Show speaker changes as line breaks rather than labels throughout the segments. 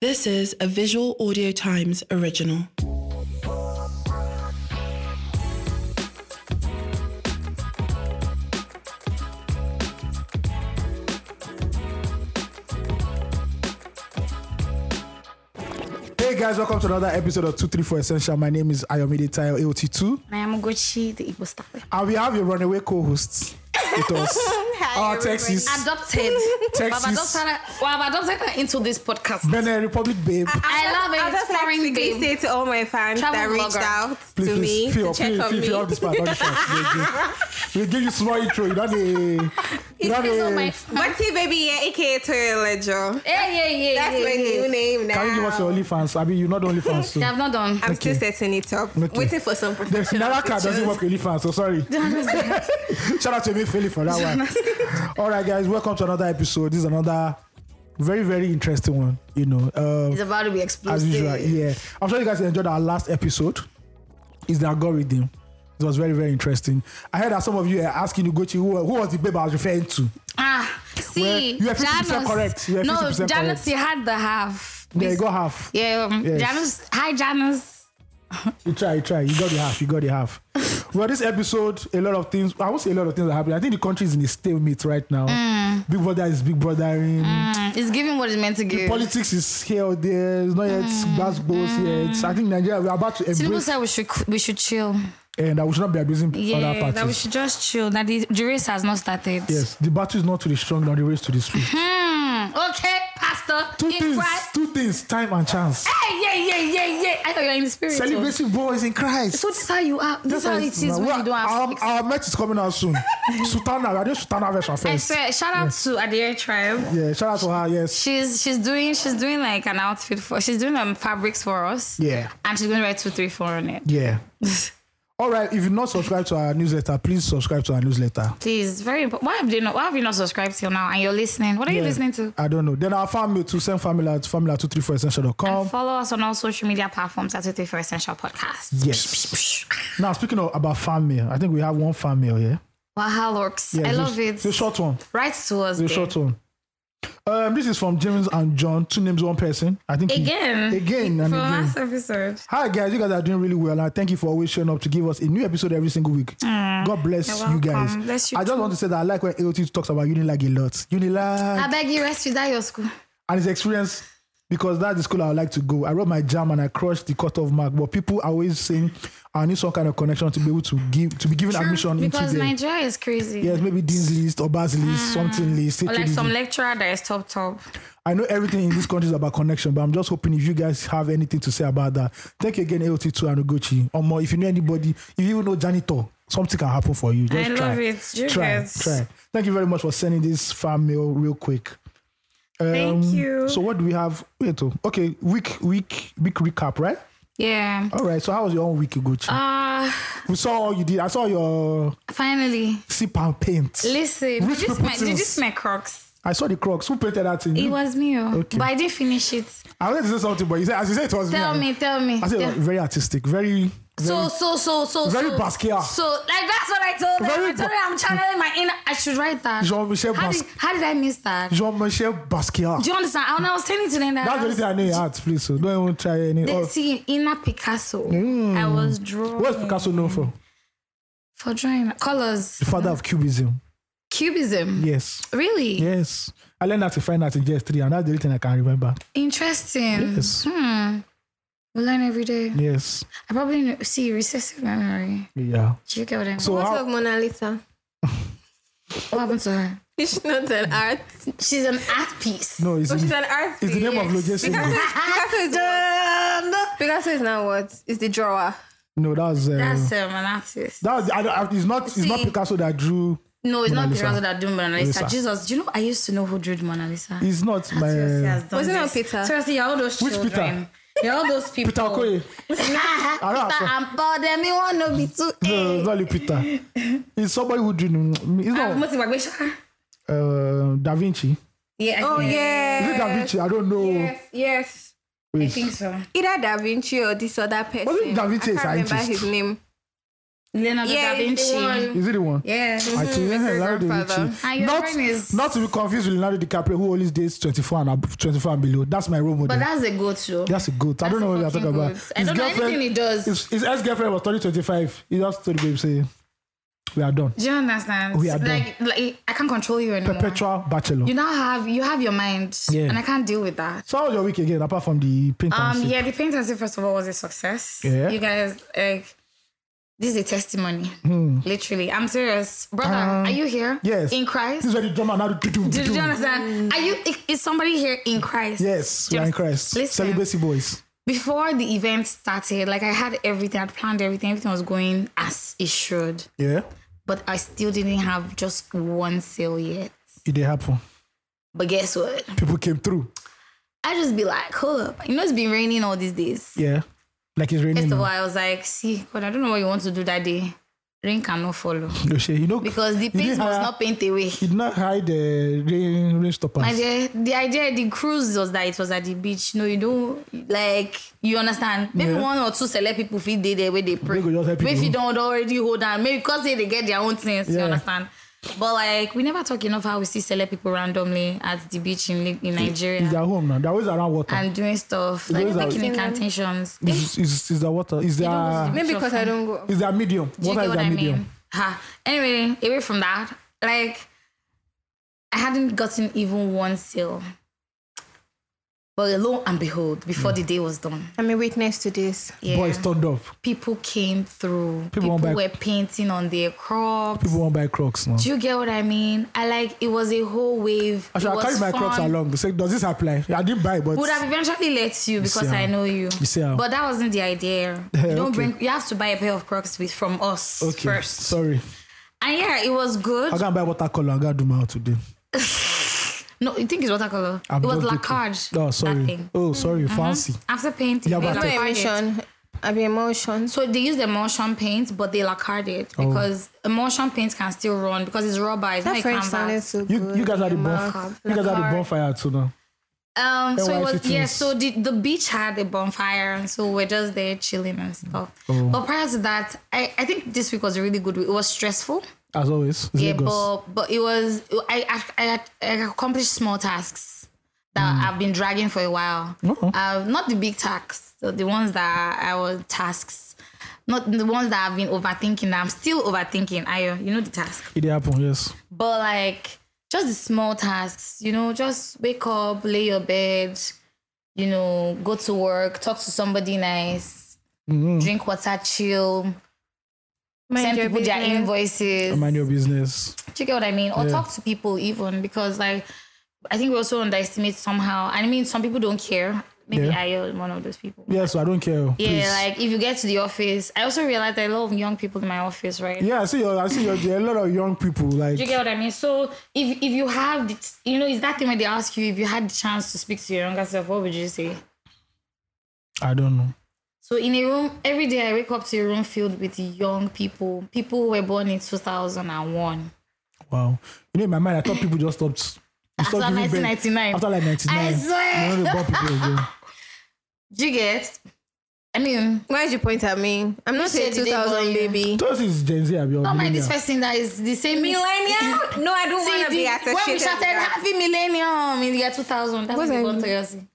This is a Visual Audio Times original.
Hey guys, welcome to another episode of 234 Essential. My name is Ayomide Tayo AOT2,
I am Gucci, the Igbo star.
and we have your runaway co host with us. Our Texas,
Adopted.
Texas.
I've adopted her, well, I've adopted her into this podcast.
Benin Republic babe.
Ah,
I love it.
I'd
It's
just like
foreign
to
babe.
say to all my fans
Travel
that reached
blogger.
out
Please,
to me
please, fill
to
up,
check
fill,
on
fill,
me.
fill up this part. not this part. We'll give- We'll give you small intro. You don't need. You
It's
don't
based on
need-
my
But see, baby, yeah, aka Toyo Lejo.
Yeah, yeah, yeah.
That's
yeah,
my
yeah.
new name now.
Can you give us your OnlyFans? I mean, you're not the OnlyFans. So.
They have not done.
I'm still setting it up.
Okay.
Waiting for some
The
professional
Naira card doesn't
pictures.
work with OnlyFans, so sorry. Shout out to me, Philip, for that one. All right, guys, welcome to another episode. This is another very, very interesting one. You know, um,
It's about to be
as
explosive.
usual. Yeah, I'm sure you guys enjoyed our last episode. It's the algorithm. It was very, very interesting. I heard that some of you are asking Ugochi who, who was the babe I was referring to.
Ah, see,
you are 50%
Janus-
correct. You are
no,
50%
Janus,
correct.
you had the half.
Yeah, you got half.
Yeah, um,
Yes.
Janus. Hi, Janus.
You try, you try. You got the half. You got the half. well, this episode, a lot of things. I won't say a lot of things are happening. I think the country is in a stalemate right now. Big brother is big brothering.
Mm, it's giving what it's meant to give.
Politics is here or there. It's not yet
Mm.
basketball yet. I think Nigeria we're about to
Tinubu
embrace
said we should we should chill.
and I we should not be abusing other
Yeah,
parties.
that we should just chill. That the, the race has not started.
Yes, the battle is not to the strong, nor the race to the swift.
Hmm. Okay, Pastor.
two
in
things,
Christ.
two things, time and chance.
Hey, yeah, yeah, yeah, yeah. I thought you were in the spirit. oh.
Celebrating boys in Christ.
So this is how you are. This is how it is when you don't have
our,
sex.
our match is coming out soon. Sultana, we are doing Sultana version
I
first.
swear, shout out to Adire Tribe.
Yeah, shout out to her. Yes,
She's she's doing she's doing like an outfit for she's doing um fabrics for us.
Yeah.
And she's gonna write two, three, four on it.
yeah. All right, if you're not subscribed to our newsletter, please subscribe to our newsletter.
Please, very important. Why have they not why have you not subscribed till now and you're listening? What are you
Yeah.
listening to?
I don't know. Then our family to send family at family two three four essential.com.
And follow us on all social media platforms at 234 Essential Podcast.
Yes. now speaking of about family, I think we have one family here.
Wow, looks.
Yeah,
I
it's
love
just-
it.
It's a short one.
Write to us.
The
then.
short one. Um, this is from James and John. Two names, one person. I think he-
Again.
again, and
From
again.
last episode.
Hi guys, you guys are doing really well, and thank you for always showing up to give us a new episode every single week. God bless
Mm. You're
you guys.
welcome. Bless you
I just
too.
want to say that I like when AOT talks about Unilag a lot. Unilag
I beg you, rest with that your school.
and his experience because that's the school I would like to go. I wrote my jam and I crushed the cutoff mark, but people are always saying I need some kind of connection to be able to give to be given admission into
Because
the
Nigeria is crazy.
yes maybe dean's list or Bar's list, something list.
Or
CK
like
list.
some lecturer that is top top.
I know everything in this country is about connection, but I'm just hoping if you guys have anything to say about that. Thank you again, AOT2 and Ogochi. Or more, if you know anybody, if you even know janitor, something can happen for you. Just
I
try.
love it. You
Try,
guys.
try. Thank you very much for sending this fan mail real quick. Um,
Thank you.
So what do we have? Wait, oh, okay, week, week, week recap, right?
Yeah.
All right. So how was your own week, Ogochi?
Uh
we saw all you did. I saw your
finally.
sip and paint.
Listen,
Rich
did you,
people
smell, did you
things.
smell Crocs?
I saw the crocs. Who painted that thing?
It was me, oh.
Okay.
but I didn't finish it.
I wanted to say something, but you said, as you said, it was
Tell
me. I-
me, tell me.
I said
tell-
very artistic, very
so, so, so, so,
very
so,
Basquiat.
So, like that's what I told
Very
them. I
Ba-
told them I'm channeling my inner. I should write that.
Jean Michel
how, did,
Bas-
how did I miss that?
Jean Michel Basquiat.
Do you understand? And I was telling you today that
That's
I
the only
was,
thing I know your art, please. So don't even try any.
the,
Oh,
see inner Picasso.
Mm.
I was drawing
what's Picasso known for?
for drawing colors,
The father of Cubism.
cubism.
Yes.
Really?
Yes. I learned that to find out in GS3, and that's the only thing I can remember.
Interesting.
Yes.
Hmm. We learn every day.
Yes.
I probably know, see recessive memory.
Yeah.
Do you get what I mean?
So
What
how,
of Mona Lisa?
what happened to her?
She's not an art.
She's an art piece.
no, it's,
Oh, she's
it's
an art.
the name of
Yes.
Logesin.
Picasso, Picasso is what? Picasso is not what? It's the drawer.
No, that's uh,
That's
that's,
um, an artist.
I, don't- I, it's not it's not
See.
Picasso that drew.
No, it's
Mona
not
Lisa.
the rather that drew Mona Lisa.
Lisa.
Jesus, do you know I used to know who drew Mona Lisa?
It's not
Seriously,
my
has done
Wasn't it
this.
Peter?
Seriously, you're all those
Which Peter? Ah,
children. You're all those people.
Peter Okoye. I don't
Peter
have-
and Paul, them, you want to be too.
No, it's not Lee Peter. It's somebody who drew. It's not
Mostly Wagbesha.
uh, Da Vinci.
Yeah.
Oh
yeah.
Is it Da
yeah.
Vinci? I don't know.
Yes, yes.
I
Wait.
think so.
Either Da Vinci or this other person.
Wasn't Da Vinci
I
a
can't remember
scientist?
his name.
Leonardo
Yeah,
da
it's the
Vinci.
one.
Is it the one?
Yeah.
I think yeah,
Mr.
Leonardo da
Grandfather.
Vinci.
And your brain is-
not to be confused with Leonardo DiCaprio, who always dates 24 and ab- 24 and below. That's my role model.
But that's a goat show.
That's a goat. I
That's
don't know
a
what you're talking
fucking
about.
goat. I don't know anything he does.
His, his ex girlfriend was 30, 25. He just told the babe, say, We are done.
Do you understand?
We are done.
like, like I can't control you anymore.
Perpetual bachelor.
You now have you have your mind,
Yeah.
and I can't deal with that.
so, how was your week again, apart from the paint and
Um,
sip?
yeah, the painting first of all was a success.
Yeah.
You guys like this is a testimony. Literally. I'm serious. Brother,
Hmm. Um,
are you here?
Yes. Hmm.
In Christ?
This is where the drummer now. do- do- do-
Did
do.
you understand? Are you i- is somebody here in Christ?
Yes, we
Do you
are in
understand?
Christ.
Listen.
Celibacy boys.
Before the event started, like I had everything, I'd planned everything, everything was going as it should.
Yeah,
But I still didn't have just one sale yet.
it did happen.
But guess what?
People came through.
I just be like, hold up. You know it's been raining all these days.
Yeah, like it's raining.
First of all,
now.
I was like, see, God, I don't know what you want to do that day. Rain cannot follow.
No shade. You know,
Because the
you
paint
didn't
was
hire-
not painted away.
You did not hide the rain, rain stoppers.
My dear, the idea, the cruise was that it was at the beach. No, you don't like you understand. Maybe
Yeah.
one or two select people fit they there where they pray.
They go just help you
Maybe if
do.
you don't already hold on, maybe because they, they get their own things. You
Yeah.
understand. But like we never talk enough how we see select people randomly at the beach in Lig- in Nigeria
It's their home now. They're always around water.
and doing stuff like
goes
making
out.
incantations. Do
Is, is, is their water? Is their
Maybe because I don't go.
is their medium?
you
Water
get
is
what
their
I
medium.
mean? Ha. Anyway, away from that, like I hadn't gotten even one sale. But lo and behold, before the day was done.
I'm a witness to this.
Yeah.
Mm. Boys turned off.
people came through.
People
People,
want back-
were painting on their crops.
People won't buy Crocs now.
Do you get what I mean? I like it was a whole wave.
Actually,
it
I
was
carry my
fun.
Crocs along. Say, does this apply? I didn't buy, but
Would have eventually let you because
see
I
how-
know you.
you see how-
But that wasn't the idea. You
Eh,
don't
okay.
bring. You have to buy a pair of Crocs with from us
okay.
first.
Sorry,
And yeah, it was good.
I gotta buy watercolor. I gotta do my hair today.
No, you think it's watercolor?
I'm
it was
just joking.
lacage.
Oh,
that
sorry.
thing. Mm-hmm.
Oh, sorry. Fancy.
After painting,
Yeah,
they
but
No
I-
lacquered it.
emotion. I be emotion.
So they use the emulsion paint, but they lacquered it
Oh.
because emulsion paint can still run because it's rubber. It's
That
not a canvas.
French sounded so good.
You you guys are the
Your
bonfire.
mouth.
You guys are the
Lacquer.
bonfire too now.
Um, so it
NYC
was yeah.
things.
So the, the beach had a bonfire, and so we're just there chilling and stuff.
Oh.
But prior to that, I, I think this week was a really good. Week. It was stressful,
As always, it's
yeah,
Lagos.
but but it was I I, I I accomplished small tasks that I've been dragging for a while.
Uh-oh.
Uh, not the big tasks, so the ones that I was tasks, not the ones that I've been overthinking. I'm still overthinking. I uh, you know the task
It did happen. Yes.
but like just the small tasks you know just wake up lay your bed you know go to work talk to somebody nice drink water chill
Mind
send
your
people their
business.
invoices
Mind your business.
do you get what I mean? Or
Yeah.
talk to people even because like I think we also underestimate somehow. I mean, some people don't care. Maybe
Yeah.
I am one of those people.
Yes, I don't care.
Yeah,
please.
like if you get to the office, I also realized that a lot of young people in my office, right?
Yeah, I see. Your, I see. Your, there are a lot of young people. Like
Do you get what I mean? So if if you have, the, you know, is that thing when they ask you if you had the chance to speak to your younger self, what would you say?
I don't know.
So in a room every day, I wake up to a room filled with young people, people who were born in two thousand and one.
Wow. You know, in my mind, I thought people just stopped. they
After
stopped giving birth
1999.
After like 99.
I swear.
You know, they born people again.
Do you get? I mean,
Why did you point at me? I'm not a
said they
2000
born you?
baby.
So this is Gen Z. Abi, or
not mind Oh this
millennial.
person that is the same
Millennial? No, I don't
See,
want to
the-
be
when we
associated.
started happy millennium in the year 2000, that's
What
when
I
they born
mean?
Toyosi.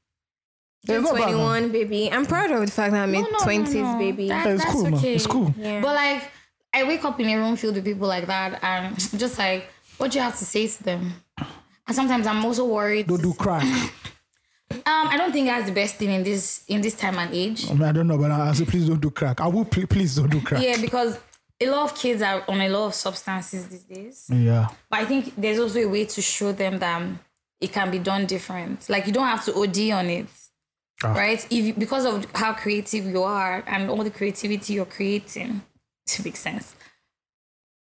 I'm
It's not bad, man.
21 baby. I'm proud of the fact that I'm
No,
a
no, no,
20s
no.
baby.
That-
Yeah, it's
that's
cool, man.
okay.
It's cool.
Yeah.
But like, I wake up in a room filled with people like that, and just like, what do you have to say to them? And sometimes I'm also worried.
Don't do crack. I,
Um, I don't think that's the best thing in this in this time and age.
mean, I don't know, but I, I say please don't do crack. I will. Please, please don't do crack.
Yeah, because a lot of kids are on a lot of substances these days.
Yeah.
But I think there's also a way to show them that um, it can be done different. Like you don't have to OD on it,
Ah.
right? If you, because of how creative you are and all the creativity you're creating, to make sense.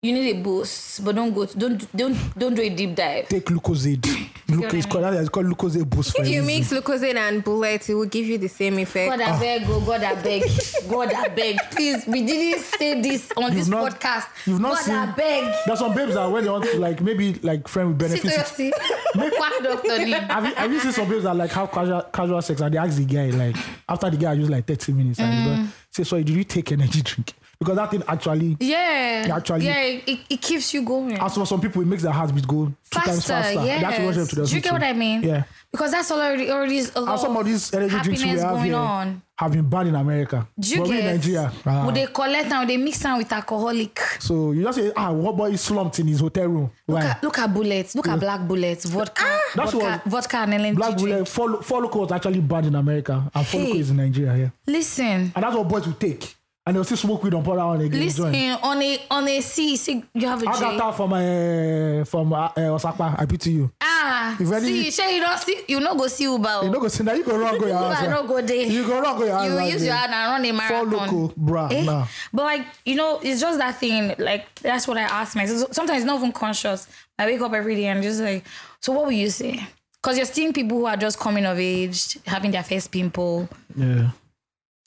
You need a boost, but don't go. To, don't don't don't do a deep dive.
Take glucosade. Glucose, it's called, that's called glucosade boost for
If
a
you
reason.
mix glucosade and bullet, it will give you the same effect.
God,
Ah.
I beg, oh God, I beg, God, I beg. Please, we didn't say this on
You've
this
not-
podcast.
You've not
God,
seen.
I beg.
There's some babes that when they want to, like maybe like friend with
See,
benefits.
see, Quack, Dr. Lee.
Have you, have you seen some babes that like have casual, casual sex and they ask the guy like after the guy used like 30 minutes and he's done, say sorry did you take energy drink because that thing actually,
Mm. Yeah.
Actually-
Yeah, it, it keeps you going.
as for some people, it makes their heartbeat go two times faster. They actually rush them
yes.
to
Do
the
you get what I
hospital.
mean?
Yeah.
Because that's already already is a lot
And some of these energy drinks we
happiness
have
going
here
on.
have been banned in America.
Do you
but we
get
in Nigeria. ah.
Would they collect and they mix am with alcoholic?
so you just say, ah, what boy is slumped in his hotel room?
Look
Why?
at, look at bullets. Look at black bullets. Vodka.
Ah. That's
vodka,
what-
vodka and LNG.
Black
drink.
bullet, four, four local was actually banned in America, and four local
Hey.
is in Nigeria, yeah.
Listen.
And that's what boys will take. And they'll still smoke weed and pour that on again.
Listen. On a on a C, see, you have a
I got
J.
that from, uh, from uh, uh, Osapa, I pity you.
Ah.
If any-
See, sure you don't see you no go see Uber.
You
oh.
no go see that. You go wrong go your
Uber
house. eh.
no go there.
You go wrong go your house.
You
like
use
this.
your hand and run a
Four
marathon.
local, bruh.
Eh?
Nah.
But like you know, it's just that thing. Like that's what I ask myself. So- Sometimes not even conscious. I wake up every day and just like, so what will you say? Because you're seeing people who are just coming of age, having their first pimple,
Yeah.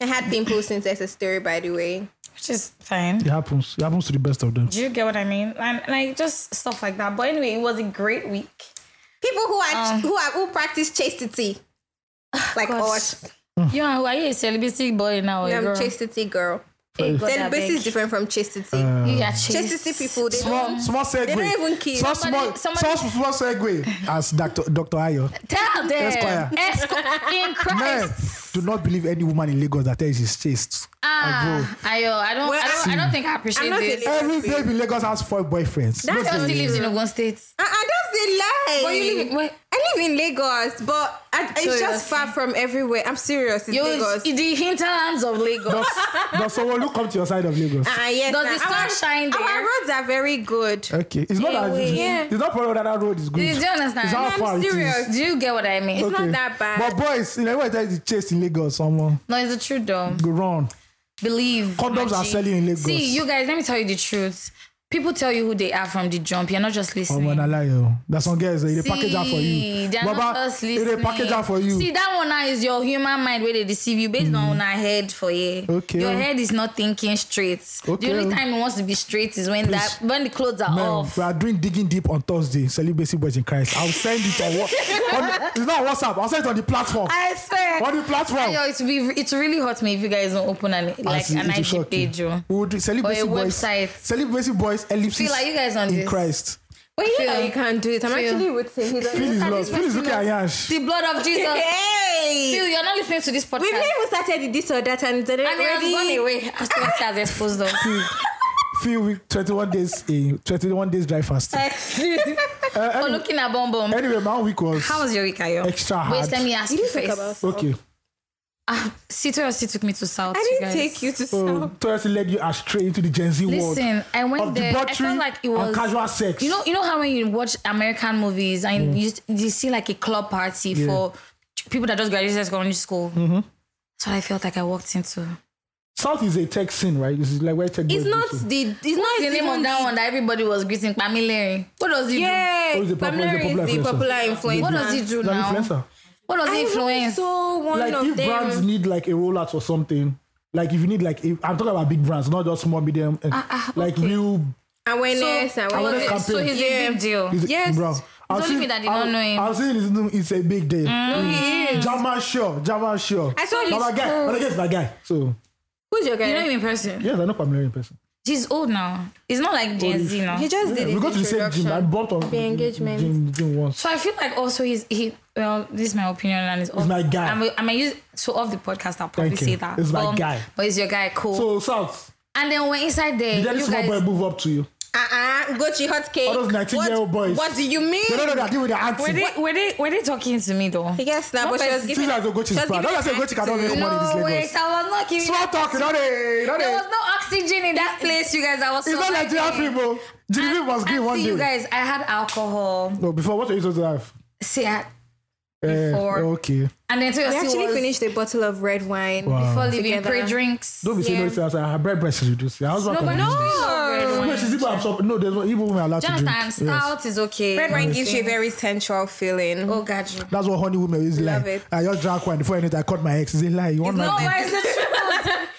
I had pimples since SS3, by the way.
which is fine.
It happens. It happens to the best of them.
Do you get what I mean? And like just stuff like that. But anyway, it was a great week.
People who are
Ah.
who are who practice chastity, like um, us.
You know, are you a celibacy boy now? Or a
I'm
girl?
chastity girl.
Hey, God, I
Celibacy is
beg.
different from chastity.
You are
chastity
chaste.
people, they
Small,
Mm.
don't-
small segue.
They don't even kill.
Small,
Somebody-
small,
somebody-
small, small segue. As Dr. Dr. Ayo.
Tell them.
Esquire.
Esqu- in
Men
Christ.
do not believe any woman in Lagos that tells she's chaste.
Ah, ayo, I don't,
Well,
I don't, I don't think I appreciate
I'm not
this.
really-
Every baby in Lagos has four boyfriends.
That's
Don't
just
She
believe
lives
it.
in Ogun State.
I, I don't say lie.
But you live in where?
I live in Lagos, but I, it's just
Seriously.
far from everywhere. I'm serious. It's
You,
Lagos.
in the hinterlands of Lagos.
Does, does someone look come to your side of Lagos?
Ah, yes,
Does
nah.
the sun
Our-
shine there?
Our roads are very good.
Okay. It's not that.
wait.
Yeah.
It's not probably that that road is good.
Do you understand?
It's how
No, I'm
far it
serious.
is.
Do you get what I mean?
not that bad.
But boys, you know what I you chase in Lagos, someone
No, it's the truth though.
go run.
Believe.
Condoms are
Maji.
selling in Lagos.
See, you guys, let me tell you the truth. People tell you who they are from the jump. You're not just
Oh
listening.
man, I lie you. That's some girls. eh, They
See,
package that for you. eh,
They're not just
they
listening.
package that for you. Mm.
See, that one now is your human mind where they deceive you based on our head for you.
Okay.
Your head is not thinking straight.
Okay.
The only time it wants to be straight is when that when the clothes are
Man,
off.
we are doing digging deep on Thursday. Celibacy boys in Christ. I'll send it on what? on- it's not on WhatsApp. I'll send it on the platform.
I swear.
on the platform.
Yo, it's be it really hurt me if you guys don't open an
I
like
see,
an
it will
IG
shock you.
page. oh.
We will do celibacy
Or a
boys.
website.
Celibacy boys. Ellipsis.
Feel like you guys on
in
this.
Christ.
But you know
Phil.
you can't do it. I'm
Phil.
actually with him. He's
Phil is lost. Phil is looking at Yash.
The blood of Jesus.
Hey!
Phil, you're not listening to this podcast.
We've not even started this or that, and they're
and it has
already.
gone away as soon as it has exposed us.
Phil with 21 days. eh, 21 days dry fast.
For looking at Bomb Bomb.
Anyway, my week was
How was your week, Ayo?
extra
Wait,
hard.
let me ask you,
You didn't talk
first.
about-
okay.
Sito Yossi took me to South.
I didn't
guys.
take you to
So
South.
Thursday Mm. led you astray into the Gen Z world.
Listen, I
of
went there. I
debauchery
felt like it
and
was
casual sex.
You know, you know how when you watch American movies and you, you see like a club party for people that just graduated secondary school. Mm-hmm. That's what I felt like I walked into.
South is a tech scene, right? It's like where tech
It's
boys
not
go to.
the. It's not
What's the name
even
of that one that everybody was greeting? Pamela. What does he
Yeah,
Who is the
Pam
popular-
Larry
who is
is
the
the
popular
popular
do?
influencer.
What does he do
It's an
now?
influencer.
What does he
I
influence?
was so one
Like
of
if brands
them.
need like a rollout or something, like if you need like if, I'm talking about big brands, not just small medium, uh, like real
awareness,
so,
awareness.
campaign.
so he's
Yeah.
a big deal.
is it-
Yes.
bro.
It's
I've
only me that did not
I've-
know him.
I've seen it's, no- it's a big day. German sure, German sure.
I saw his
But my guy,
crew.
but I guess my guy. So
Who's your
You know
guy?
him in person.
yes, I know Pamela in person.
He's old now. He's not like Gen Z now.
He just
Yeah,
did
we
his
go to the same gym. I
introduction.
bumped on
Happy engagement.
Gym, gym once.
So I feel like also he's he. Well, this is my opinion and it's. He's
my guy.
I'm, a- I'm a use so off the podcast. I'll probably
Thank you.
say that.
He's my
but,
guy.
But he's your guy, cool.
So South,
and then we're inside there.
did any
You
small boy
guys,
move up to you?
Uh-uh, Gucci hot cake.
All those 19-year-old
What-
boys.
What do you mean?
They don't know that deal with their auntie.
were they, were they were they talking to me though?
Yes, now, but she was
Since
giving.
I go Gucci's
she was
proud.
giving
Don't say Gucci cannot make
attitude.
money in this
No wait,
Lagos.
I was not giving.
Small talk, you know they, you know
There
they.
was no oxygen in that place, you guys. I was.
It's not oh. Nigerian people. Jiribi must give one
see you
day.
guys. I had alcohol.
No, before what are you supposed to have?
See, I,
Eh,
Before.
okay.
and then
We
Toyosi
actually
was
finished a bottle of red wine.
before leaving
together.
pre drinks.
Don't be saying no. It's her bread breast is reduced. Her husband
No, but
can
no.
use this.
Red
No,
wine.
she's even absorbed. No, there's no even women allowed to
Do you
drink.
understand?
Yes.
Stout is okay.
Red wine gives you a
Everything.
very sensual feeling.
Oh God. you-
That's what honey women is
Love
like.
it.
I just drank wine before anything. I caught my ex. It's a lie. You want
No,
my
where's the truth?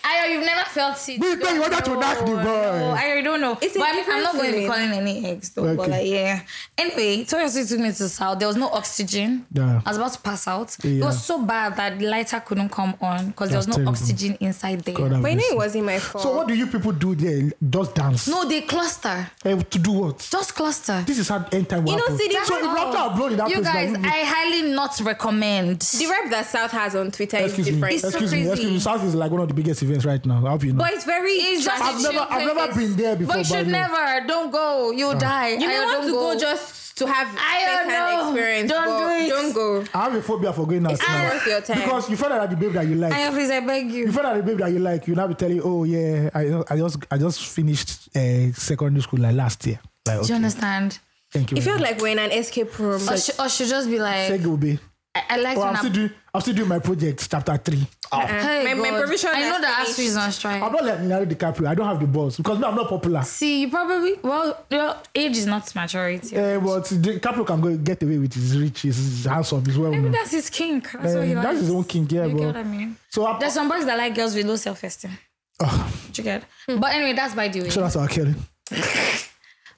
I, you've never felt it.
We know you wanted to knock the
No,
boy.
No, I don't know.
It's a
but I'm, I'm
different
not going to be
feeling.
calling any eggs though. But
Okay.
like, yeah. Anyway, Toyosi took me to the south. There was no oxygen.
Yeah.
I was about to pass out. It
Yeah.
was so bad that the lighter couldn't come on because there was
That's
no
terrible.
oxygen inside there.
God have
But you know
mercy.
it wasn't my fault.
So what do you people do there? Just dance?
no, they cluster.
Eh, to do what?
Just cluster.
This is how end time will
You know,
happen.
see, the-
so if
Oh.
laughter are blown in that
you
place,
guys,
like,
I highly not recommend.
the rep that South has on Twitter
excuse
is
me,
different.
It's so
excuse me, excuse
crazy.
me. South is like one of the biggest events right now. I hope you know.
but it's very.
It's just
tragic.
I've never- I've never been there before,
But you should
but no.
never. Don't go.
Ah.
You'll die.
You
Ayo,
don't want
don't
to go. just to have
I don't
first-hand
know.
experience.
Don't
but
do it.
Don't go.
I have a phobia for going out
It's
now.
not worth your time.
Because you found out that the babe that you like.
Ayo, please, I beg you.
you found out the babe that you like, you now be telling, you, oh yeah, I, I just I just finished uh, secondary school like last year. Like,
Do
okay,
you understand?
thank you.
It
very
felt like we're in an escape room.
Or she, or she just be
much.
like,
Seg will be.
I, I like
Oh, I'm still
when
doing I'm still doing my project, chapter three. Ah,
I,
Uh, my, my
God.
provision.
I know
has
that
finished.
Astro is on strike.
I'm not like Leonardo DiCaprio. I don't have the balls because no, I'm not popular.
See, you probably well, your age is not maturity.
Eh, but DiCaprio can go get away with his rich, his handsome, his well
Maybe
known.
that's his kink. That's what
Eh,
he
that's
likes.
his own kink, yeah,
You
bro.
get what I mean?
So, I-
There's some boys that like girls with low self-esteem.
oh,
Do you get? But anyway, that's by the way.
so that's our Kelly.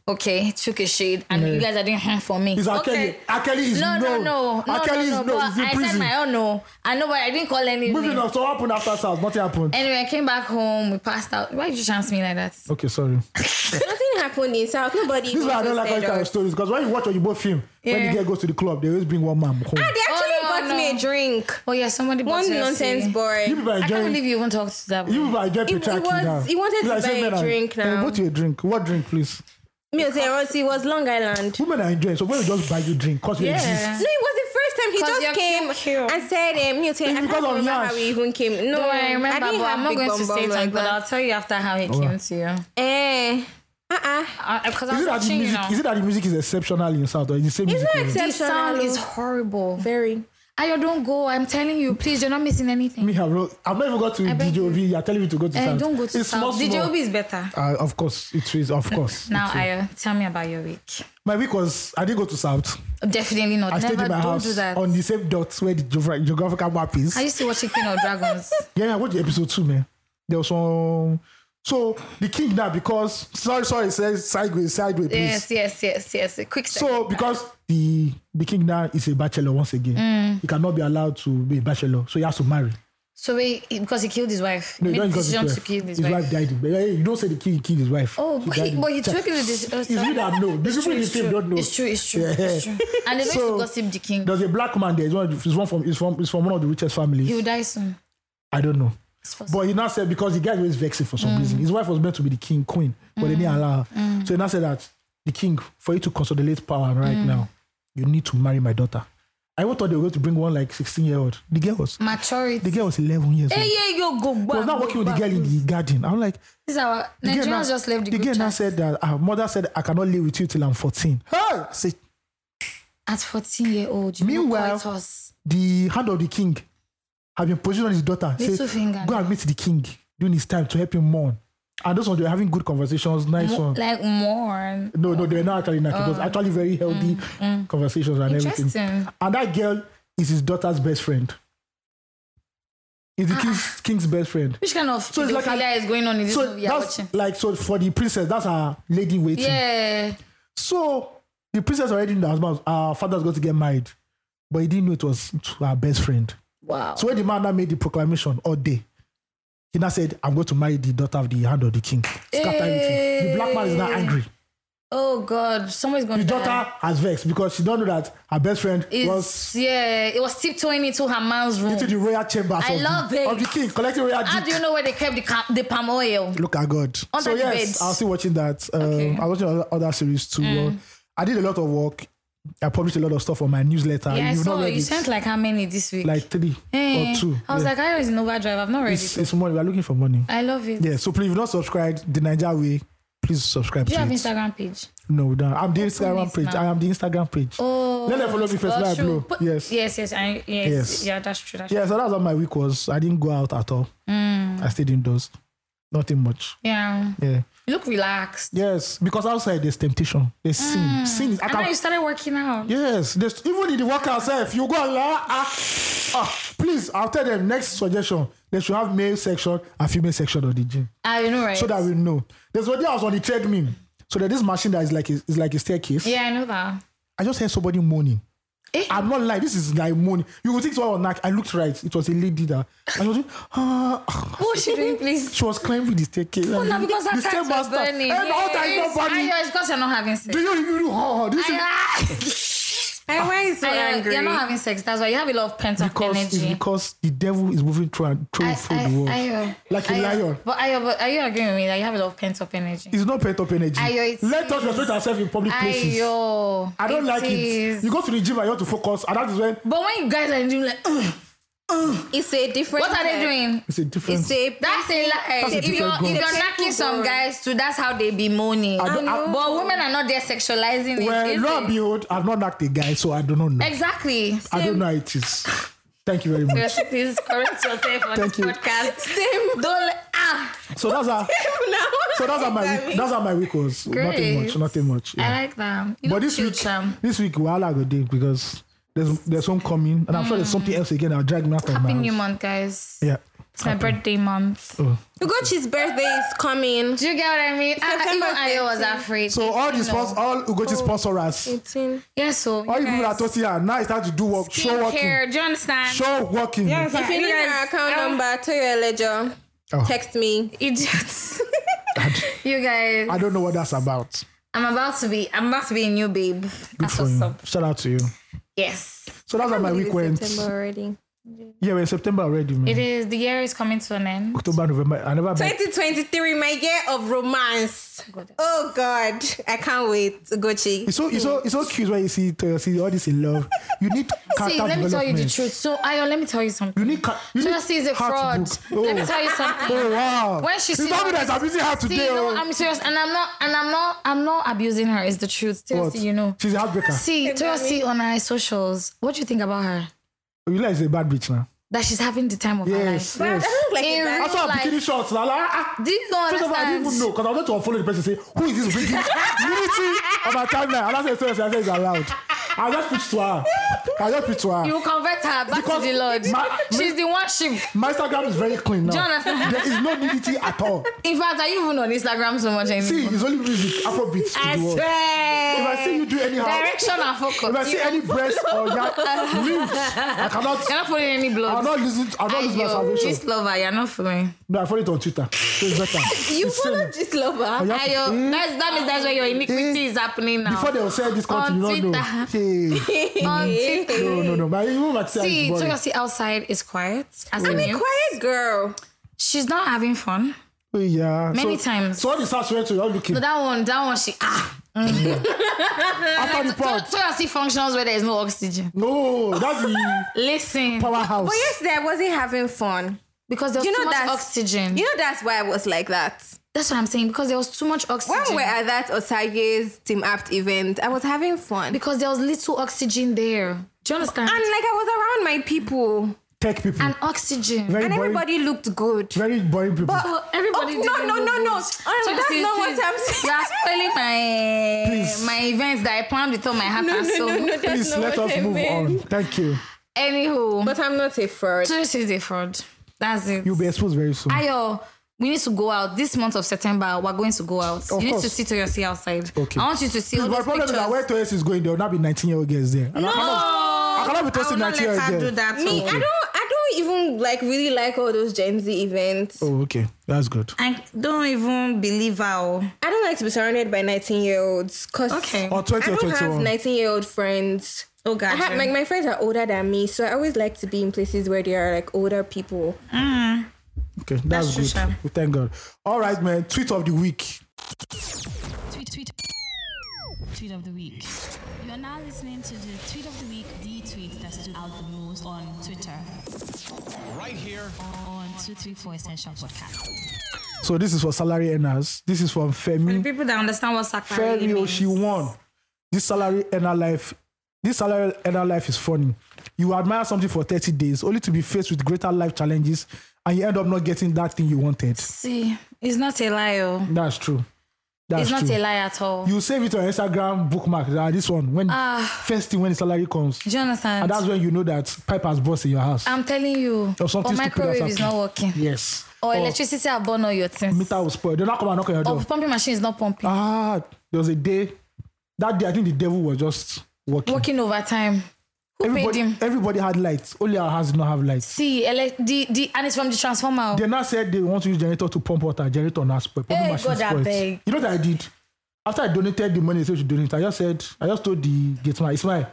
Okay, took a shade, and you guys are doing harm for me.
It's R.
okay.
Kelly. R. Kelly is
No, no,
known.
no, no,
R. Kelly
no, no.
is known.
but
He's in
I said
prison.
my own no. I know, but I didn't call any
Moving
name. Eh,
on. So what happened after South? Nothing happened.
Anyway, I came back home. We passed out. Why did you chance me like that?
Okay, sorry.
Nothing happened in South. Nobody.
This is why I
even
don't like all
said
these kind
us.
of stories because when you watch Oyibo film, when
Yeah.
the girl goes to the club, they always bring one man home.
They actually
Oh,
got
no.
me a drink.
Oh yeah, somebody bought
One
you a
nonsense
CD.
You
boy.
people are
I can't
enjoying.
believe you even talked to that.
You
boy.
people are enjoying
He- he
patriarchy
was-
now.
he wanted
It's
to
like, say
buy
men
a
are-
drink
Eh,
now.
Go to a drink. What drink, please?
Me, it was- it was Long Island.
Women are enjoying. So when you just buy you drink, cause we
Yeah.
exist.
No, it was the first time he
'Cause
just
you're
came
cute, cute.
and said, um, you tell, I
It's
can't
because of
remember how
Yash.
we even came. No,
Don't worry, I remember,
didn't
but
have
I'm not
big
going to
bum
say it,
bum like
but I'll
that.
tell you after how it came to you.
Eh, uh-uh.
Because I
Is
was
it that the
watching you
music?
now.
Is it that the music is exceptional in South or is the same
It's
music?
not
here?
The
exceptional.
sound is horrible.
very.
Ayo, don't go. I'm telling you, please. You're not missing anything.
Me, I've not I've not even got to
beg
DJOV. You. are telling me to go to
Eh,
South.
don't go to
it's
South.
Small,
DJ
small.
Obi is better.
Uh, of course, it is. Of course.
Now,
It is.
Ayo, tell me about your week.
my week was I didn't go to South.
Definitely not.
I
Never
stayed in my
don't
house
do that.
on the same dot where the geogra- geographical map is.
I used to watch King of Dragons.
Yeah, I watched the episode two, man. There was some. So the king now because sorry, sorry, it says sideways, sideways, please.
yes, yes, yes, yes. A quick second.
So because the the king now is a bachelor once again,
Mm.
he cannot be allowed to be a bachelor, so he has to marry.
So wait, because he killed his wife.
No,
Made
that's because
decision
his
to
wife.
kill his,
his
wife.
wife died. But, hey, you don't say the king killed his wife.
Oh, but he, but he took it with his.
It's you that know. The people in the film don't know.
oh, It's true, it's true,
Yeah.
it's true. And they don't
So-
used to gossip the king.
There's a black man there. He's one, he's one from. He's from. He's from one of the richest families.
He will die soon.
I don't know.
It's possible.
But he now said because the guy was vexing for
Mm.
some reason. His wife was meant to be the king, queen, but they didn't allow her. So he now said that the king, for you to consolidate power right
Mm.
now, you need to marry my daughter. I even thought they were going to bring one like 16 year old. The girl was
Maturity.
the girl was 11 years old.
Hey, yeah, yo, go back.
I was not
go
working with the
back.
girl in the garden. I'm like,
This is our
the girl now-
Nigerians just left the,
the
group
girl now
chat.
said that her mother said I cannot live with you till I'm 14. Hey, I said,
At 14 year old, you
Meanwhile-
Meanwhile, us.
the hand of the king have been positioned on his daughter. Say,
Little finger.
go and meet the king during his time to help him mourn. And those ones they were having good conversations, nice ones.
like mourn.
No, no, they were not actually knackered. it was actually very healthy conversations and everything.
Oh. Mm, Interesting.
And that girl is his daughter's best friend. Is the king's, king's best friend.
Which kind of
So it's like
pedophilia
a-
Ah. is going on in this
So
movie you're
that's
watching?
like so for the princess, that's her lady in waiting.
Yeah.
So the princess already in the husband, her father's going to get married, but he didn't know it was to her best friend.
Wow.
So when the man now made the proclamation all day, he now said, "I'm going to marry the daughter of the hand of the king." Scatter everything. The black man is now angry.
oh God, somebody's going
The
to die.
daughter has vexed because she don't know that her best friend
It's,
was
yeah, it was tiptoeing into her man's room.
to the royal chambers
I
of,
love
the,
it.
of the king, collecting royal
How do
dick.
you know where they kept the, ca- the palm oil?
Look at God.
Under
so
the
yes,
bed.
I was still watching that. Um,
Okay. Mm.
I was watching other, other series too. Uh, I did a lot of work. I published a lot of stuff on my newsletter.
Yeah, I
You've
saw
not read
you
it.
sent like how many this week?
like three
Eh,
or two.
I was
Yeah.
like, Ah. I is in overdrive. I've not read
it's,
it.
it's money. We're looking for money.
I love it.
Yeah. So please, if you've not subscribed, the Niger way. Please subscribe
Do you
to
have
it.
Instagram page?
No, we don't. I'm the
it
Instagram page.
now.
I am the Instagram page.
Oh,
Let them follow me first,
well,
let I
true.
blow.
Put-
Yes.
yes, yes, I, yes,
Yes.
yeah, that's true. That's
Yeah. So that's how my week was. I didn't go out at all.
Mm.
I stayed indoors. Nothing much.
True. yeah.
Yeah.
You look relaxed.
Yes, because outside there's temptation. There's sin. Sin is. I
Mm. I know
can,
you started working out.
yes, there's even in the work itself. You go and lie. Ah, ah, please least I'll tell them next suggestion they should have male section and female section of the gym
I Ah, know, right?
so that we know. There's one day I was on the treadmill. So there's this machine that is like a, is like a staircase.
yeah, I know that.
I just heard somebody moaning.
Eh?
I'm not lying. This is like moaning. You would think someone was knock. I looked right. It was a lady that I was ah.
What was Oh, she doing, please?
She was climbing the staircase.
Oh, no, because
the
her times was
stairmaster.
burning.
And all time
Yes.
nobody.
Ah, yeah, it's because you're not having sex.
Do you even do? Oh, this is
And why is so
Ah, yeah,
angry?
You're not having sex. That's why you have a lot of pent up
because it's
energy.
because the devil is moving through and through,
I-
through
I-
the world
Ayo,
like a
Ayo.
lion.
But, Ayo, but are you agreeing with me that you have a lot of pent up energy?
It's not pent up energy.
Ayo, it
Let us
is.
respect ourselves in public places.
Ayo,
I don't like
is.
it. You go to the gym and you want to focus, and that is when
But when you guys are in the gym, like, "Ugh,
It's a different.
what are they doing?
it's a different.
It's a.
That's a lie.
That's a
If you're,
different
if
goal.
you're knocking some guys too, that's how they be moaning.
I don't- I-
but women are not there sexualizing it.
well,
is
lo and
it?
behold, I've not knocked a guy, so I do not know.
Exactly.
I don't know how it is. Thank you very much.
Yes, please correct yourself on
Thank
this
you.
podcast. Same. Don't let- ah.
So that's how.
now.
So that's how my week. That's how my week was. Nothing much.
Great.
Nothing much. Yeah.
I like them. You
but
know,
this
cute
week,
them.
this week, wahala go dig because there's there's one coming, and I'm sure there's
Mm.
something else again. I'll drag me out of my
Happy new
house.
month, guys.
Yeah.
It's my birthday month.
Oh.
Ugochi's birthday is coming.
Do you get what I mean? I, I, even
September
I was
13.
afraid.
So all the
You Oh, know.
sponsors, all Ugochi sponsors,
Eighteen.
Yes, so.
all
you
the people
guys,
that told her now it's time to do work. Show working.
skincare, Do you understand?
Show working.
Yes,
If you need my account number, tell your ledger.
Oh.
Text me.
Idiots. you guys.
I don't know what that's about.
I'm about to be. I'm about to be a new babe.
Good
That's
for
what's
you.
up.
Shout out to you.
Yes.
So that's how my week
It's
went.
September already.
Yeah, we're in September already,
It
man.
is. The year is coming to an end.
October, November. I never been.
2023, my year of romance.
God.
Oh God, I can't wait, Ugochi.
It's so it's so it's so cute when you see to see all this in love. You need character
See, let me tell you the
development.
truth. So, Ayo, let me tell you something.
You need ca- you need
Chelsea is a
heart
fraud.
book.
Let me
Oh.
tell you something.
Oh wow!
When she
it's
see
not me
all
that's abusing her today.
See, no,
oh.
I'm serious, and I'm not, and I'm not, I'm not abusing her. It's the truth.
What?
Seriously, you know.
She's a heartbreaker.
See,
Exactly.
Toyosi on her socials. What do you think about her?
you like she's a bad bitch now.
That she's having the time of
Yes,
her life.
yes.
I look like
In
a
real
I
bad-
saw her
life.
bikini shorts. Like, ah, ah.
Do you not
First of all, I
understand?
didn't even know because I wanted to unfollow the person say, Who is this bringing unity on my timeline? And I said, Sorry, I said it's allowed. I just pitched to her. I just pitched to her.
You convert her back
Because
to the Lord.
my-
she's the one she.
my Instagram is very clean now.
Do you understand?
There is no nudity at all.
In fact, are you even on Instagram so much anymore?
See, it's only music, Afrobeats to
I
the world. If
swear.
I see you do anyhow,
Direction and focus.
if I see
You-
any breast or that, lips, I cannot.
You're not following any
I'll
blogs.
not lose it. I'll not lose my
Ayo,
salvation.
this lover, you're not following.
No, I follow it on Twitter. So it's better.
You
It's
follow
same.
this lover.
You have to-
Ayo,
Eh,
that's, that means that's where your iniquity is happening now.
Before they will sell this country,
On
you don't know. Hey,
On Twitter.
no, no, no. My even my Twitter
See,
is boring.
Toyosi outside is quiet. As a
Be
mute.
quiet, girl.
She's not having fun.
Oh, yeah.
Many
so,
times.
So all the stars went to all looking.
So that one, that one, she ah.
After the pub.
Toyosi functions where there is no oxygen.
No, that's the
Listen,
powerhouse.
But yesterday I wasn't having fun.
because there's
You
too
know
much
that's
oxygen.
You know that's why I was like that.
that's what I'm saying. Because there was too much oxygen.
When we were at that Osage's team apt event, I was having fun.
because there was little oxygen there. Do you understand?
and like I was around my people,
Tech people.
And oxygen.
very boring.
and everybody looked good.
Very boring people.
But-
So everybody.
Oh, no,
didn't
no,
do
no,
good.
no. Um, that's
Toyosi,
not what
please,
I'm saying.
You are spoiling my
Please.
my events that I planned with all my heart and soul.
Please let us move on. Thank you.
Anywho,
But I'm not a fraud.
Toyosi is a fraud. That's it.
You'll be exposed very soon.
Ayo, we need to go out this month of September. We're going to go out. you need to
course.
see to your see outside.
Okay.
I want you to see all
Please, my
those
problem
pictures.
is that where Toyes is going, there will not be 19 year old girls there. And I cannot, I cannot be toasting 19 year old girls.
that. Me, I don't. I don't even like really like all those Gen Z events.
Oh, okay. That's good.
I don't even oh. believe how.
I don't like to be surrounded by 19 year olds. Cause
Okay.
Or 20
I
Oh, or
don't have
21.
19 year old friends.
Oh god.
I have, like my friends are older than me, so I always like to be in places where there are like older people.
Okay, that's,
That's true,
good.
Sha.
We thank God. All right, man. Tweet of the week.
tweet tweet tweet of the week. You are now listening to the tweet of the week, the tweet that stood out the most on Twitter.
right here
On two three four essential podcast.
So this is for salary earners. This is from Femi.
people that understand what Sakari
Femi
means.
Oshiwon. This salary earner life. This salary earner life is funny. You admire something for 30 days, only to be faced with greater life challenges, and you end up not getting that thing you wanted.
See, it's not a lie. oh.
That's true. That's
it's not
true.
a lie at all.
You save it on Instagram bookmark. Ah, this one when
Ah.
first thing when the salary comes,
Do you understand?
and that's when you know that pipe has burst in your house.
I'm telling you,
Or something
or
stupid has
microwave is
happened. Oh.
not working,
yes.
or electricity at burn all your things,
meter will spoil. They're not come and knock on your door.
or pumping machine is not pumping,
Ah, there was a day that day I think the devil was just working.
working overtime. Who
everybody,
paid him?
everybody had lights. Only our house did not have lights.
See, ele- the, the and it's from the transformer. oh.
They now said they want to use generator to pump water. Generator now spoil. Pumping
Hey,
machine
God, I
spoiled.
beg.
You know what I did? After I donated the money, I said to donate. I just said, I just told the gate man, Ismail,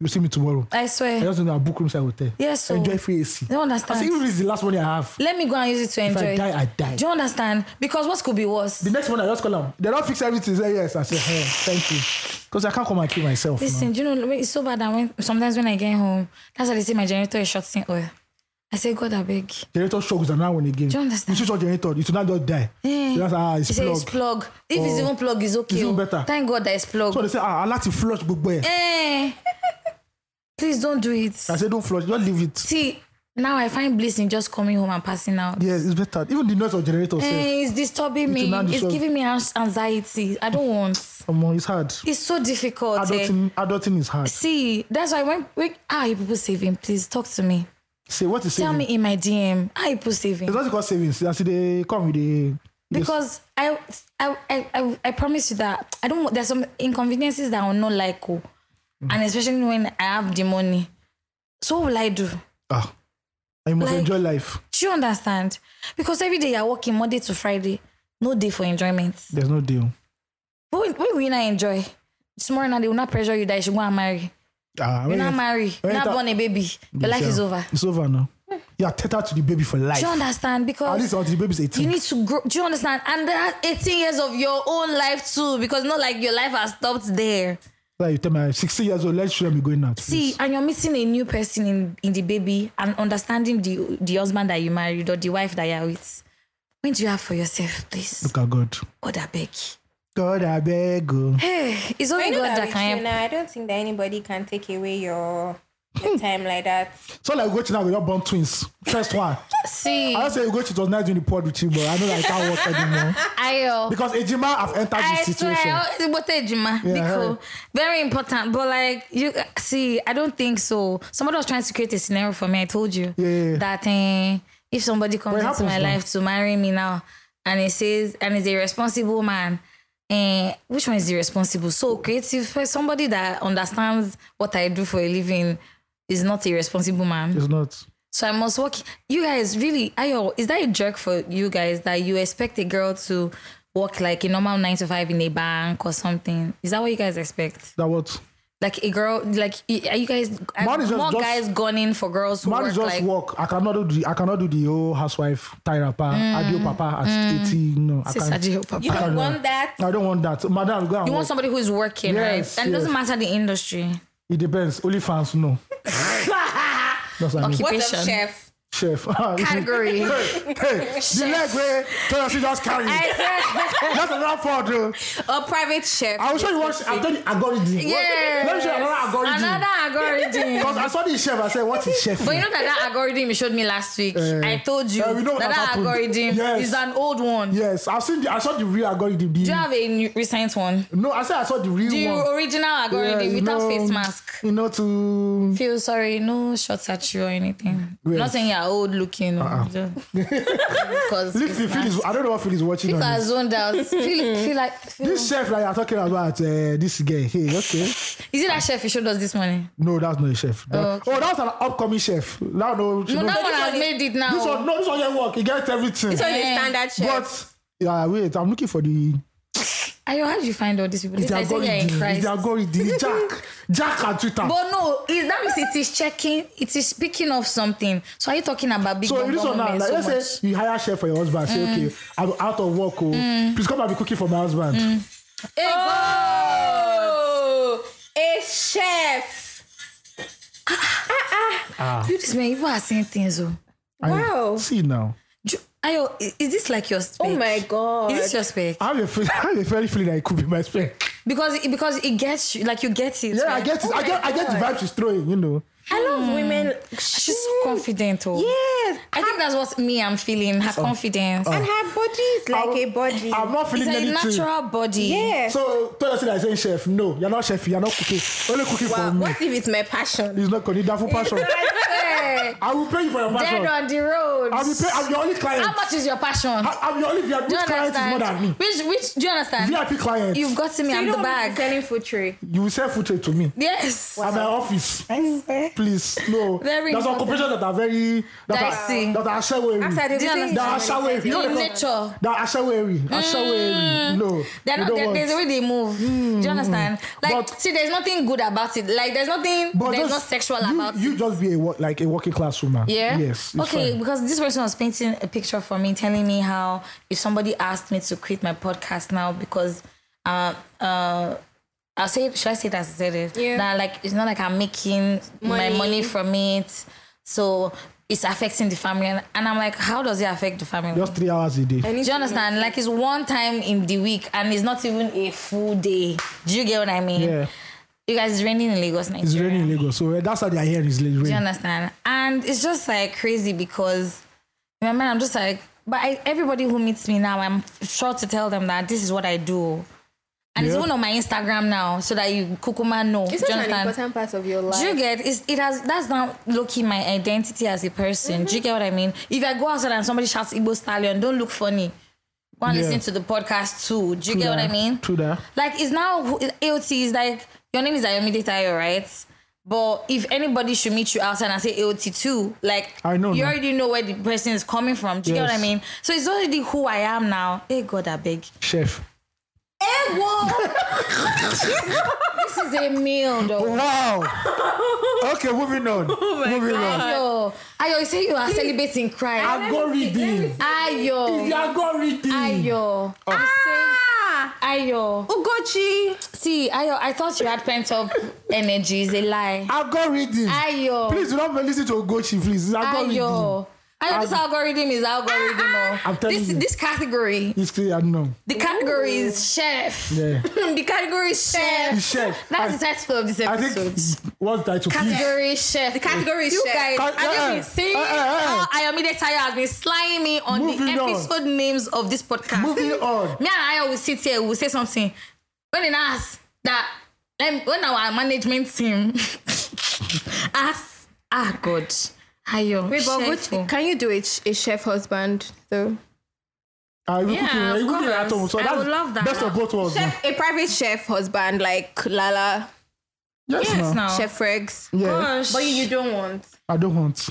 you see me tomorrow.
I
I
swear.
just in our book room side hotel.
Mm. Yes, so-
enjoy free AC.
don't understand.
I say even if it's the last money I have.
Let me go and use it to
If
enjoy.
I die, I die.
Do you understand? Because what could be worse?
the next one I just call them. They don't fix everything. Say yes. I say, hey, thank you. Because I can't come and kill myself. man.
Listen, do you know when- it's so bad that when sometimes when I get home, that's why they say my generator is shorting oil. I say, God, I beg.
Generator struggles and now win again.
Do you understand?
You switch on generator, it will not just die.
Eh.
So that's ah, it's
He say it's
plug.
plug. If it's
Oh.
even plug, it's okay.
It's even
oh.
better.
Thank God that it's plug.
So they say, ah, I like to flush gbogbo ẹ̀.
Eh. Please don't do it.
I say, don't flush, just leave it.
See, now I find bliss in just coming home and passing out.
Yes, it's better. Even the noise of generator says,
Eh, it's disturbing me.
It's not
It's
disturb-
giving me ans- anxiety. I don't want.
um, it's hard.
It's so difficult. eh.
Adulting, adulting is hard.
See, that's why when we, how are you people saving? Please talk to me.
Say, what is
Tell
saving?
me in my DM, how are you people
It's
saving?
not called savings. As they come with the.
Because I, I, I, I, I promise you that I don't. want- There's some inconveniences that I will not like, oh,
Mm.
and especially when I have the money. So what will I do?
Ah, I must
Like-
enjoy life.
Do you understand? Because every day you're working Monday to Friday, no day for enjoyment.
There's no deal.
But when, when will you not enjoy? Tomorrow now they will not pressure you that you should go and marry.
Ah,
You
when
not
you-
marry. You
when you
not
ta-
born a baby. Your life
Yes,
is
yeah.
over.
It's over now. You are tethered to the baby for life.
Do you understand?
At
Because
least until the baby's
you
18.
need to grow. Do you understand? And there are 18 years of your own life too, because not like your life has stopped there.
like you tell me, I'm 16 years old, let's shouldn't be going out.
See, and you're meeting a new person in, in the baby and understanding the the husband that you married or the wife that you're with. When do you have for yourself, please?
Look at God.
God, I beg.
God, I beg oh. you.
Hey, it's only
I know
God
that
that
with
can help.
you now, I don't think that anybody can take away your,
Hmm.
your time like that.
So like we go to now, we just born twins. First one.
See,
I don't say we go to it was nice doing the pod with you, but I know that I can't work anymore.
Ayo.
Because Ejima have entered
I
this situation.
swear, it's what they Jima,
Yeah.
Biko. Very important, but like you see, I don't think so. Somebody was trying to create a scenario for me. I told you
Yeah, yeah, yeah.
that eh, if somebody comes
But it
into my
happens now.
life to marry me now, and it says and is a responsible man, eh, which one is irresponsible? So creative, somebody that understands what I do for a living is not a responsible man.
It's not.
So I must work. You guys, really, Ayo, is that a jerk for you guys that you expect a girl to work like a normal nine to five in a bank or something? Is that what you guys expect?
That what?
Like a girl, like y- are you guys
Man
are more
is just- just-
guys gunning for girls who
Man
work
just
like
work. I cannot do the I cannot do the whole housewife Tyra pa, Adio Papa at 18. No, I
Mm. Sis,
can't.
Adio Papa.
You
I
don't
can't.
want that.
I don't want that. Madam, go and
You want
work.
somebody who is working,
Yes,
right? And it doesn't matter the industry.
It depends. Only fans know. That's what I mean.
Okay.
What of
Patient.
chef?
Chef.
Category.
hey, hey, the leg way Toyosi just carry. That's a lot for though.
Or private chef?
I will show you what I tell you algorithm. What-
Yeah.
Let me show you another algorithm.
Another algorithm.
Because I saw this chef, I said, what is chef?
But you know that that algorithm you showed me last week.
Eh.
I told you
Eh, we know what
that
has
that
happened.
algorithm
Yes.
is an old one.
yes, I've seen the, I saw the real algorithm. The,
Do you have a new, recent one?
no, I said I saw the real
The
one.
original
Yeah,
algorithm
you
without
know,
face mask.
You know, to
Feel sorry, no shots at you or anything.
Yes. Uh-uh.
Not saying you're old looking. Because
leave the Phil is, I don't know what Phil is watching. On
I
this.
zoned out. Feel, feel like feel,
this chef like you're talking about uh, this guy. Hey, okay.
is it that chef you showed us this morning?
No, that's not a chef. That-
Okay.
Oh, that's an upcoming chef. That no, she
No,
don't-
that one
this
has
one
made it now.
This one, no, this one here work. He gets everything.
So the
Eh.
standard chef.
But yeah, wait, I'm looking for the
Ayo, how do you find all these people?
it's
It's
the
like saying you're in
algorithm. It's
Christ.
the algorithm. Jack, Jack and Twitter.
But no, is that means it is checking, it is speaking of something. So are you talking about big
so
bum
this
bum
one now,
women
like,
so
let's
much? Mm.
say you hire chef for your husband. Say okay, I'm out of work. Oh, please come and be cooking for my husband.
Hey,
Oh, a chef.
God. You this man, people are saying things. Oh,
I-
Wow.
see now,
Do- Ayo, i- is this like your spec?
Oh my god.
Is this your spec?
I have a feel, I have a very feeling that it could be my spec.
Because it- because it gets you, like you get it.
Yeah, I
right?
get it. I get I get the vibes she's throwing. You know,
I love women.
Hmm. She's so confident. Oh.
Yes.
I think that's what me I'm feeling. Her confidence.
And her body is like a body.
I'm not
it's
feeling
a
anything.
natural body.
yes.
So tell us that I say chef. No, you're not chef. You're not cooking. Only cooking
wow.
for me.
What if it's my passion?
It's not called that for passion.
Hey,
I will pay you for your passion.
Dead on the road.
I'll be pay, I'm your only client.
How much is your passion?
I- I'm your only VIP
do you
client is more than me.
understand? Which which do you understand?
VIP client. You,
You've got me. I'm the bag.
Selling food tray.
will sell food tray to me.
Yes.
At my office.
After
Please. No.
Very
There's some
important.
corporations that are very that
Dicey.
are, that are shawery.
they
Do you
say
That are shawery. You know
No
they call-
nature.
That are shawery. Are shawery. No.
They're
we don't
not, there-
want. Hmm.
there's a way they move. Do you understand? Like,
But-
see, there's nothing good about it. Like, there's nothing.
But
there's
just-
no sexual
you,
about it.
You just be a wo- like a working class woman.
Yeah.
Yes. it's
Okay,
fine.
because this person was painting a picture for me, telling me how if somebody asked me to quit my podcast now because uh uh I'll say should I say that I said it?
Yeah.
That like it's not like I'm making my
Money.
money from it. So it's affecting the family and, and I'm like, how does it affect the family?
Just three hours a day.
Do you understand? Like it's one time in the week and it's not even a full day. Do you get what I mean?
Yeah.
You guys it's raining in Lagos, Nigeria.
It's raining in Lagos, so eh, that's how they are here. It's raining.
Do you understand? And it's just like crazy because in my mind, I'm just like, but I, everybody who meets me now, I'm sure to tell them that this is what I do. And it's
Yeah.
even on my Instagram now, so that you kukuma know.
It's
Do you
such an
understand?
important part of your
Do you
life.
get it's, it has that's not looking my identity as a person. Do
Mm-hmm.
you get what I mean? If I go outside and somebody shouts Igbo stallion, don't look funny. Go and
Yeah.
listen to the podcast too. Do you get what I
that.
mean?
True that.
Like it's now who- AOT is like your name is Ayomide Tayo, right? But if anybody should meet you outside and say AOT too, like
I know
you
now.
already know where the person is coming from. Do you get what I
Yes.
mean? So it's already who I am now. Hey God, I beg.
Chef.
This is a meal though.
Wow. okay, moving on.
Oh
moving on.
Ayo, Ayo, you say you are celebrating Christ.
Algorithm.
Ayo.
The algorithm.
Ayo.
Oh.
Ah,
Ayo.
Ugochi.
See, Ayo, I thought you had pent up energy. It's a lie.
Algorithm.
Ayo.
Please do not listen to Ogochi, please. It's algorithm.
Ayo. Ayo, this algorithm is algorithm. oh.
I'm telling
this,
you.
this category,
It's clear, I know.
the category is chef.
Yeah.
the category is chef.
It's chef.
That's
I-
the title of this
I
episode.
think what's the title? Please.
Category is chef. The
category is
you
chef.
guys,
Cat-
have you
eh,
been seeing
eh, eh, eh.
how Ayomide Tayo has been slaying me on
Moving
the
on.
episode names of this podcast?
Moving on.
me and I will sit here, we'll say something. When they ask that, um, when our management team ask, ah, God, Ayo,
Wait, but
Shefu."
Ugochi, can you do a, ch- a chef husband though?
I will
Yeah,
Ah, cook it. I will
of
cook it at
course.
home. So
I
that's
would love that.
Best of both worlds. now.
A private chef husband like Lala,
Yes,
yes,
now.
now.
Chef Regs.
Yeah.
Gosh.
Oh. But you, you don't want.
I don't want.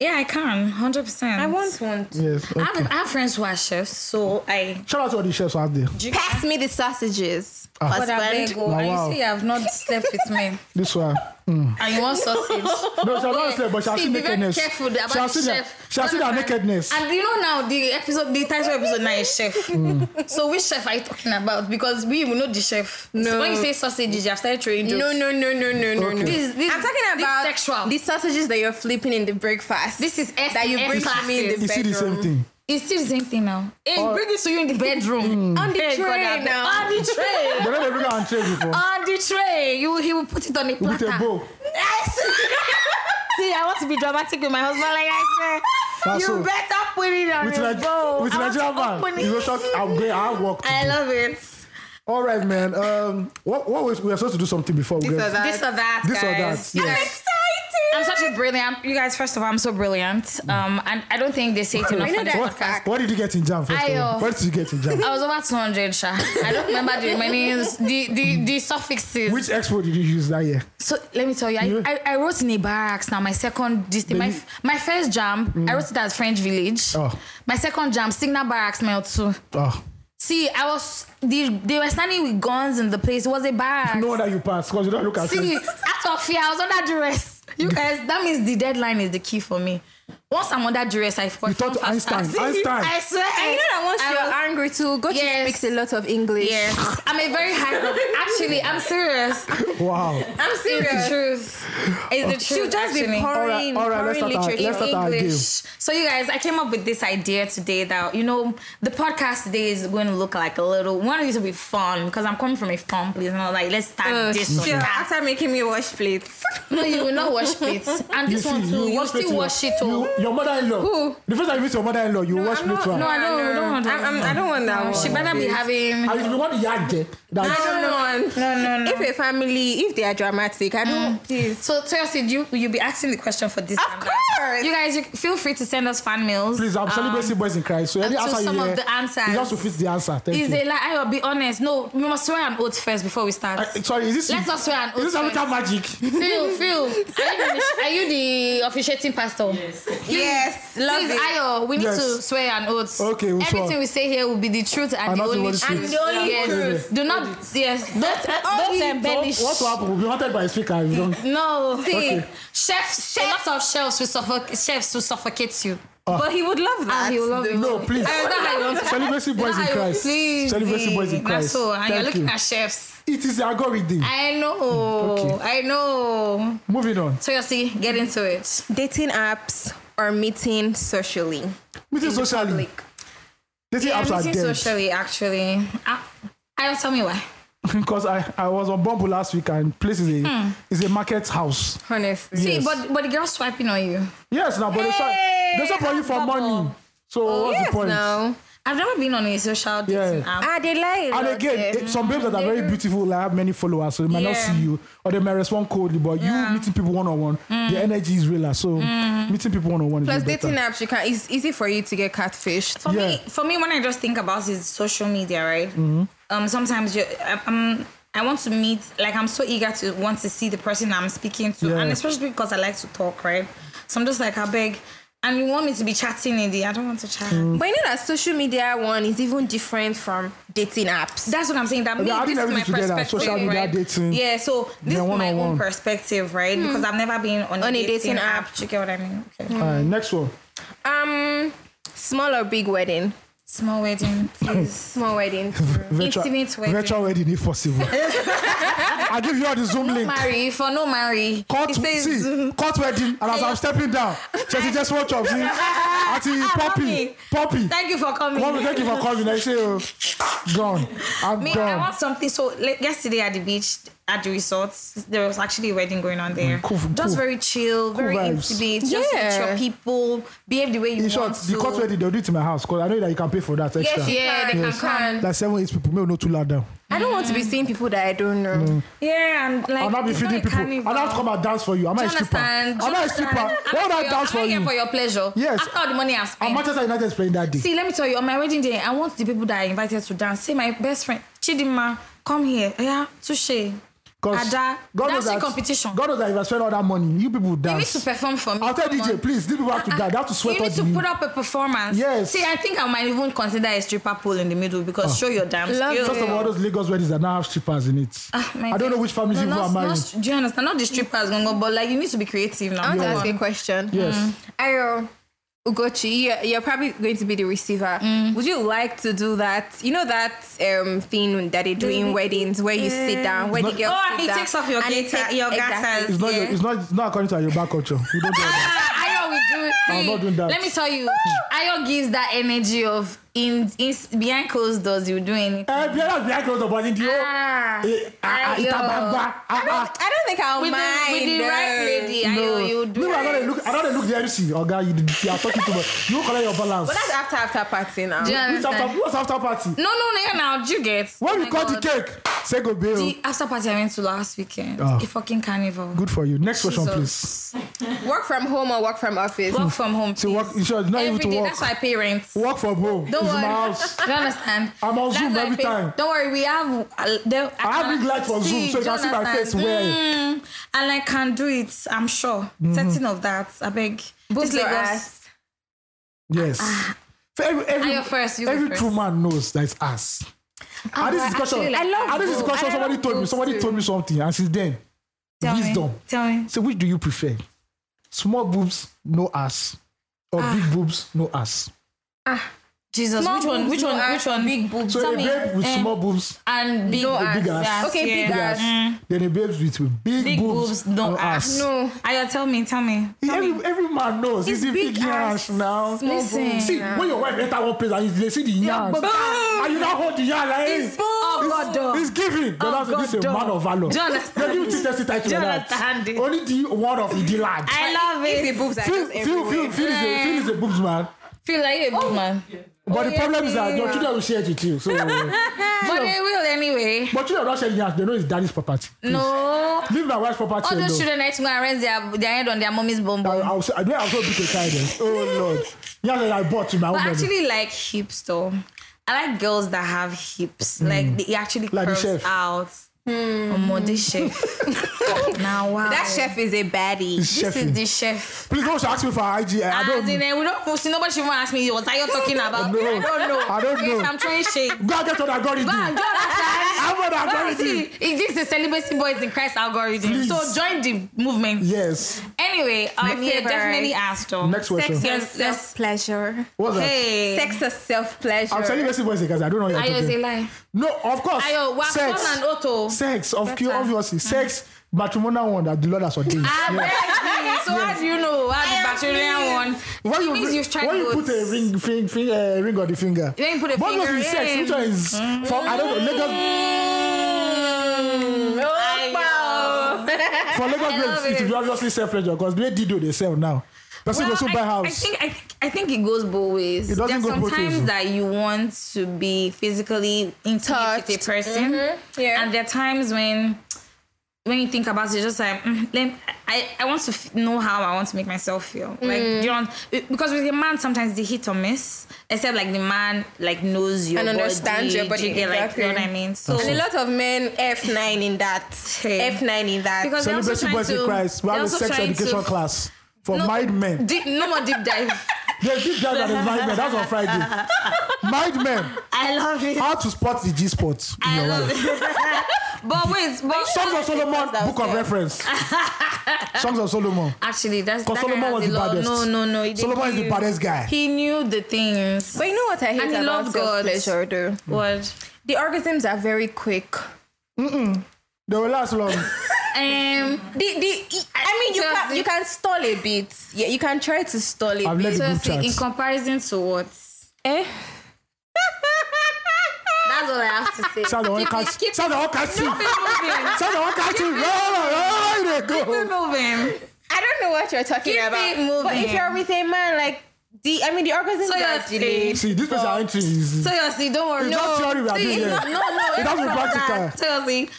yeah, I can, 100%.
I want one. too.
Yes.
I
Okay.
have, I have friends who are chefs, so I.
Shout out to all the chefs out there.
Pass me the sausages,
Ah.
But I beg,
husband.
oh, and
wow.
you say I have not slept with men,
This one.
and you want sausage.
No, she has not said, but she has
Oh, See,
seen
be very
nakedness.
careful about
She has
the
seen that-
chef.
she has seen that
Jonathan.
nakedness.
And you know now the episode, the title episode now is chef.
Hmm.
So which chef are you talking about? Because we will know the chef.
No.
So when you say sausages, you have started throwing jokes.
No, no, no, no, no, no, no.
Okay.
This- this-
I'm talking
this
about
sexual.
the sausages that you're flipping in the breakfast.
This is S
that you
S
bring to me in
You
classes.
the
see the same
bedroom.
thing.
It's still the same thing now. Hey, bring it to you in Hmm. the bedroom.
On the
Hey, God,
tray
I beg-
now.
On the tray.
They never bring out and trade before.
on the tray. You, he will put it on a
With
platter.
a bowl.
Yes. See, I want to be dramatic with my husband, like I said.
That's
you
so-
better put it on
With,
your bowl.
Nige- with
I want to
Nigerian man.
open
You
it.
go shock. I'm going. I walk.
I love it.
All right, man. Um, what what was, we were supposed to do something before we
This
get-
or that.
this or that,
This or
guys.
that, yes.
I'm excited. I'm such a brilliant. You guys, first of all, I'm so brilliant. Um, and I don't think they say it enough.
know
on this
that.
What,
podcast.
what did you get in jam first? of all?
Ayo.
What did you get in jam?
I was over 200, Sha. I don't remember the remaining, the, the, the suffixes.
Which expo did you use that year?
so let me tell you, I,
Yeah.
I, I wrote in a barracks now. My second, this thing, my,
Baby.
f- my first jam, I wrote it as French Village.
Oh.
My second jam, Signal Barracks, Mel 2.
Oh,
See, I was, the, they were standing with guns in the place. It was a barracks.
no wonder you passed because you don't look at
See, out of fear, I was under duress. You guys, that means the deadline is the key for me. Once I'm under duress, I
You
forget.
thought Einstein. Einstein.
I swear.
And you know that once
I
you're
was-
angry too, God
Yes.
speaks a lot of English.
Yes, I'm a very high. actually, I'm serious.
Wow.
I'm
It's the
serious.
truth. It's the truth.
She'll just
actually.
be pouring,
All right, all right, let's
pouring
start our-
literature
let's
in
start our
English.
game.
So you guys, I came up with this idea today that you know the podcast today is going to look like a little. One of these will be fun because I'm coming from a fun place, and I'm like, let's start
Uh,
this one.
sure,
that.
after making me wash plates.
No, you will not wash plates, and this one too. You,
wash plate
still
to
wash
your-
it too.
you- Your mother-in-law.
Who?
The first time you meet your mother-in-law, you wash
I'm
me
not-
to her.
No, I don't. I don't want that.
I'm, I'm, I don't want that one.
Oh, she better be having.
And if you want yaje, that's
I don't want.
No, no, no. Mm.
If a family, if they are dramatic, I don't. Please.
So, Toyosi, you will you be asking the question for this?
Of
and that?
course.
You guys, you feel free to send us fan mails. Um,
please. I'm celebrating boys in Christ. So any
to
answer you
some of
hear,
the answers.
you just to fit the answer. Thank
Is
you.
it like I will be honest? No, we must swear an oath first before we start.
Uh, sorry, is this?
Let's not swear an
Is this
oath
African magic?
Phil, Phil, are you, the, are you the officiating pastor? Yes.
Yes, love
Please,
it.
Ayo, we need
Yes.
to swear an oath.
Okay, we'll swear.
Everything we say here will be the truth and,
And
the
nothing
only
but the
truth.
truth.
yes. Do not, yes, don't,
Audit.
don't embellish.
What will Oh, happen? We'll be haunted by a speaker. if You don't.
No,
Okay.
chefs, a lot of chefs will suffocate, chefs will suffocate you.
But he would love that.
Ah, he will love you.
No, please.
I don't know how you want to-
Celebrating boys in
I-
Christ.
Please.
Celebrating boys in
That's
Christ.
so, and you're
Thank
looking
you.
at chefs.
It is the algorithm.
I know.
Okay.
I know.
Moving on.
So you see, get into it.
Dating apps or meeting socially.
Meeting
in the
socially.
public.
Dating
Yeah,
apps are
meeting
dead.
socially, actually. I, I don't tell me why.
because I, I was on Bumble last week and place is a is a market house.
Honestly.
Yeah. Yes.
See, but but the girl swiping on you.
Yes, now but
Hey,
they start they start you for
Bumble.
money. So what's
yes,
the point?
now.
I've never been on a social dating
Yeah.
app.
Ah, they lie. a
And
lot,
again,
eh.
it- some babes that are very beautiful like have many followers, so they might not
Yeah.
see you, or they might respond coldly. But you meeting people one on one, the energy is realer. So meeting people one on one is
Plus
way better.
dating apps, you can. It's easy for you to get catfished.
For
Yeah. Mm-hmm.
me, for me, when I just think about is social media, right? Um, sometimes you, I- I'm, I want to meet, like I'm so eager to want to see the person I'm speaking to,
Yeah.
and especially because I like to talk, right? So I'm just like, I beg, and you want me to be chatting in the, I don't want to chat.
Mm.
But you know that social media one is even different from dating apps.
That's what I'm saying. That me,
Yeah, I think
this is my
everything together,
perspective,
social media,
right?
dating.
Yeah, so this
Yeah,
is my
one-on-one.
own perspective, right? Because I've never been Mm. on,
On
a dating, app. Mm.
app.
Do you get what I mean? Okay.
Alright, next one.
Um, small or big wedding.
Small wedding, please.
Small wedding.
Virtual,
Intimate wedding.
virtual wedding if possible. I give you all the Zoom link.
marry for no marry.
Court,
It says-
see, court wedding, and as I'm stepping down, Chelsea just watch up. See, Auntie Poppy,
Ah, mommy.
Poppy.
Thank you for coming.
Mommy, thank you for coming. I say, oh, gone. I'm
Me, I
gone.
want something. So like, yesterday at the beach, at the resort, there was actually a wedding going on there.
cool,
just
cool.
very chill, very
vibes.
intimate. Just with
Yeah.
your people, behave the way you
In
want
short,
to.
the court wedding they'll do it to my house because I know that you can pay for that extra.
Yes,
Yeah, they
yes.
can come.
Like seven, eight people, maybe no too loud down.
I don't want to be seeing people that I don't know.
Mm.
Yeah, and like
I'll not be
it's
feeding
a
people.
carnival.
I'll not come and dance for you. I'm
Do
not
you
a stripper.
understand?
I'm
Do you
not a stripper.
understand? I'm
Why would
not
I
your-
dance for
I'm not here for
you?
your pleasure.
Yes.
After all the money I've
I'm
spent.
Manchester United playing that day.
See, let me tell you, on my wedding day, I want the people that I invited to dance. Say, my best friend, Chidima, come here. Yeah, Touche.
'Cause
Ada,
God knows
dancing
that,
competition.
God knows that if I spend all that money, you people
You need
dance.
to perform for me.
I'll tell
Come
DJ,
on.
please, these people have to
Uh-uh.
dance. They have to sweat
You
all
need
the
to put up a performance.
Yes. Ah.
See, I think I might even consider a stripper pool in the middle because show your damn
Love
skills.
it.
First of all, those Lagos weddings that now have strippers in it.
Ah, My
I don't know
dear.
which families
No,
people
not-
are marrying.
not- Do you understand? Not the strippers, Gongo, but like you need to be creative now.
I want
Come
to ask
on.
you a question. Mm.
Yes.
Ayo, Ugochi, you're, you're probably going to be the receiver.
Mm.
Would you like to do that? You know that um thing that they do in weddings where you sit down, where the
Not-
girl
Mm. Oh,
sit
he
down
takes off your
and he
gaiter-
takes-
your gaiters.
It's not, your, it's not, it's not according to your back culture. You don't do that.
Ah, Ayo will do it. See,
I'm not doing that.
Let me tell you, Ayo gives that energy of in, in behind closed doors, you do anything.
Eh, Bianca, Bianca was the body, you know.
Ah,
Eh, ah, ah,
Ayo.
ita bamba, ah, ah.
I don't think I'll
With the,
mind.
with the right
uh,
lady, Ayo,
No.
you do
Meanwhile, I don't
it.
look. I don't look the MC. Oh, God, you, you are talking too much. You collect your balance.
But that's after after party now.
Do you
Which
understand?
after, what's after party?
No, no, no, now, do you get?
When
Oh
we
my
cut the
God.
cake, say go bail.
The after party I went to last weekend,
Ah.
a fucking carnival.
Good for you. Next question, please.
Jesus.
Work from home or work from office.
Work from home.
To work, you should not
Every
even to
day,
work.
That's why I pay rent.
Work from home.
Don't
it's
worry.
my house.
Do you understand?
I'm on
That's
Zoom
why I
every
pay-
time.
Don't worry, we have. Uh, there,
I have big light on Zoom, so you
do
can see my face
understand?
well.
Mm, and I can do it. I'm sure.
Mm-hmm.
Setting of that, I beg.
Book
This
your
Lagos.
ass.
Yes. For every every,
Ah. Ayo first, you go
every
first.
true man knows that it's us. and this
I
is question.
actually like
and this is
both.
question
I
somebody
love
told me.
both
Somebody told me something, and since then,
Tell me,
wisdom.
Tell me.
So which do you prefer? Small boobs, no ass, or
Ah.
big boobs, no ass.
Jesus,
Small
which one?
boobs,
Which
no
one?
ass,
Which one?
Big boobs.
So
Tell
a
me,
babe with
eh,
small boobs,
and big,
No
big ass.
ass.
Okay,
yeah.
big
big ass. Then a babe with, with big,
Mm. Big boobs, no ass.
No.
Aya, tell me, tell me.
Every, every man knows.
It's
It's a
big
big
ass,
ass now.
small
Listen. boobs
See, when your wife enter one place and you, they see the yarn,
but-
and you now hold the yarn like
It's
hey,
boobs.
Oh, God, dog.
It's giving. But
Oh,
that's this is a
God,
man of valor.
Do you understand?
They give you test title
Do you
like
understand
that.
it?
Only the one of the lad.
I love
If
it.
the boobs are
Feel,
just
feel,
everywhere.
feel, feel, is a, feel is a boobs man.
Feel like a
Oh.
big man.
But the
yeah,
problem is that your
yeah.
children will share it with you. So, but
But they will anyway.
children don't share yarn. They know it's daddy's property.
No.
Leave my wife's property
All those
alone.
children like to go and rest their, their head on their mommy's bum
I,
bum.
I was, I know I was going to beat a child. eh. Oh Lord, yeah, that I bought to my own
But I
money.
actually like hips though. I like girls that have hips. Like they actually
Hmm. Like the
curves
chef.
out. Mm. this chef. now wow.
That chef is a baddie.
It's
This
chefing.
is the chef.
Please don't ask me for her IG. I, I
As
don't.
in, eh, we don't post it. Nobody should even ask me, what are you talking about?
No.
I don't know.
I don't
Yes,
know.
I'm trying shade.
Go and get on algorithm.
Go and join us,
I'm on
guys. Go and see.
algorithm.
Is this the celibacy boys in Christ algorithm?
Please.
So join the movement.
Yes.
Anyway, um, yeah,
favorite.
definitely asked though.
Next question.
Sex
Yes,
is self pleasure.
What's that?
Hey.
Sex is self
I'm telling
pleasure.
you, voice because I don't know. What
Ayo
you're
is a
talking.
lie.
No, of course.
Ayo, wax
sex.
on and auto. Mm.
Sex, of course,
Better.
obviously. Sex, matrimonial one that the Lord has ordained.
Ah,
Yes.
but- so how do you know how the bacterial one?
Why
it means
bring-
you've tried
why you put a
both.
ring, fing, fing, uh, ring on the finger?
When you put a
Both
finger
is sex.
in. Mm.
Which one is? For, I don't know. Lagos,
Mm, oh,
Ayo.
for Lagos,
love
grapes, it will be obviously self pleasure because they did do they sell now. Person
Well,
goes to
I-
buy
I
house.
think I think I think it goes both ways.
It doesn't
There's
go both ways,
sometimes
though.
that you want to be physically intimate with
Touched. Mm-hmm.
a person,
yeah.
and there are times when when you think about it, you're just like, mm, let I, I want to f- know how I want to make myself feel. Like,
Mm.
you know, because with a man, sometimes they hit or miss, except like the man like knows your
And understands your body,
Do You get, like, you know what I
exactly.
mean? So
And a lot of men F9 in that.
Hey.
F9 in that.
Because- they're also
Celebrity
trying
boys in
to-
Christ. We
they're
have a
also
sex
trying to-
education class for married men.
deep, no more deep dive.
There's this guy that is married men. That's on Friday. Married men.
I love it.
How to spot the G spots in
I
your
love
wife.
it. but wait, but
Songs of Solomon, book of
there.
reference. Songs of Solomon.
Actually, that's that
Because
guy
Solomon
has
was
a
the
lot-
baddest.
No, no, no. he didn't
Solomon is the
do-
baddest guy.
He knew the things.
but you know what I hate
And he
about
loved
self
God.
pleasure, though?
What?
The orgasms are very quick.
They will last long.
Um,
The, the, I mean, you
Just-
can, you can stall a bit. Yeah, you can try to stall a
I've
bit.
let the group
see, in
chat.
comparison to what?
Eh?
That's all I have to say.
Sound the one
Keep
catch.
it- keep
Sound the one catch. Sound
it moving.
the one catch. Roll, roll, roll, they
Keep it
go.
moving.
I don't know what you're talking
Keep
about.
it moving.
But if you're with a man, like the, I mean, the orgasms
So
are
you're
delayed.
See, this person entry is.
Seriously, don't worry.
It's not theory we are
See,
doing
it's
here.
not- No, no,
It
it's
has to be
not that.
practical.
Seriously.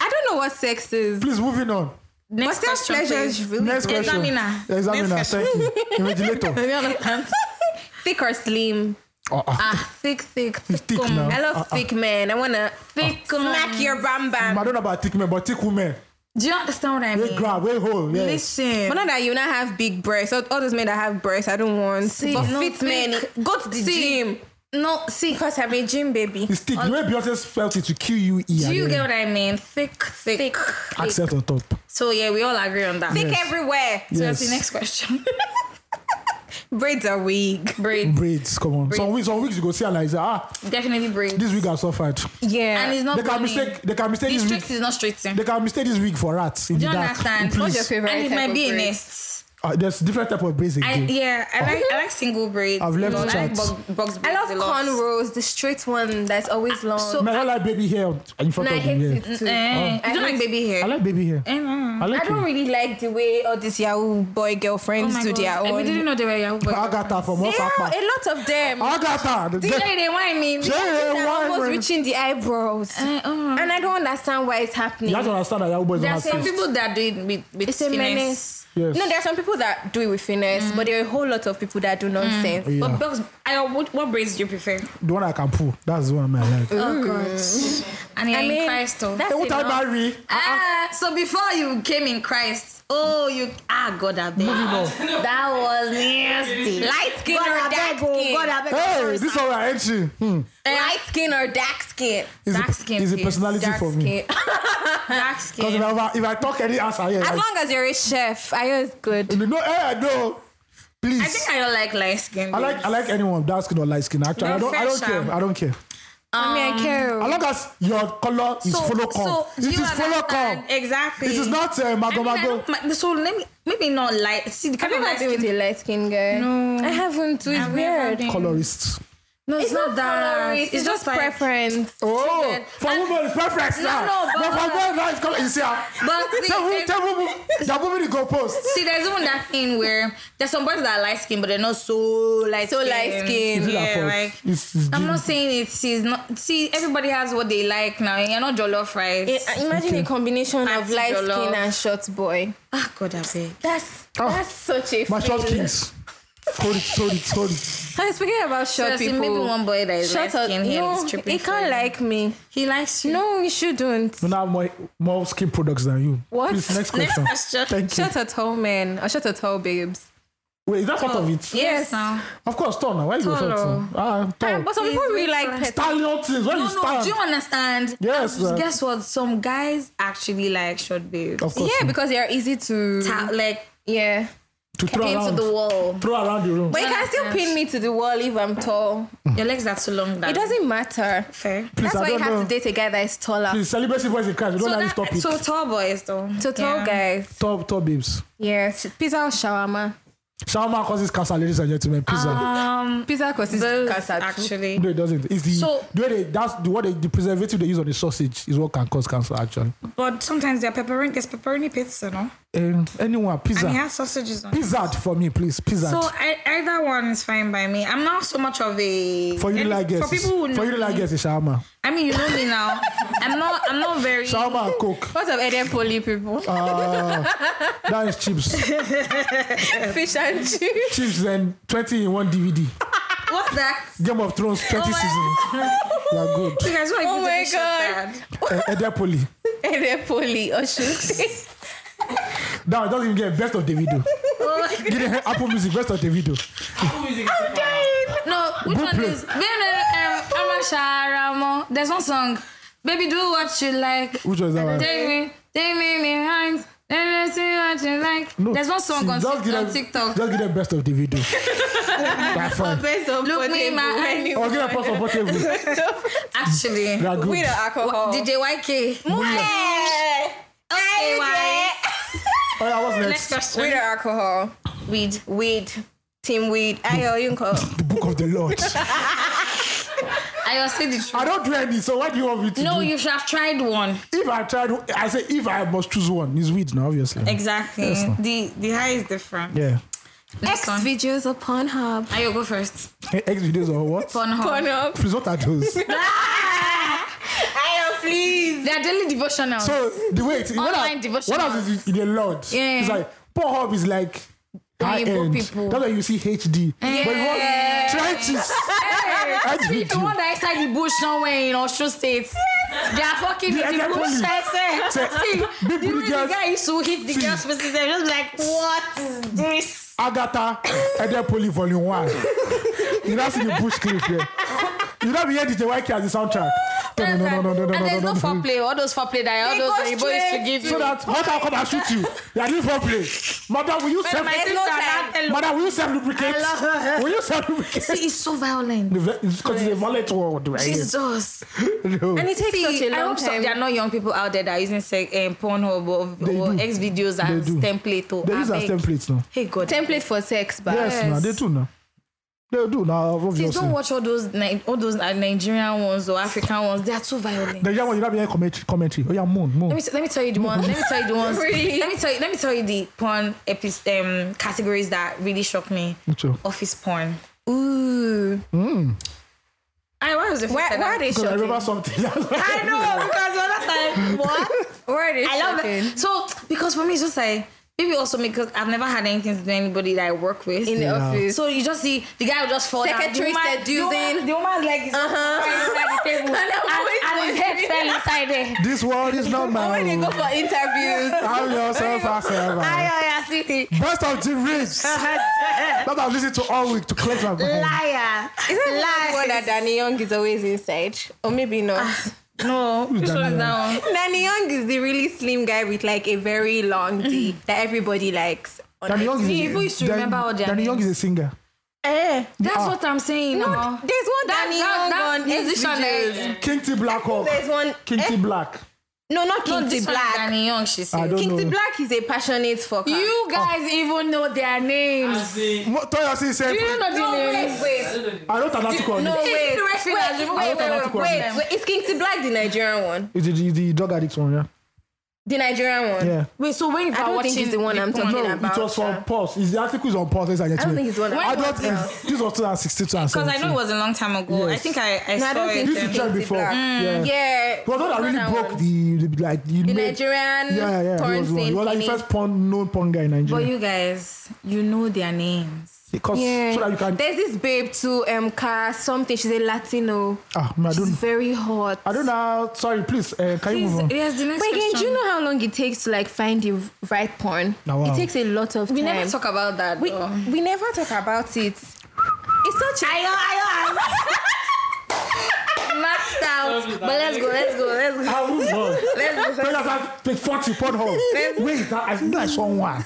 I don't know what sex is.
Please, moving on.
Next
But self
question,
pleasure is
please.
really
Next
good.
question.
Examiner.
Examiner,
Next
thank you. Invigilator.
You understand?
thick or slim.
Oh, ah.
Ah, thick, thick,
It's thick
um,
now.
I love
Ah, ah.
thick men. I wanna
Thick
smack
um,
your bam bam.
I don't know about thick men, but thick women.
Do you understand what I
They
mean?
grab, they hold. Yes.
Listen.
But not that you not have big breasts. All, all those men that have breasts, I don't want.
See,
but
no,
fit men,
thick.
go to the
See,
gym
No, see,
because I'm a gym baby.
It's thick. The way Beyonce felt it to kill you,
do you get
ear.
what I mean? Thick, thick.
Thick,
Accent on top.
So yeah, we all agree on that.
thick
Yes.
everywhere.
That's the
Yes.
next question.
Braids are wig.
braid,
Braids, come on. Some weeks, some weeks you go see and like, say, ah,
definitely braid.
this wig has suffered.
Yeah,
And it's not
They can
burning.
mistake. They can mistake
This
this wig.
straight is not straighting.
They can mistake this wig for rats in
Do
the
you
dark.
understand?
Please.
What's your favorite
and it
type
might
of
be a
braid?
nest.
Uh, there's different type of braids
I,
again.
yeah, I like I like single braids.
I've left
you know, I
chat.
like box, box braids
I love
a lot.
cornrows, the straight one that's always long.
so-
Man, I like baby hair in front
and I
of you.
hate
Yeah.
it too.
Oh.
Eh,
I
you don't like
hate-
baby hair.
I like baby hair. I like
I don't
it.
really like the way all these Yahoo boy
Oh
girlfriends
my
do
God.
their
Eh, We
own.
didn't know they were Yahoo boys.
Agatha from
They are
WhatsApp.
a lot of them.
Agatha. the-
DJ, they whine me.
Ah, Yeah, yeah,
They're
why,
almost
bro?
reaching the eyebrows.
Eh, oh.
and I don't understand why it's happening.
You have to understand that young boys
There are
don't
some
have sex.
people that do it with, with
It's a
finesse.
menace.
Yes.
No, there are some people that do it with finesse, but there are a whole lot of people that do nonsense.
Oh, Yeah.
But box, I, what, what braids do you prefer?
The one I can pull. That's the one I like.
Oh God! And you're
I mean,
in Christ, oh.
that's
Hey, what
enough.
I marry?
Ah, so before you came in Christ, oh, you ah, God, I beg. That was nasty.
Light skin
God,
or
I
dark
beg, oh,
skin?
God, I beg.
Hey, this one I entry. Hmm.
Light skin or dark skin?
Is
Dark
a,
skin,
is a
please.
personality
Dark
for me.
skin.
dark
Because
skin.
if, I- if I talk any answer, yeah.
As
Like,
long as you're a chef, I is good.
no, hey, no. Please.
I think I don't like light skin.
I like I like anyone dark skin or light skin. Actually, I
No
don't I don't
fair, Sham.
care. I don't care.
I mean, Um, I care.
As long as your color is follow come, it
you
is follow
understand.
come.
Exactly.
It is not uh,
I mean, I
magomago.
don't- my- so let me maybe not light. See, the
Have
kind
you
of light
ever been with
skin.
a light skinned guy?
No.
I haven't. too. It's
I've never
weird.
been.
Colorist.
No, it's, not, that.
It's, just
like-
preference.
Oh, for women it's preference
No,
now.
no, but-
for men now it's color. You see, ah.
But see,
Tell me-
if-
tell me- they're moving the goalpost.
See, there's even that thing where there's some boys that are light skin, but they're not so light.
So light-skinned.
Is it
Yeah,
our fault?
like
It's- it's
I'm
the-
not saying it's, it's not. See, everybody has what they like now. You're not jollof rice.
I- I Imagine a combination of
Auntie
light skin
Jollof. Oh,
and short boy.
Ah, God, I beg.
That's
Ah.
that's such a.
My short
fail.
kings. Hold it, hold it, hold it.
Hey, speaking about short
Seriously,
people,
maybe one boy that is
short
light skin here
no,
is tripping
he
for
can't
you.
like me.
He likes you.
No, he shouldn't.
We now have more, more skin products than you.
What?
Please, next
Next
question.
question.
Thank you.
Short or tall men or short or tall babes.
Wait, is that part of it?
Yes.
Now.
Of course, tall now. Why you go
Tall,
short?
oh.
now? Ah,
Ah,
tall.
But some people really like pet.
Stallion things. Where you
No, no,
stand?
do you understand?
Yes,
And
uh,
Guess what? Some guys actually like short babes.
Of course.
Yeah, because they're easy to
Ta- like
yeah
to throw
into
around.
the wall.
Throw around the room.
But you can still pin me to the wall if I'm tall.
Mm.
Your legs are too long.
It
darling.
doesn't matter.
fair.
Please,
That's
I
why you
don't
have
know.
to date a guy that is taller.
Please, celebrity boys in Christ. We don't have
So, that-
this topic.
so tall boys though.
So tall
Yeah.
guys,
Tall, tall babes.
yes. Pizza or shawarma?
Shawarma causes cancer, ladies and gentlemen. Pizza.
Um,
Pizza causes
both
cancer too.
actually.
no, it doesn't. It's the,
So-
the way they, that's the, what they, the preservative they use on the sausage is what can cause cancer, actually.
But sometimes they're pepperoni. There's pepperoni pizza, no?
Um, anyone,
And it
pizza.
has sausages on. it.
Pizza for me, please. Pizza.
So I, either one is fine by me. I'm not so much of a
for you,
any-
like guess.
for people who know
for you, like
me-
guess, it's shawarma.
I mean, you know me now. I'm not. I'm not very.
Shawarma and coke. Ah,
What of Eden Poly people?
Oh. That is chips.
Fish and chips.
chips and 20 in one DVD.
What's that?
Game of Thrones 20 season. You are good.
You guys, why
Oh
you
my
take a shot
God.
at?
Uh, Edepoli.
Eden Poly or shoes.
Now it doesn't even get best of the video.
Oh
Get it, Apple Music, best of the video.
No, which
Good
one
play.
is? Baby, um, I'm a Sharamo. There's one song. Baby, do what you like.
Which was that one?
Take me, take me behind. Let me see what you like. There's one song
see,
on,
just give
Tik- on
them-
TikTok.
Just give them best of the video. That's fine.
Best of
Look me in my
portable
eyes.
anyway.
Or give them post portable.
Actually,
They are
With
good.
the alcohol.
DJ YK.
Hey.
Okay, why?
Oh yeah, what's
Next
next?
With the
question.
alcohol.
Weed.
Weed. Team weed. Ayo, you call.
The book of the Lord.
I will say the truth.
I don't do any, so what do you want me to
No,
do?
you should have tried one.
If I tried, I say if I must choose one, it's weed now, obviously.
Exactly.
Yes, ma'am.
the the high is different.
yeah.
Next
X
one.
videos upon hub.
I will go first.
X videos or what?
Pornhub.
up.
Please, what are those?
Ayo, please.
They are daily devotionals.
So the way it's what
Online
I-
devotionals.
What else is in the Lord?
Yeah.
It's like Pornhub is like high
Oyibo
end.
people.
That's why you see HD. But you want trenches. That's
Actually, the
video.
one that inside the bush somewhere in Osho State. They are fucking
The
in the
Enekwali.
bush. eh,
Say,
eh. See,
big
the
booty
way the
girls-
guy used to hit the
See.
girls' faces, they're just like, what is this?
Agatha Edepoli Volume One. you don't see the bush clip there. You don't be hear DJ YK as the soundtrack. No, no, no, no, no, no,
eh, and there's
no, no,
no
no.
foreplay. All those foreplay that all
They
those
go
Oyibo used to
straight
give you.
So that what I'll come and shoot you. You are doing foreplay. Mother, will you self
my sister,
no
that
time.
hello.
Mother, will you self lubricate? Will you self lubricate?
See, it's so violent.
Because it's a violent world right here.
Jesus.
No.
And it takes
See,
such a
I
long
hope so-
time.
there are not young people out there that are using sex, um, Pornhub or,
They
or
do.
X videos as
do.
template. Or
They use as templates now.
Hey, God.
Template for sex, but
Yes, now they do now. They do now.
Please
Obviously.
don't watch all those Ni- all those uh, Nigerian ones or African ones. They are too violent.
The young one, you don't be hearing commentary. commentary. Oh yeah, moon, moon.
Let me, t- let me tell you the one. Let me tell you the ones.
Really?
Let me tell you. Let me tell you the porn epi- um, categories that really shocked me.
Which one? Hmm.
Office porn.
Ooh.
I why was the first
Why,
time
why are
I-
they
Because I
shocking?
remember something.
I know because the other time what
Why are they
I love
shocking?
it. So because for me it's just like maybe also because I've never had anything to do with anybody that I work with.
In the
Yeah.
office.
so you just see the guy will just fall
Secretary
down. The woman-
seducing.
The woman's leg is
Uh-huh.
inside the table,
And I'm always
and, and his head fell inside there.
this world is not
when they
mine.
go for interviews,
I'm yourself as ever.
Liar, see,
Best of Jim Rich. that I've listened to all week to collect my money.
liar.
is that the one that Danny Young is always inside? Or maybe not.
Ah. No, which one is that one? Mm.
Danny Young is the really slim guy with like a very long D that everybody likes.
Danny Young is,
See, people used to
Dan-
remember all their
Danny Young is a
names.
singer.
Eh.
That's what I'm saying.
No,
now.
there's one
That-
Danny
that-
Young
that
on his
musician
videos.
is-
King T Black Hawk.
There's one.
King T
eh,
Black.
no, not
No,
King T
this one is
Black.
Danny Young, she
I
said.
don't
King T
know.
Black is a passionate fucker.
You guys even know their names.
What Toyosi said?
Do you know the
No, wait,
names?
wait.
I wrote an article on
No,
it.
wait. Wait,
the rest
wait,
of them.
wait,
I wrote
wait,
an
wait,
article on
wait,
them.
wait. It's King T Black, the Nigerian one.
It's the, it's the drug addict one, yeah.
The Nigerian one.
Yeah.
Wait, so when you
I
are
don't
watching
think it's the one I'm talking
No,
about.
it was
yeah.
from Pulse. It's, the article is on Pulse. Let's
I don't think it's the one.
When
I'm
was
talking
Adult
about.
is, this was 2016,
Because I know it was a long time ago. I
Yes.
think I, I
No, I
saw
don't
it.
think
This is
then.
it's
check
King T
before.
Black.
Yeah.
Mm, Yeah.
It was one that really
that
broke
one.
the, the like you
The
made-
Nigerian
Yeah, yeah, yeah. He was, one. He was like the first porn, known porn guy in
But
Nigeria.
you guys, you know their names.
Because
Yeah.
so that you can.
There's this babe too, um, Car something. She's a Latino.
ah, man, I
She's
don't.
very hot.
I don't know. Sorry, please. Uh, can you
Please,
move on?
yes, the next
Wait, again,
question.
do you know how long it takes to like find the right porn?
Now, wow.
It takes a lot of time.
we never talk about that.
We,
though.
we never talk about it. It's such a maxed out. But let's go. Let's go. Let's go.
I'll move on.
Let's go.
Tell us that pick 40 pornhole. Wait, that, I think I saw one.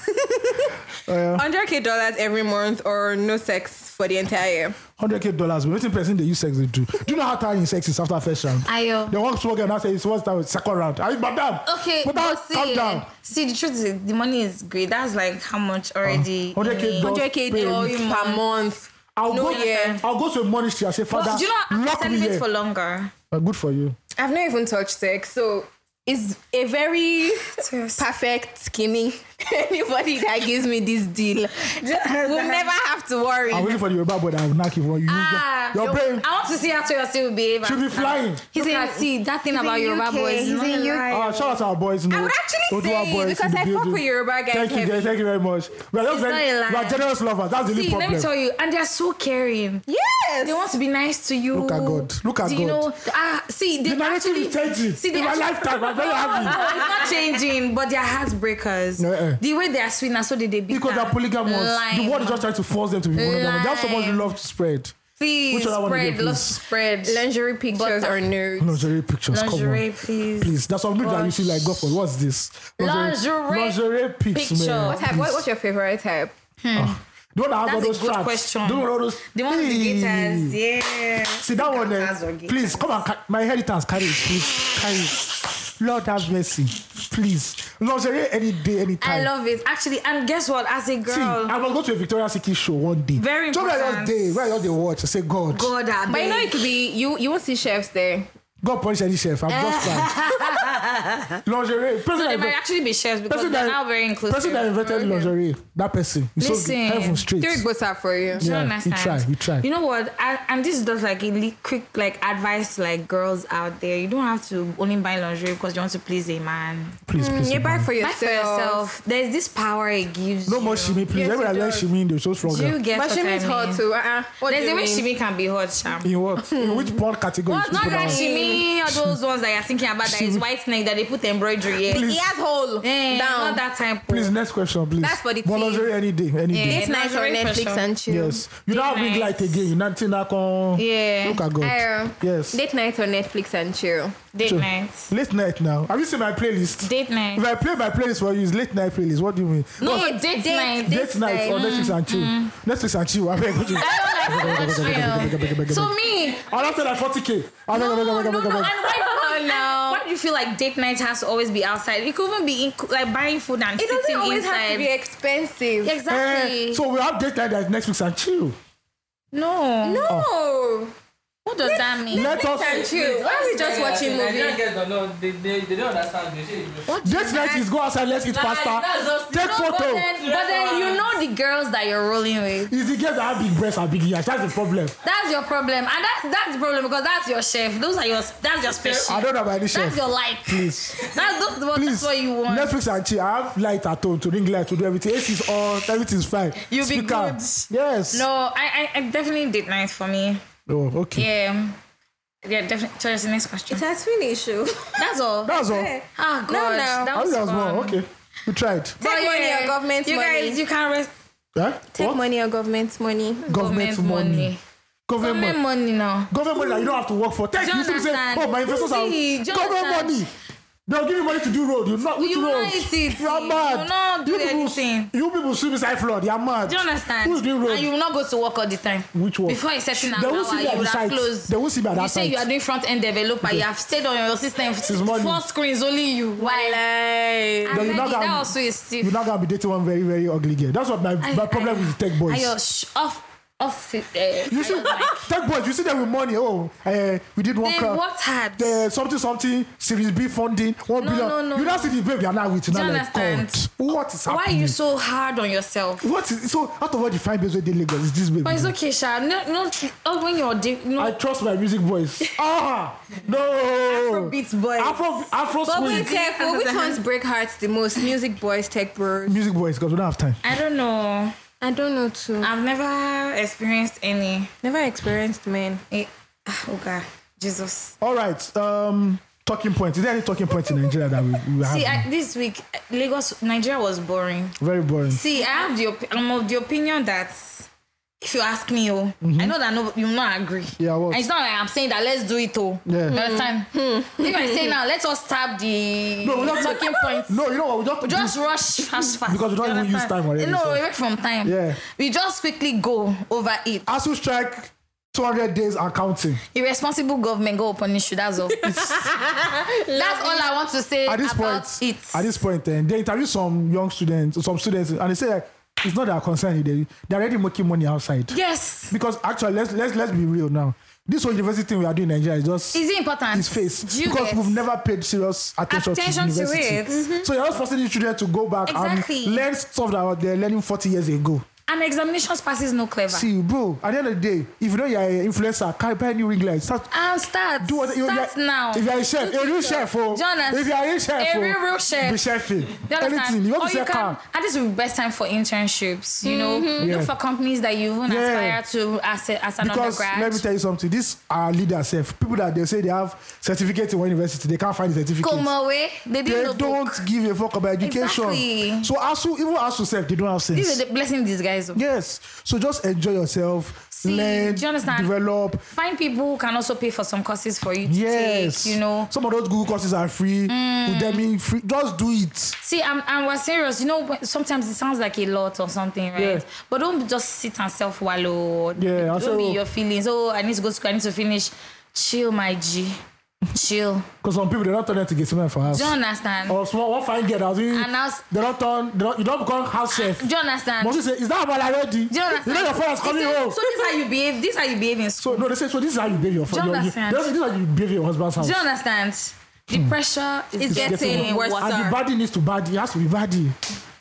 Hundred k dollars every month or no sex for the entire year.
100k dollars. We're waiting person they use sex they do. Do you know how tiring sex is after first round?
Ayo.
They walk small girl now say it's what's that second round. I mean, madam.
Okay,
But that,
see,
calm down.
see, the truth is, the money is great. That's like how
Ah.
much already.
100K
in it.
dollars.
Hundred k
Pay
dollars
mm,
you
per month.
I'll
No,
go.
yeah.
I'll go to a monastery and say, Father,
But do you know
lock
I
me
it
here.
for Mm. longer?
But good for you.
I've not even touched sex, so it's a very perfect skinny. Anybody that gives me this deal will never have to worry.
I'm waiting for the Yoruba boy that will knock you. when you
Ah,
your
yo-
brain
I want to see how Toya still behave.
should be flying.
He's in see that thing about
in
Yoruba
UK,
boys.
he's
not
in
a
UK.
lie.
Ah, shout out to our boys. No,
I would actually
Odua
say,
boys in
because
the
I fuck
building.
with Yoruba guys
Thank you,
heavy.
guys, thank you very much. We are, just
It's
very,
not a
we are
lie.
generous lovers. That's the only
See, let me
problem.
tell you, and they're so caring.
Yes.
They want to be nice to you.
Look at God. Look at
Do you
God.
know? Ah, see, they
The narrative
actually,
is changing.
See, they
In my
actually-
lifetime, I'm very happy.
No, it's not changing, but they're heartbreakers.
Uh-uh.
The way they are sweet, now so did they be.
Because they're polygamous. The
Lime.
world is just trying to force them to be monogamous. They have so much
Lime.
love to spread.
Please,
Which other one
spread,
again, please?
love to spread.
Lingerie pictures
But-
are nudes.
Lingerie pictures,
Lingerie,
come on.
please.
Please, that's some dude that you see like, God, for what's this?
Lingerie
lingerie pics,
picture.
man.
What
Type, what, what's your favorite type?
Don't have all
That's a
those
good
straps.
question.
Don't have all those.
They want the
Hey.
gators, yeah.
See that one, eh?
Gators or gators.
please come and ca- my inheritance carry it, please carry it. Lord have mercy, please. Lingerie any day, any time.
I love it actually. And guess what? As a
See,
girl,
I will go to a Victoria's Secret show one day.
Very
Just like that
important.
day, where you all they watch, I say God, God,
God, I
But you know
beg.
it could be you. You won't see chefs there.
punish any chef. I'm just fine. lingerie, person
So
that
Eh. they might
inve-
actually be chefs because
person
they're
that-
now very inclusive.
Person that invented lingerie, that person. It's so
Listen,
heaven straight.
Three goes out for you.
Do you
Yeah,
understand?
you try, you try.
You know what? I, and this is just like a li- quick like advice to like girls out there. You don't have to only buy lingerie because you want to please a man.
Please, please.
You're
no.
back for
Buy
yourself.
for yourself. There's this power it gives.
No
you.
more shimmy, please. Everybody
Yes, it
Everyone likes
does.
shimmy, they're so strong.
Do you get
But
what
shimmy
I
is hot
mean?
too. Uh-uh. What do
There's
you
a way
mean?
shimmy can be hot, Sham.
In what? In which porn category? is
What? Hmm. Not
people
that
now?
shimmy or those ones that you're thinking about that is white snake that they put embroidery in.
He has hole
Eh,
down.
Not that type.
Please, next question, please.
That's for the
But
team.
lingerie any day, any
It's
day.
nice on
Lingerie for
Netflix
sure.
and chill.
Yes. You don't have ring light again. You not that con.
Yeah.
Look at God.
Um,
yes.
Date night on Netflix and chill.
Date
Sure.
night.
Late night now. Have you seen my playlist?
Date night.
If I play my playlist for you, it's late night playlist. What do you mean?
No, date, night. Mm-hmm.
Date night on Netflix and chill. Netflix and chill. I beg of you.
I don't like
Beg, beg, beg,
So
beg.
me,
I'll after that 40k. I beg,
no,
beg,
no,
beg,
no,
beg, beg,
no.
beg.
And why,
Oh, no.
why do you feel like date night has to always be outside? It could even be in, like buying food and
It doesn't
sitting
always
inside.
have to be expensive.
exactly.
Eh, So we have date night that is Netflix and chill.
no.
No.
oh. What does that mean?
Let
Netflix and
us.
chill. Why are we just watching
Nigerian
movies?
girls don't know. They, they, they don't understand. They say
Date night is go outside, let's eat
that's
pasta.
just-
Take
No, But
photo.
then, but then you know the girls that you're rolling with.
It's the girls that have big breasts and big ears. That's the problem.
That's your problem, and that's that's the problem because that's your chef. Those are your that's your special.
I don't have any
That's
chef.
your like.
Please.
That's that's what,
Please,
that's what you want.
Netflix and chill. I have light at home to ring light to do everything. AC is on, everything's fine.
You'll be
Speaker.
good.
Yes.
No, I, I, I definitely date night for me.
Oh, okay.
Yeah. Yeah, definitely. So that's the next question.
That's finished. Show.
That's all.
That's all.
Okay.
Ah, God.
No, no.
That
I
was
think that was
fun.
more. Okay. We tried.
But
Take money or government
you
money.
guys, you can't rest
Huh?
Take
What?
money or government money.
Government money. Government
Government
money.
money now.
Government money that you don't have to work for. Thank you.
Do you
You still say,
understand?
oh, my investors are
See, do you
government
understand?
money. They'll give you money to do road. You're not which
You
road?
not eat it.
You're
You
mad.
will not do
you people,
anything.
You people suicide flood. You're mad.
Do you understand?
Who's doing road?
And you will not go to work all the time.
Which work?
Before it's setting an
They
hour,
won't see me at
you would
the
have
site.
closed.
They won't see me at
You
that
say
site.
you are doing front end developer. You have stayed on your system.
Since morning.
Four screens, only you. Why?
Like,
And
you're
then
not
that
gonna-
also is stiff.
You're not gonna be dating one very, very ugly girl. That's what my,
I-
my problem
I-
with tech boys.
Ayo, shh, off, off. it, eh.
You see, tech boys, you see them with money. Oh, eh, we did one
They
crowd.
worked hard.
The something something Series B funding one
No,
billion.
no, no.
You now see the babe they are now with you
Do
now
you
like God.
understand?
What is
Why
happening?
are you so hard on yourself?
What is so out of all the fine babes we did Lagos is this babe?
But it's okay, Sha. No, no. Oh, when you're di- no.
I trust my music voice. ah no.
Afrobeats boys.
Afro Afro
but wait,
swing.
tech, well, which ones break hearts the most? Music boys, tech bros.
Music voice because we don't have time.
I don't know.
I don't know too.
I've never experienced any.
Never experienced men.
Eh, ah, Oh God, Jesus.
All right. Um, talking points. Is there any talking points in Nigeria that we, we have?
See, I, this week eh, Lagos, Nigeria was boring.
Very boring.
See, I have the op- I'm of the opinion that if you ask me, oh, I know that no, you will not agree.
Mm-hmm. Yeah, what?
And it's not like I'm saying that let's do it, oh.
Yeah.
You understand? If I say now, let us tap the
No, we're not-
talking points.
No, you know what? We just,
Just rush fast, fast.
Because we don't
You
even use
understand?
time already,
No,
so-
we work from time.
Yeah.
We just quickly go over it.
ASU strike. 200 days and counting.
Irresponsible government go punish you. That's all. that's all I want to say
At this
about
point,
it.
at this point, eh, they interview some young students, some students, and they say like, it's not their concern. They they're already making money outside.
yes.
Because actually, let's let's let's be real now. This whole university thing we are doing in Nigeria is just
Is it important?
his face
Do you
because
get-
we've never paid serious attention,
Attention
to
to
university. Mm-hmm.
it. Mm-hmm.
So you're not forcing the children to go back
Exactly.
and learn stuff that they're learning 40 years ago.
And examinations passes no clever.
See, bro, at the end of the day, if you know you're an influencer, can't buy new ring lights. Start
and start.
do what you
start
you're,
now.
If you're a chef, a real chef, oh,
Jonas,
if you're a real chef,
a real,
oh,
real chef.
be chefing.
You understand?
Anything you want
Or
to sell
can,
car.
and this is the best time for internships. You know,
Mm-hmm. Yeah.
look for companies that you even
Yeah.
aspire to as, a, as an
Because
undergrad.
let me tell you something, these are leaders, sef. people that they say they have certificate in one university, they can't find the certificate.
Come away. They
they
didn't know.
don't give a fuck about education.
Exactly.
So ASU, even ASU self, they don't have sense.
This is the blessing disguise. oh.
Yes. So just enjoy yourself,
See,
learn,
do you understand?
develop.
Find people who can also pay for some courses for you to
Yes.
take. You know, Mm.
Some of those Google courses are free. Udemy free. Just do it.
See, I'm, I'm was serious. You know, when- sometimes it sounds like a lot or something, right?
Yeah.
But don't just sit and self wallow.
Yeah, I
don't
say,
be
oh.
your feelings. Oh, I need to go to school. I need to finish. Chill, my G. Chill.
Because some people they don't turn them to get someone for house.
Do you understand?
Or small one fine girl that's really,
And house-
they don't turn they don't, you don't become house chef.
Do you understand?
Must you say, is that about already?
Do you understand?
know your friends coming
They say,
home.
So
So,
this is how you behave. This is how you behave in school.
no, they say so this is how you behave your friend.
Do you
your- you-
understand?
they say, This is how you behave your husband's house.
Do you understand? The
Hmm.
pressure is
It's
getting,
getting
worse.
worse.
and the body needs to body. It has to be body.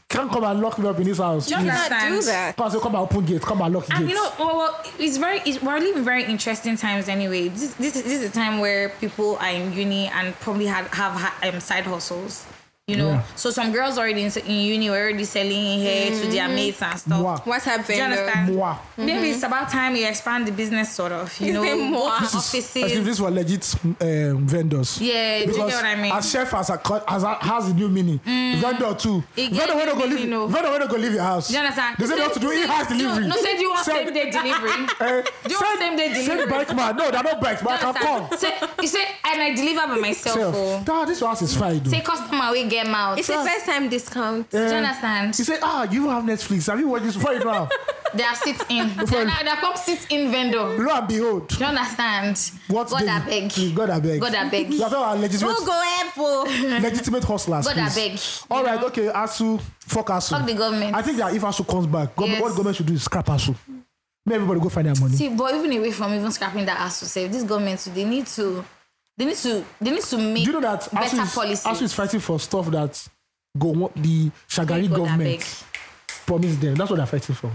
Can't come and lock me up in this house.
Do you
please.
Not
understand?
do that.
Come and say, come and open gate. Come and lock the
And
gate.
you know, well, well, it's very it's, we're living in very interesting times anyway. This this is, this is a time where people are in uni and probably have have ha- um, side hustles. You know,
Yeah.
so some girls already in, in uni were already selling hair to their mates and stuff.
Mwah.
Mm.
What's
Do
happening?
you understand? Mm-hmm.
Mwah.
Maybe it's about time you expand the business, sort of. You
Is
know, go
it mwah?
to
This
As if
offices.
these were legit um, vendors.
Yeah, do you get
Because
what I mean? Mm.
as chef has a co- has a, has a new meaning. Vendor too.
It get
Vendor when they go
new
leave.
meaning, oh.
Vendor when they go leave your house.
Do you understand?
They say they
Say-
want to do
say-
in house delivery.
No, no, say do you want
Send-
same day delivery?
Eh,
Do you want same day delivery?
Send bike man. No, they're not bikes, but I can
Understand?
come.
Say, you say, and I deliver by myself. oh.
Self. Nah, this house is fine.
Say
Though.
customer we get out.
It's a first time discount.
Do you understand?
She said, ah, you have Netflix. Have you watched this before you know?
They have sit in. they
Friend.
are come sit in vendor.
Lo and behold,
Do you understand?
what
God
they- Mm,
I beg.
God I beg.
God I beg.
You are talking about legitimate,
Who go help? oh?
legitimate hustlers.
God I
please.
beg.
All right, okay, ASU, fuck ASU.
Fuck the government.
I think that if ASU comes back, government, what
Yes.
the government should do is scrap ASU. Make everybody go find their money.
See, but even away from even scrapping that ass to save, this government they need to they need to they need to make
do you know that
better
ASU is,
policy.
ASU is fighting for stuff that go want the Shagari
God, I beg.
government promised them? That's what they're fighting for.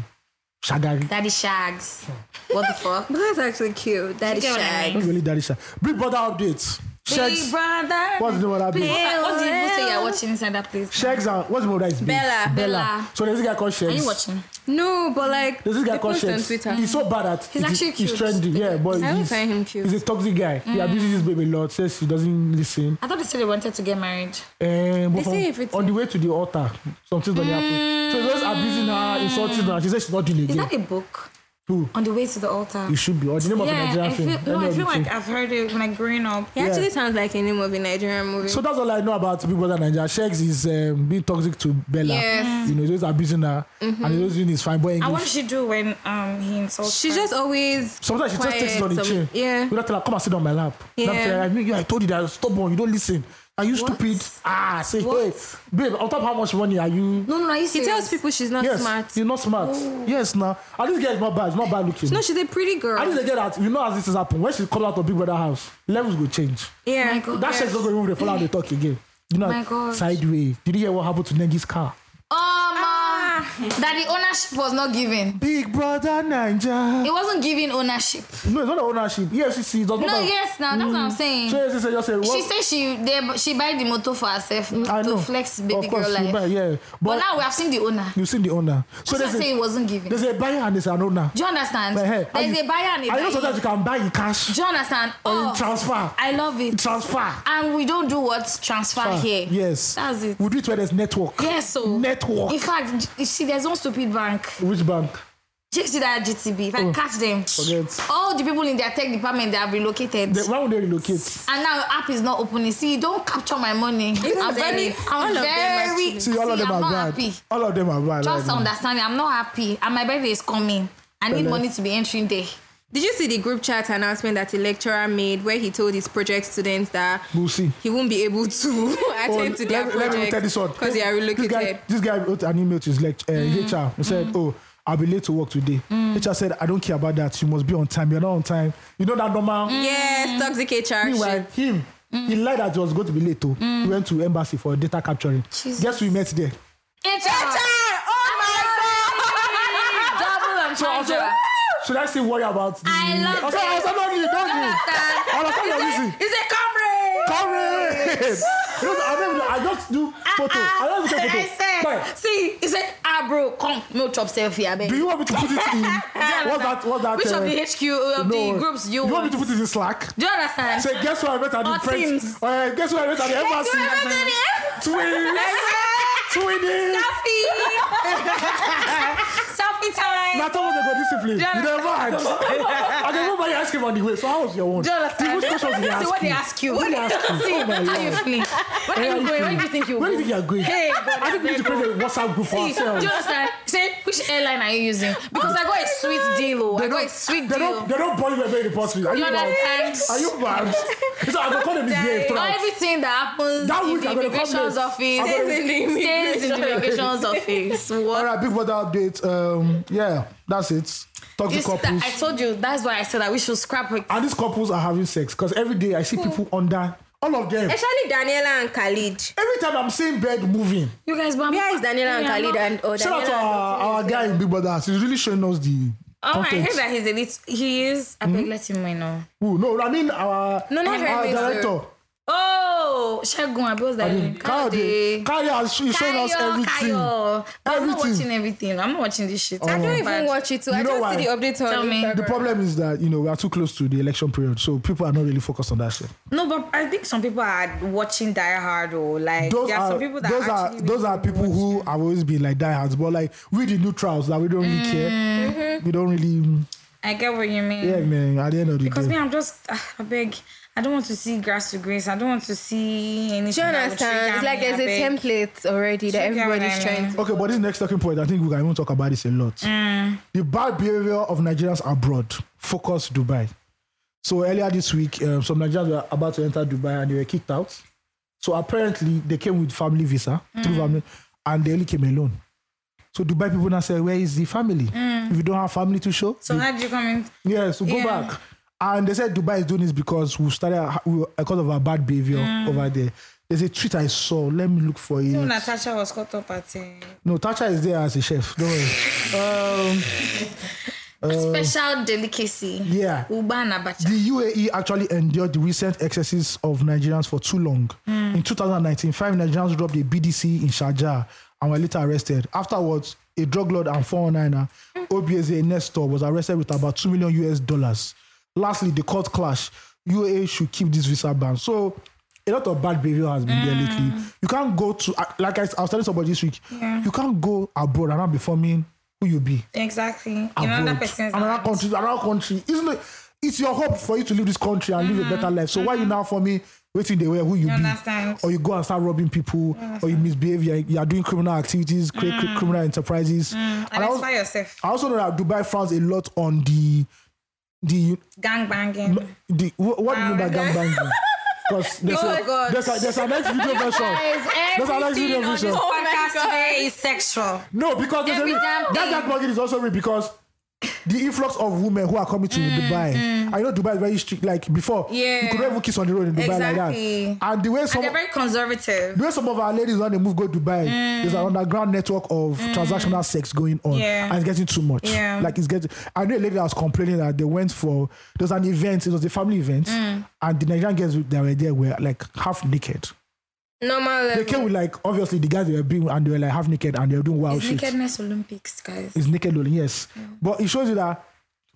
Shagari.
Daddy shags. What the fuck?
That's actually cute. That is
get what I
shy.
Not really daddy Shag. Big brother updates.
Big
Shakes.
brother.
What's the name of that big?
What, what do you people say you're watching inside that place?
Shakes and what's the name of that is big?
Bella.
Bella.
So there's this guy called
Are
Shakes.
you watching?
No, but like
There's this guy
they
called
post on
Shakes.
Twitter.
He's so bad at he's
actually
he's
cute.
trendy. Yeah, but
I don't
he's,
find him cute. Mm.
he's a toxic guy. He abuses his baby a lot. Says he doesn't listen.
I thought they said they wanted to get married.
Um, but
They say
from,
everything.
on the way to the
Mm.
altar, something's going to happen. So he's just abusing her, insulting her. She says she's not doing it
Is
again.
that a book?
Who?
On the way to the altar.
You should be. Or the name of a
yeah,
Nigerian
I feel,
film. Any
no, I
of the
feel
two.
like I've heard it when I growing up.
It actually sounds like a name of a Nigerian movie.
So that's all I know about Big Brother Nigeria. Shex is um, being toxic to Bella.
Yes. Mm-hmm.
You know, he's abusing her. And he's always doing his fine boy
And what
English.
did she do when um he insults
she
her?
just always
Sometimes she just
quiet,
takes it on the
some-
chin.
Yeah.
We don't tell her, come and sit on my lap.
Yeah.
That's, uh, I mean, yeah, I told you that I was stubborn. You don't listen. Are you
What?
stupid? Ah, say, hey,
What?
babe, on top of how much money are you?
No, no, no. Are you
He
serious?
tells people she's not
yes,
smart. Oh.
you're not smart. Yes, now. And this girl is not bad. It's not bad looking.
No, she's a pretty girl.
and this girl that, you know, as this has happened, when she comes out of Big Brother house, levels will change.
yeah.
My God.
That
Yes.
Shex is not going to move the fall out they talk again. You know,
My God.
sideways. Did you hear what happened to Nengi's car?
Oh, ma. That the ownership was not given.
Big Brother Ninja.
It wasn't given ownership.
No, it's not the ownership. EFCC does not.
No,
have-
yes, now that's what
Hmm.
I'm saying.
So EFCC just say, what?
She said she they, she buy the motor for herself
I
to
know.
flex
Of
baby
course,
girl
you
life.
buy, yeah. But,
But now we have seen the owner.
you've seen the owner. So
So they
there's
say it
a,
wasn't given.
there's a buyer and there's an owner.
Do you understand?
But, hey, and
There's
you-
a buyer and a
I know
buyer.
sometimes you can buy in cash
Do you understand?
or
Oh,
in transfer.
I love it.
Transfer.
And we don't do what transfer here.
Yes.
That's it.
We do it where there's network.
Yes, so
Network.
In fact, you see, there's one stupid bank.
Which bank?
Check see that GTB. If I catch them,
Oh. Forget.
all the people in their tech department they have relocated.
They, why would they relocate?
and now your app is not opening. See, don't capture my money. I'm very, I'm
all of them
very.
actually.
See, all of them
I'm
are
not
bad.
happy.
All of them are bad. right
Just
now.
understanding, I'm not happy, and my birthday is coming. I need
Bella.
money to be entering there.
Did you see the group chat announcement that the lecturer made where he told his project students that
We'll see.
he won't be able to
Oh,
attend to
let,
their
me- let me tell this one.
project because they are
This
relocated? Mm.
guy, this guy wrote an email to his lect- uh, HR and said, "Oh, I'll be late to work today." HR said, "I don't care about that. You must be on time. You're not on time. You know that normal."
Mm.
Yes, toxic HR.
Meanwhile,
Mm. shit. Mm.
him, he lied that he was going to be late. To he went to embassy for data capturing. Guess we met there.
HR. Oh
Oh
Double
So I
entendre.
should I still worry about the?
I love
also,
that.
also, don't you, don't you? Understand your reason.
It's a comrade.
Comrade. You know, I don't even- I just do
Ah,
photo. I don't even take
I said,
photo. Fine.
see, he said, ah, bro, come, no chop selfie, I beg.
Do you want me to put it in? What's that? What's that?
Which
uh,
of the HQ of the groups you,
you want
want?
me to put it in Slack?
Do you understand?
Say, guess what I met at the
Or
press?
Teams.
Uh, guess what I met at the embassy?
what I met at
Twins, twins.
selfie time.
Now tell us about discipline. You never had. I can remember you asking about the way. So how was your one?
Do you understand?
Which questions did they
eh? See
ask
what they
you?
ask you.
What they ask you?
See,
Oh my
how you
lord.
feeling? Where are you going? Where do you think you
Where do you
go?
think you are going?
Hey, God,
I think we need to create a WhatsApp group for
See, do you
ourselves.
understand? Say, which airline are you using? Because I got a sweet deal. oh. I got a sweet
They don't, they
deal.
don't bother you about the possibility. Are you
You
mad?
understand?
Are you mad? It's like, I'm going to call them this day.
Not everything that happens
That
in
week
the
I'm gonna come
immigration's
late.
oh.
office
I'm gonna-
stays in the immigration's office.
All
What?
right, Big Brother update. Um, yeah, that's it. Toxic
You see that-
couples.
I told you that's why I said that we should scrap it.
and these couples are having sex because every day I see
Hmm.
people under all of them.
Actually, Daniela and Khalid.
Every time I'm seeing bed moving,
You guys, but I'm-
Where is Daniela and
Yeah, I'm
Khalid
not-
and oh,
shout out to
Daniela
our,
and-
our guy in Big Brother. He's really showing us the
Oh, I
content.
heard that he's a little. He is. I
Hmm?
beg, let him know.
Who? No, I mean our
No, not
our
Remy, sir.
director.
Oh, Shagun, I was that. name.
Kayode. Kayode has he's showing us
Kayo,
everything.
Kayo. I'm not
Everything. Oh.
watching everything. I'm not watching this shit.
I don't even watch it too. I
You know
just
why?
see the updates
Tell
on
me.
Instagram.
The problem is that you know we are too close to the election period, so people are not really focused on that shit.
No, but I think some people are watching Die Hard or like
Those
there are,
are,
some people that
those are
actually
those are people who have always been like diehards, but like we the neutrals that we don't really
Mm-hmm.
care. We don't really
I get what you mean.
yeah man. At the end of the
Because
day,
me, I'm just ah, I beg. I don't want to see grass to grace. I don't want to see anything.
Do you
that would
understand?
trigger
It's like
me,
there's
I
a
beg.
template already that
You get what
everybody's
I
trying
mean?
to.
Okay, but this next talking point, I think we can even talk about this a lot.
Mm.
The bad behavior of Nigerians abroad. Focus Dubai. So earlier this week, um, some Nigerians were about to enter Dubai and they were kicked out. So apparently, they came with family visa through
Mm.
family, and they only came alone. So Dubai people now say, "Where is the family? If you don't have family to show,
Mm. So how do you come in?
yeah, so go
Yeah.
back. And they said Dubai is doing this because we started we were- because of our bad behavior
Mm.
over there. There's a tweet I saw. Let me look for it.
When Natasha was caught up at a
No, Tacha is there as a chef. Don't worry.
Uh, special delicacy.
Yeah.
Uba and abacha.
The UAE actually endured the recent excesses of Nigerians for too long. In 2019, five Nigerians robbed a BDC in Sharjah and were later arrested. Afterwards, a drug lord and 409er, er, Obieze Nestor, was arrested with about 2 million US dollars. Lastly, the court clash. UAE should keep this visa ban. So, a lot of bad behavior has been there lately. You can't go to, I- like I, I was telling somebody this week, you can't go abroad and not be forming who you be
Exactly. In
abroad,
another person's
another
life.
country, another country. Isn't it? It's your hope for you to leave this country and live a better life. So why you now for me waiting the way who you, be,
understand.
or you go and start robbing people, or you misbehave, you are, you are doing criminal activities, create cri- criminal enterprises. And I, also,
Identify yourself.
I also know that Dubai frowns a lot on the the
Gang banging.
the wh- what do you mean by
Wow.
gang banging? Because there's,
Oh
a-
God.
there's, a- there's a next video version. That's our next video version.
podcast today is sexual.
No, because there's a
Every
re-
damn
that
thing.
that market is also real because the influx of women who are coming
Mm,
to Dubai. I know Dubai is very strict. Like before, you
Yeah.
could never kiss on the road in Dubai
Exactly.
like that. And the way some
They're very conservative.
the way some of our ladies when they move go Dubai,
Mm.
there's an underground network of transactional sex going on,
Yeah.
and it's getting too much.
Yeah.
Like it's getting. I know a lady that was complaining that they went for there was an event. It was a family event,
Mm.
and the Nigerian girls that were there were like half naked.
Normal um,
They
level.
came with like obviously the guys they were being and they were like half naked and they were doing wild
It's
shit.
nakedness Olympics, guys.
It's naked lolling, yes. But it shows you that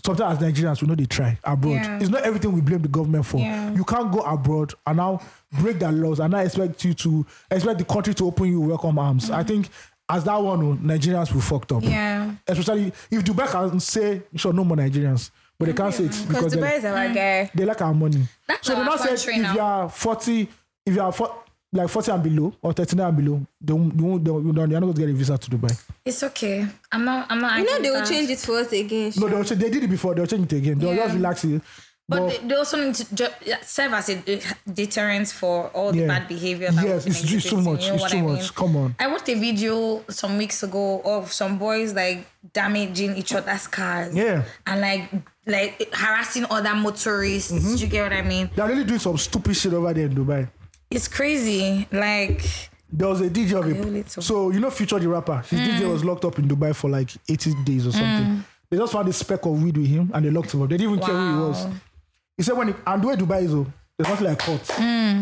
sometimes as Nigerians, we know they try abroad.
Yeah.
It's not everything we blame the government for.
Yeah.
You can't go abroad and now break their laws and now expect you to expect the country to open you welcome arms. I think as that one, oh, Nigerians will fucked up.
Mm. Yeah.
Especially if Dubai can say, sure, no more Nigerians. But they can't say it because
Because Dubai
they,
is our guy.
they like our money.
That's
so they
our
now said
country
if
now.
you are 40, if you are 40, like 40 and below or 39 and below, they won't, they won't, they won't, they're not going to get a visa to Dubai.
It's okay. I'm not. I'm not.
You know
angry
they
with
will
that.
change it for us again.
No, they'll change, they did it before. They'll change it again. They'll
Yeah.
just relax it.
But they, they also need to ju- serve as a de- deterrent for all the
Yeah.
bad behavior. That
Yes,
we've been
it's- it's too
exhibiting,
much,
You know
it's
what
too
I
much,
mean?
come on.
I watched a video some weeks ago of some boys like damaging each other's cars.
Yeah.
And like like harassing other motorists.
Mm-hmm.
You get what I mean?
they're really doing some stupid shit over there in Dubai.
It's crazy. Like
There was a DJ of
will
it.
it too.
So you know Future the rapper. His DJ was locked up in Dubai for like 80 days or something. They just found a speck of weed with him and they locked him up. They didn't even care who he was. He said when he, and the way Dubai is, oh, there's nothing like court.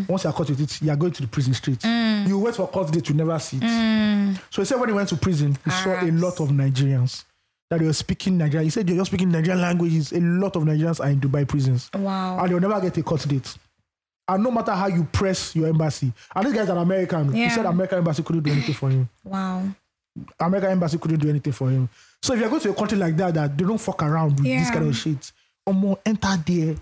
Once you're caught with it, you're going to the prison straight. You wait for court date, you never see it. So he said when he went to prison, he saw a lot of Nigerians that they were speaking Nigerian. He said they were speaking Nigerian languages. A lot of Nigerians are in Dubai prisons.
wow.
and they'll never get a court date. And no matter how you press your embassy, and this guy's an American. He
Yeah.
said American embassy couldn't do anything for him.
Wow.
American embassy couldn't do anything for him. So if you go to a country like that, that they don't fuck around with this
Yeah.
kind of shit. Or more enter there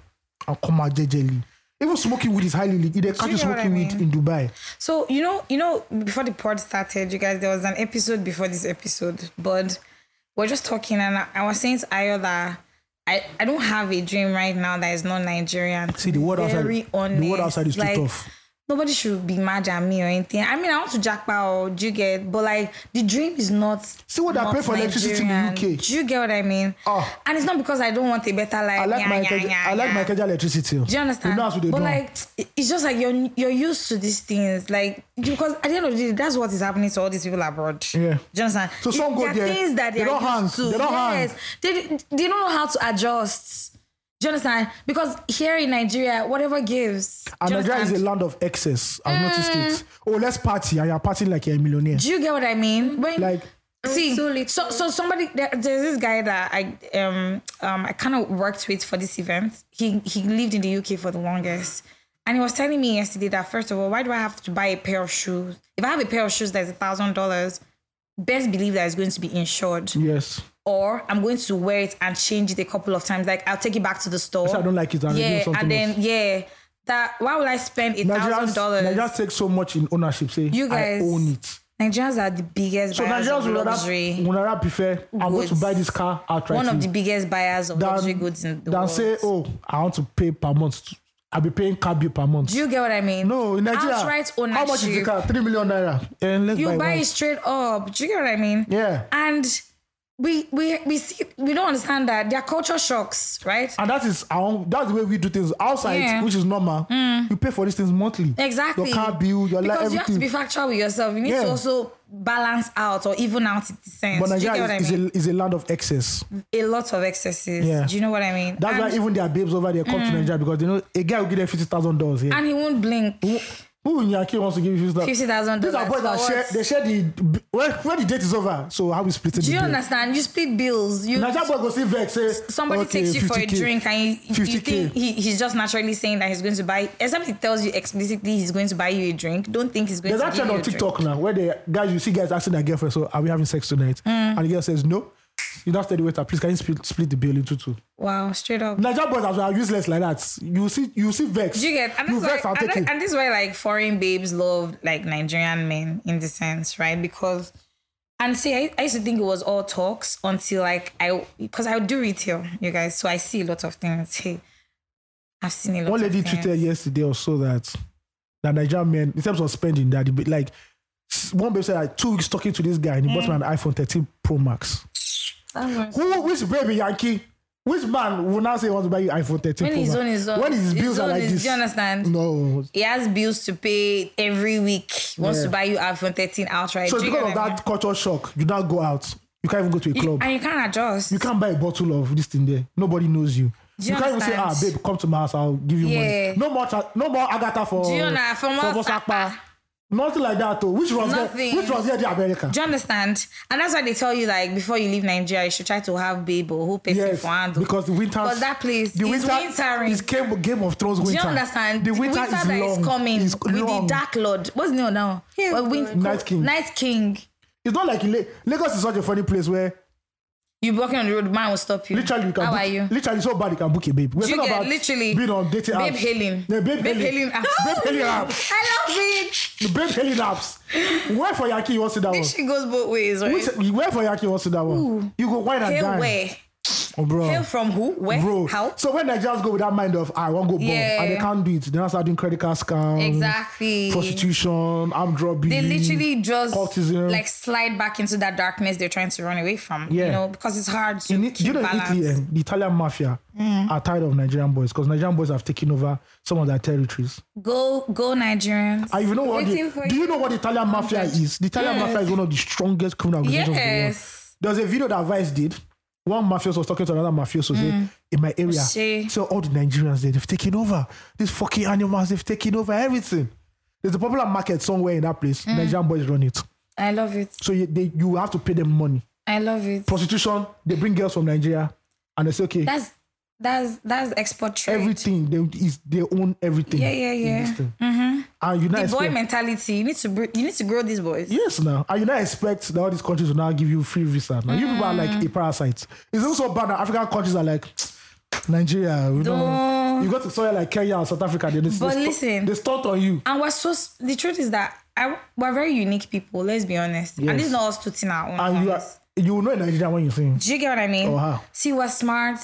and come out jejely. Even smoking weed is highly legal. They catch you
know what I
smoking weed
mean?
in Dubai.
So you know, you know, before the pod started, you guys, there was an episode before this episode, but we're just talking, and I, I was saying to Ayo that I, I don't have a dream right now that is not Nigerian. to
See the
be
world outside.
very
The world
honest,
outside is too
like,
tough.
Nobody should be mad at me or anything. I mean, I want to jackpot or do you get, but like the dream is not.
See what I
not
pay for electricity in the
Nigerian.
UK.
Do you get what I mean?
Ah.
And it's not because I don't want a better life.
I like
Uh, yeah,
my
yeah,
Ikeja-
yeah,
I like
yeah.
my Ikeja electricity.
Do you understand?
That's what they
but
do.
like, it- it's just like you're you're used to these things, like because at the end of the day, that's what is happening to all these people abroad.
Yeah.
Do you understand?
So
It-
some go
are
there,
Things that
they
they,
don't
are
hang,
used to.
they don't hang.
yes. They they don't know how to adjust. Do you understand? Because here in Nigeria, whatever gives. Do
and
you
Nigeria is a
understand?
land of excess. I've
Mm.
noticed it. Oh, let's party. And you're partying like you're a millionaire.
Do you get what I mean? When,
Like-
see,
so
so,
little.
so somebody there, there's this guy that I um um I kind of worked with for this event. He he lived in the UK for the longest, and he was telling me yesterday that first of all, why do I have to buy a pair of shoes? If I have a pair of shoes that's a thousand dollars, best believe that it's going to be insured,
Yes.
or I'm going to wear it and change it a couple of times. Like I'll take it back to the store.
I don't like it, I'll redeem
yeah,
something
and then
else.
yeah, that why would I spend a
Nigerians,
thousand dollars?
Nigerians take so much in ownership. Say,
You
I
guys-
own it.
Nigerians are the biggest
So
buyers
Nigerians
of
would rather,
luxury.
would rather prefer, I'm going to
Goods.
buy this car outright.
one of the biggest buyers of luxury
than,
goods in the
than
world.
say, oh, I want to pay per month. I'll be paying car bill per month.
Do you get what I mean?
no, in Nigeria,
outright ownership.
how much is the car? Three million naira. And let's
You
buy,
buy
one.
it straight up. Do you get what I mean?
Yeah.
And we we we see we don't understand that there are culture shocks, right?
And that is our own, that's the way we do things outside,
Yeah. Mm.
which is normal. You pay for these things monthly.
Exactly.
Your car bill, your life,
because you have to
everything.
be factual with yourself. You need
Yeah.
to also balance out or even out its sense.
but
Do you get
Nigeria
what I
is,
mean?
is, a, is a land of excess.
a lot of excesses.
Yeah.
Do you know what I mean?
That's
and, Mm.
why even their babes over there come to Nigeria because they know a guy will give them fifty thousand dollars here.
and he won't blink.
Who- Who in Yaki wants to give you
Fifty thousand
These are boys
dollars
that
for
share.
what?
They share the when, when the date is over. So how we splitting
Do
the
you
bill?
understand? You split bills. You
Naija boy go see vex say
somebody
okay,
takes you for a
50K.
drink and you, you
50K.
think he, he's just naturally saying that he's going to buy except he tells you explicitly he's going to buy you a drink don't think he's going
There's that
to give
trend
you
on
a Mm.
TikTok now where the guys you see guys asking their girlfriend, so are we having sex tonight? And the girl says no. You now tell the waiter, please can you split, split the bill into two?
Wow, straight up.
Niger boys as well are useless like that. You see, you see vex.
Do you get? And
you
this,
vex,
why,
I'll
and,
take
that-
it.
and this is why like foreign babes love like Nigerian men in the sense, right? Because and see, I, I used to think it was all talks until like I because I do retail, you guys. So I see a lot of things. Hey, I've seen a lot.
One
of
lady
things.
tweeted yesterday also that that Nigerian men, in terms of spending, that they be- like s- one babe said like two weeks talking to this guy and he
Mm.
bought him an iPhone 13 Pro Max. Who, which baby Yankee? Which man will now say he wants to buy you iPhone 13
When
Pro
his
Max?
own is up,
when his bills
own
are like
is-
this?
Do you understand?
No.
He has bills to pay every week. He wants
Yeah.
to buy you iPhone 13 outright.
So it's
Do you
because
get
of
what I
that culture shock, you now go out. You can't even go to a
mean?
club.
and you can't adjust.
you can't buy a bottle of this thing there. Nobody knows you.
Do you
you can't even say, ah,
understand?
babe, come to my house. I'll give you
Yeah.
money. No more, tra- no more Agatha for.
Do you know, for more
Bosakpa.
Sapa.
Nothing like that, though. Which was
Nothing.
Nothing. which was here the America.
Do you understand? And that's why they tell you like before you leave Nigeria, you should try to have babe or who pays you
Yes,
for handle.
because the winter.
Because that place
the
is wintering.
It's Game, Game of Thrones
Do
winter.
you understand?
The winter, is
that
long.
is coming
It's
with
long.
the Dark Lord. What's new now?
Yeah,
Well, win-
Night King.
Night King.
It's not like in La- Lagos is such a funny place where
You be walking on the road, man will stop you.
literally you can.
How
book,
are you?
Literally so bad you can book a babe. We're
Do you
talking
get
about
literally
being on dating
babe
apps.
hailing.
Yeah, babe,
Babe
hailing.
hailing apps.
babe hailing apps.
I love it.
Babe hailing apps. Where for Yaki you want to see that one?
She goes both ways, right?
Which, where for Yaki wants to that one? You go wine and
Hail
dine.
where?
Oh, bro.
Hail from who? Where?
bro.
How?
So when Nigerians go with that mind of I won't go bomb
Yeah.
and they can't do it, then I start doing credit card scams,
Exactly.
prostitution, armed robbery.
they literally just
cultism.
like slide back into that darkness they're trying to run away from. You
Yeah.
know, because it's hard to
in, it-
keep
you know, in
balance.
Italy, eh, the Italian mafia are tired of Nigerian boys because Nigerian boys have taken over some of their territories.
Go, go, Nigerians.
And you know what?
Waiting
The,
for
do you know what the Italian mafia is? The Italian mafia is one of the strongest criminal organizations. in the world.
Yes.
There was a video that Vice did. One mafioso was talking to another mafioso say, in my area.
See.
So all the Nigerians there, they've taken over. These fucking animals, they've taken over everything. There's a popular market somewhere in that place. Nigerian boys run it.
I love it.
So you, they, you have to pay them money.
I love it.
Prostitution, they bring girls from Nigeria and they say, okay,
That's that's that's export trade.
everything, they, is, they own everything.
Yeah, yeah,
in
yeah. Mm-hmm.
this thing. And you
The
not
boy
expect,
mentality. You need to br- you need to grow these boys.
yes, now. And you not expect that all these countries will now give you free visa. Now, you people are
Mm.
like a parasite. It's also bad that African countries are like, Nigeria, we don't.
No.
You go to somewhere like Kenya or South Africa, they, they,
But
they,
listen.
they stunt on you.
And we're so s- the truth is that I, we're very unique people. Let's be honest. And
Yes.
this is not us tooting our own.
And you are,
horns.
you will know in Nigeria when you see him.
Do you get what I mean?
Oh, how?
See, we're smart.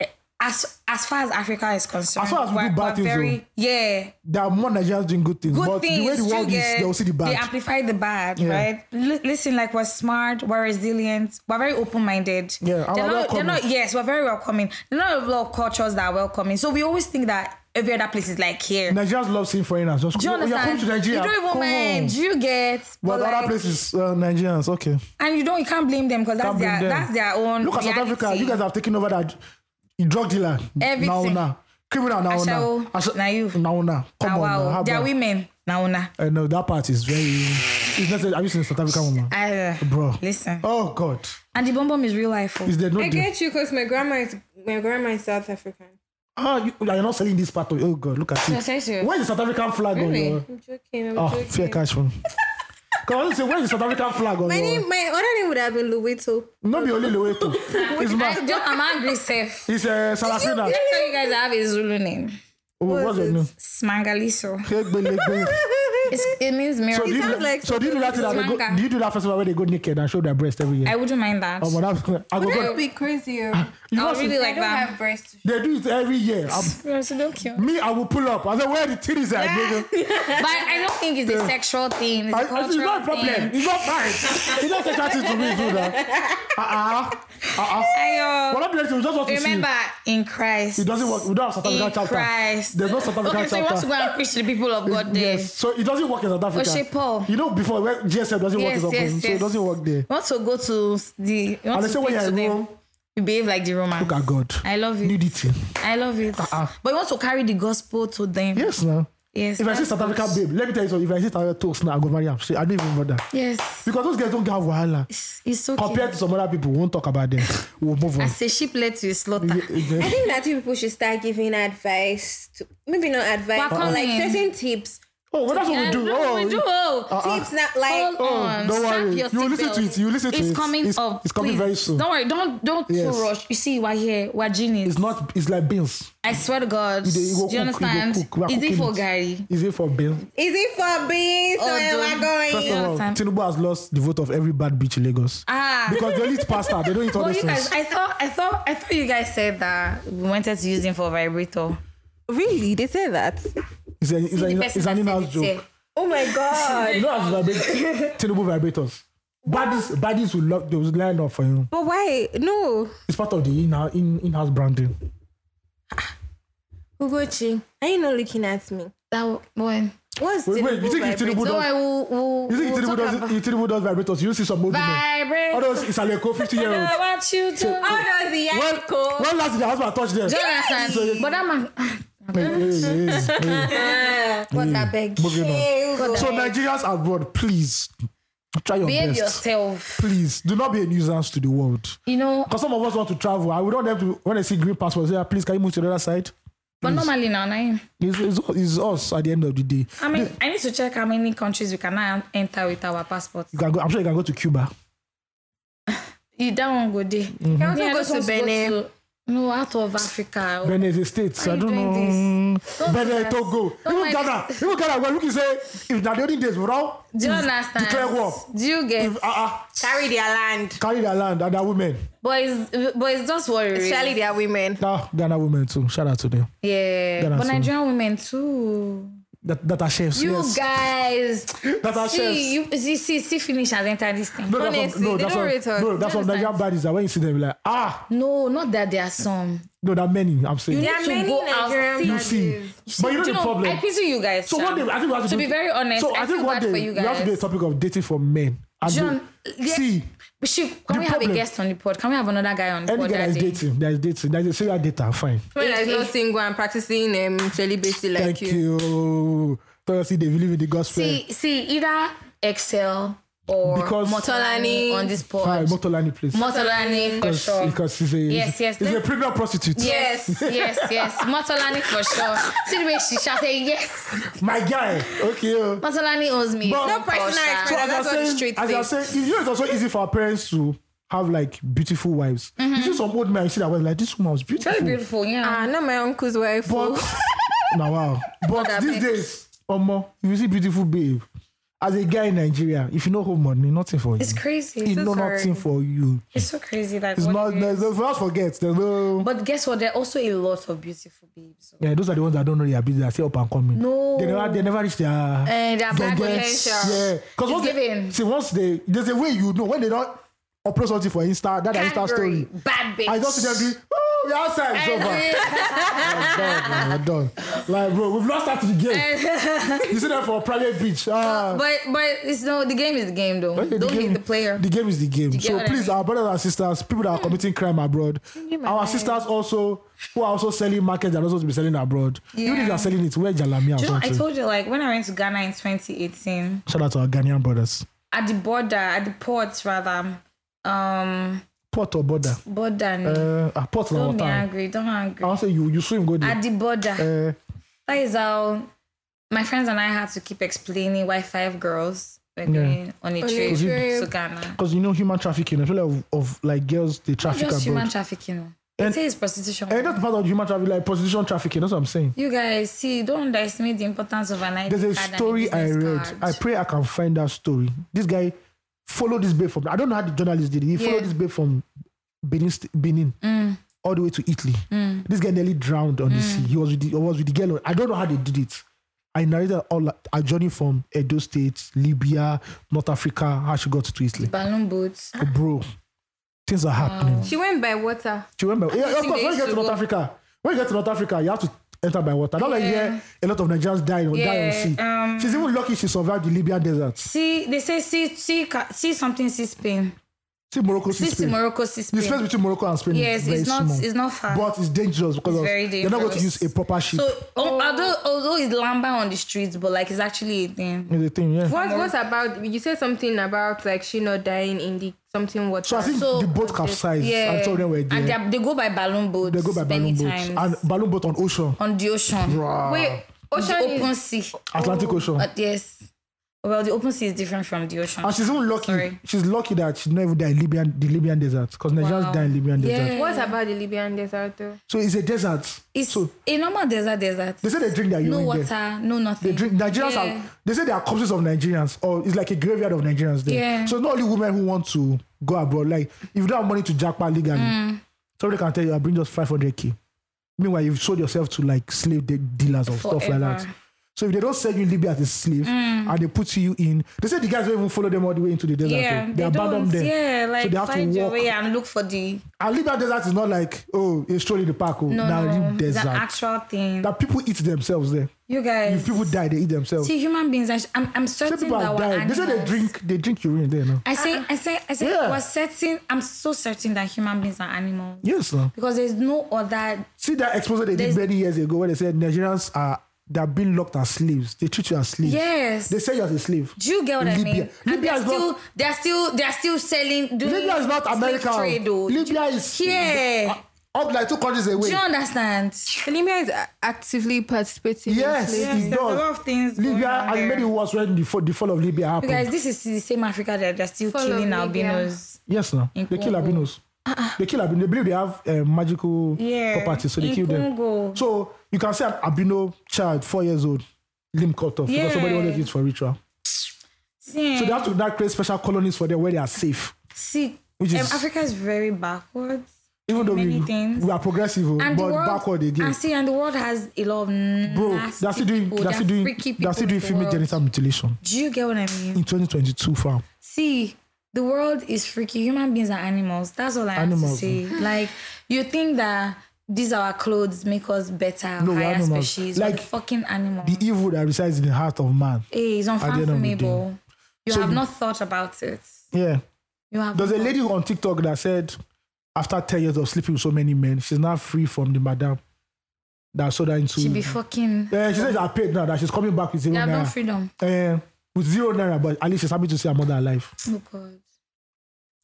Eh, As as far as Africa is concerned,
As far as we
we're,
do bad
we're
things,
very yeah
There are more Nigerians doing good things.
good
but
things.
the way the
do you
world is,
get-
they will see the
They
bad.
amplify the bad,
Yeah.
right? L- listen, like we're smart, we're resilient, we're very open minded.
Yeah, and
they're
we're
not, they're not.
welcoming.
Yes, we're very welcoming. There are not a lot of cultures that are welcoming, so we always think that every other place is like here.
Nigerians love seeing foreigners. Just
do you
"Oh, yeah,
understand?
come to Nigeria.
you don't even
come
mind.
On.
Do you get?
But,
But,
other
like-
places, uh, Nigerians, okay.
and you don't. You can't blame them because that's
Can't blame them.
their that's their own.
Look at South Africa.
um, reality.
You guys have taken over that drug dealer. Now,
Everything.
now. Criminal, now, now.
Ashawo, na you.
Now, now. Come
Ah,
on. now.
wow,
How
they are
about-
women. Nauna.
I know that part is very. It's necessary. Have you seen a South African woman?
Uh,
Bro.
Listen.
Oh, God.
And the bomb bomb is real life. oh.
Is there no
I
deal?
get you because my grandma is my grandma is South African.
Ah, you, you're not selling this part of Oh God, look at it.
serious.
Where's the South African flag
Really?
on your?
I'm joking. I'm
Oh,
joking.
fair catch one. Cause I was say, where's the South African flag on
My
your?
name, my other name would have been Luwito.
No be only Loweto. It's
I
my.
don't, I'm angry, Seth.
It's uh, Sarafina.
That's how you guys have a Zulu name.
Oh, what's your name?
Smangaliso.
Egbe, Legbe.
It's, it means
So do
miracle.
you
sounds like
so do you do that thing that they go,
Manga.
do you do that festival where they go naked and show their breast every
I
year?
wouldn't mind that.
Oh, but that, I go,
That
go,
would be crazier.
you
I
know,
would really
I
like
don't
that.
have breasts.
they do it every year. I'm-
You're so damn cute.
me, I will pull up. I said, where the titties at, nigga?
But I don't think it's a sexual thing. It's a
I- I-
cultural
It's not a problem.
thing.
It's not fine. It's not such a thing to me, too, now. Uh-uh. Uh-uh.
Ayo.
But I'm just we just want to see.
Remember, in Christ.
It doesn't work. We don't have South African
In
chapter.
Christ.
There's no South African
okay, so you
chapter.
want to go and preach to the people of God there.
Yes. So it doesn't work in South Africa.
Oshipo.
You know, before where GSM doesn't work in
Yes,
South
yes,
Africa, so it
yes.
doesn't work there.
You want to go to the. You want
And they
to
say when
preach
you're
to
in
them.
Rome,
You behave like the Romans.
look at God.
I love it.
Nudity.
I love it.
Uh-uh.
But you want to carry the gospel to them.
Yes, now.
Yes.
If I see
that's
South
good.
African babe, let me tell you something. If I see South African talks now, I go marry him. See, I don't even bother.
Yes.
Because those guys don't get wahala.
It's, it's okay.
Compared to some other people, we won't talk about them. We'll move on.
As a sheep led to a slaughter.
Yeah,
I
yeah.
think that people should start giving advice to maybe not advice,
We're
but like
coming.
certain tips
Oh, well, that's what
Yeah,
we do.
that's
oh,
what we do. Oh,
Tips not like
Hold
Oh,
on.
don't
Strap
worry.
your
You will listen
seatbelt.
to it. You will listen to
it's
it.
coming
It's-
up.
it's coming
please.
very soon.
Don't worry. Don't don't too
Yes.
rush. You see, we're here. We're genius.
It's not. It's like beans.
I swear to God.
They-
Do
go cook,
you
go
understand?
cook. We are
Is it
cooking
for Gary?
Is it for beans?
Is it for beans
Oh,
or am
don't-
I going?
First of all,
understand?
Tinubu has lost the vote of every bad bitch in Lagos
Ah.
because they only eat pasta. They don't eat
Well,
other
you guys,
things.
I thought, I thought, I thought you guys said that we wanted to use him for vibrator.
Really? They say that?
It's, a, it's, a, it's an in-house joke.
Oh my god.
You know, as vibrators, Tinubu vibrators. Baddies, baddies will love. They will line up for you.
but why? No.
It's part of the in-house, in, in-house branding.
Ugochi, are you not looking at me?
That one.
What's
Wait, wait. You think if Tinubu
So I
does?
will. will
You think if
will
Tinubu does? If Tinubu does vibrators, you see some movie. All
Vibrator.
those it's like a fifty-year-old.
I want you to.
How does the
When,
yak go?
when last did your husband touch them?
Do you understand? But that man.
Hey, hey, hey, hey.
What I beg.
Mm. Moving on.
Ew.
So Nigerians abroad, please try your
Behave
best.
yourself.
Please do not be a nuisance to the world.
You know.
Because some of us want to travel. I would not have to when I see green passports. Yeah, please can you move to the other side?
But normally now, I,
It's, it's, it's us at the end of the day.
I mean, I need to check how many countries we can now enter with our passports.
You can go, I'm sure you can go to Cuba.
You that one go there.
Mm-hmm.
Can
Me, I
also go
just
to
want to go
Benin.
to- No, out of Africa.
Benin is a state. so
Why
I
you
don't
doing
know.
Don't do
Benin,
that.
Togo.
Don't
Even
mind
Ghana.
this.
Even Ghana. Well, look, you say if na the only days without
Do you understand?
declare war.
Do you
If
get?
uh, uh,
Carry their land.
carry their land and their women.
But it's, but it's just what it is.
Especially their women.
Now Ghana women too. Shout out to them.
Yeah,
Ghana
but
too.
Nigerian women too.
That, that are chefs.
You
yes.
guys,
that are chefs.
see, you see, see, see, finish has entered this thing.
No, that's what-
Honestly,
no,
they
that's
don't
what-
rate us.
no, that's what Nigerian baddies are. When you see them, you're like, ah,
No, not that there are some.
no, there are many. I'm saying.
There are
to
many
go out,
Nigerian
you see.
baddies.
But you know
Do
the problem.
I pity you guys.
so
Sha.
one day, I think we have to,
To
do-
be very honest,
So
I
I, think
feel
one
bad
day
for you
we have to do a
guys.
topic of dating for men. And
John,
they-
yeah.
see,
But she, can
The
we have
problem-
a guest on the pod? Can we have another guy on the
any guy
pod?
that is
that day?
dating, that is dating, that is serial data, fine.
When I'm
Eh,
not
eh.
single and practicing um, celibacy like
Thank
you.
you. Thursday, they believe in the gospel.
See, see, either Excel or
Eh. Because-
Motolani
Tolani.
on this
Hi,
pod.
Motolani, please.
Motolani for
Because-
sure.
Because he's a,
Yes, yes,
he's a
let-
premium prostitute.
Yes, yes, yes. Motolani for sure. See the way she shouted, yes.
My guy. Okay. oh.
Motolani owes me.
But- No
personal
So
Yeah,
as
that's
I
what the
was saying,
street
as I was saying, you know, it's also easy for our parents to have like beautiful wives. You see some old man, you see that wife like this woman was beautiful.
Mm-hmm. Very beautiful, yeah.
Ah, not my uncle's wife.
But
oh.
now wow. But
that
these
big.
days, Omo, if you see beautiful babe, as a guy in Nigeria, if you no hold money, nothing for you.
it's crazy.
You
It's,
know nothing for you.
it's so crazy. Like,
It's
what
not.
it is.
There's, there's, let's forget. There's no.
But guess what? There are also a lot of beautiful babes.
Yeah, those are the ones that don't know their business. They say up and coming.
No.
They never. They never reach their.
Eh, they are
their
black
goal.
potential.
Yeah, because
It's
once they,
given.
see once they there's a way you know when they don't upload something for Insta that their Insta
Category,
story.
bad bitch.
I just see them be, oh, we're outside. It's over. We're done, man, we're done. Like, bro, we've lost that to the game. you see them for a private beach. Ah.
but but it's no. The game is the game though.
Okay, the
Don't
game-
hate the player.
The game is the game.
get
So
what I
please,
mean? Hmm.
our brothers and sisters, people that are committing crime abroad, our sisters also who are also selling markets that are also to be selling abroad. Even if
Yeah.
you are selling it, where Jalami or
Do you know, I
something.
told you like when I went to Ghana in 2018.
Shout out to our Ghanaian brothers.
at the border, at the ports rather. Um,
Port or border?
border. ni.
Uh, ah, port or
don't be
water. Oh,
angry. Don't
I
angry.
want to say you, you swim, go there.
At the border.
Uh,
that is how my friends and I had to keep explaining why five girls were going on a trip
trip.
to Ghana.
because you know human trafficking, I feel like of, of like girls they traffic
Just
abroad.
human trafficking. They
And-
say it's prostitution.
And that's part of human trafficking, like prostitution trafficking. That's what I'm saying.
you guys see, don't underestimate the importance of an ID
There's a
card and
story I
business
read.
card.
I pray I can find that story. This guy followed this babe from. I don't know how the journalist did it. He followed
Yeah. Mm.
this babe from Benin, st- Benin all the way to Italy. This guy nearly drowned on the sea. He was with the, he was with the girl. on- I don't know how they did it. I narrated all like, a journey from Edo State, Libya, North Africa, how she got to Italy.
Balloon boots.
Bro, things are happening.
She went by water.
Do you remember? Yeah, of
think
course,
they
when you
used
get to
to
North
go-
Africa, when you get to North Africa, you have to enter by water. That's why you hear a lot of Nigerians die, on die on
Yeah,
sea.
um,
She's even lucky she survived the Libyan desert.
See, they say see see ca- see something see Spain.
See Morocco, see
See, see
Spain.
Morocco see
The
Spain.
space between Morocco and Spain
Yes,
is very
it's not-
small.
it's not far.
But it's dangerous because
It's
of,
very
they're not going to
dangerous.
use a proper ship.
So oh, although although it's lamba on the streets, but like it's actually a thing.
is the thing, yeah.
What what about you said something about like she not dying in the something water.
So I think
So
the boat capsized
Yeah,
and some of them were there.
And they're- they go by balloon boats.
They go by
many
balloon boats
times
and balloon boat on ocean.
on the ocean.
Wait, Ocean
the
is-
open sea.
Atlantic Ocean.
Uh, yes. Well, the open sea is different from the ocean.
And she's even lucky.
Sorry.
She's lucky that she's not even there in Libyan, the Libyan desert, because Nigerians die in Libyan desert.
What about the Libyan desert though?
So it's a desert.
It's
so
a normal desert, desert.
they say they drink their
no
urine
water,
there.
no nothing.
They drink Nigerians
yeah.
are they say they are corpses of Nigerians or it's like a graveyard of Nigerians there.
Yeah.
So it's not only women who want to go abroad. Like if you don't have money to jackpot legally,
Mm.
somebody can tell you I bring just five hundred K. Meanwhile, you've sold yourself to like slave de- dealers or stuff like that.
Forever. Mm.
So if they don't sell you in Libya as a slave and they put you in, they say the guys don't even follow them all the way into the desert.
Yeah,
oh.
they,
they, abandon
don't.
them.
Yeah, like
so they have to
find your
walk.
way and look for the
And Libya desert is not like oh a stroll in the park. Oh,
no,
now
no, it's
desert.
an actual thing.
that people eat themselves there.
you
If
guys,
people die, they eat themselves.
see human beings. I sh- I'm, I'm
Some
certain
people
that
are
we're
dying. They say they
animals.
drink they drink urine there now.
I say, I say, I say,
Yeah.
we're certain. I'm so certain that human beings are animals
Yes, now.
because there's no other.
See that exposure they did
There's-
many years ago where they said Nigerians are they're being locked as slaves. They treat you as slaves.
Yes.
They say you're a slave.
Do you get what I
Libya.
mean? and
Libya
they're
is not-
still, they're still, they're still selling. Doing
Libya is not
slave
America. oh.
Trade, though.
Libya is uh,
Here.
up like two countries
Do
away.
you understand?
Libya is uh, a- actively participating. in
Yes,
slavery.
it does.
things.
Libya and it made it worse when the fall, the fall of Libya
You
happened.
guys, this is the same Africa that they're still
Follow
killing
Libya.
albinos.
yes, now
In
they kill
Congo. Ah,
albinos. They kill albinos. They believe they have uh, magical
Yeah,
properties, so they
in
kill
Congo.
them. So you can say an albino child, four years old, limb cut off
Yeah.
because somebody wanted it for ritual.
See,
So they have to now create special colonies for them where they are safe.
see,
Which
um,
is-
Africa is very backwards.
Even though
Many
we,
things.
we are progressive, oh,
And
but
the world,
backward again.
And see, and the world has a lot of
Bro,
nasty
they're still doing
people.
they're
There
still
are
doing
freaky people
they're still
in
doing
the
female
world.
genital mutilation
Do you get what I mean?
in 2022 fam.
See, the world is freaky. Human beings are animals. That's all I
Animals,
have to say. Like you think that these our clothes make us better,
No, we're
higher
animals.
species.
Like,
Like fucking animal.
The evil that resides in the heart of man.
hey, it's
the end of the
unfathomable. You
So
have
you-
not thought about it.
Yeah.
You have.
There's a
not-
lady on TikTok that said after 10 years of sleeping with so many men, she's now free from the madam that sold her into
She be fucking.
Eh, she says I paid now that she's coming back with zero
They have no
naira.
freedom.
Eh, with zero naira, but at least she's happy to see her mother alive.
Oh God.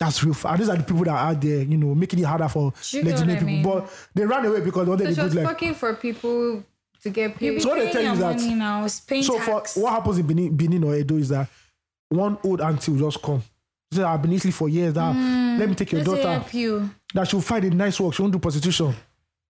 That's real. fa- And these are the people that are out there, you know, making it harder for
Do you get
legendary
what I
people.
mean?
But they ran away because they wanted
So
a
she
good
was
life.
fucking for people to get
You
paid.
be
So what they
paying
tell you
your
is that-
money now. It's paying
So for
tax.
what happens in Benin, Benin or Edo is that one old auntie will just come. She say, I've been Italy for years. That let me take your
Hmm. Let's say
daughter.
help you.
That she'll find a nice work. She won't do prostitution.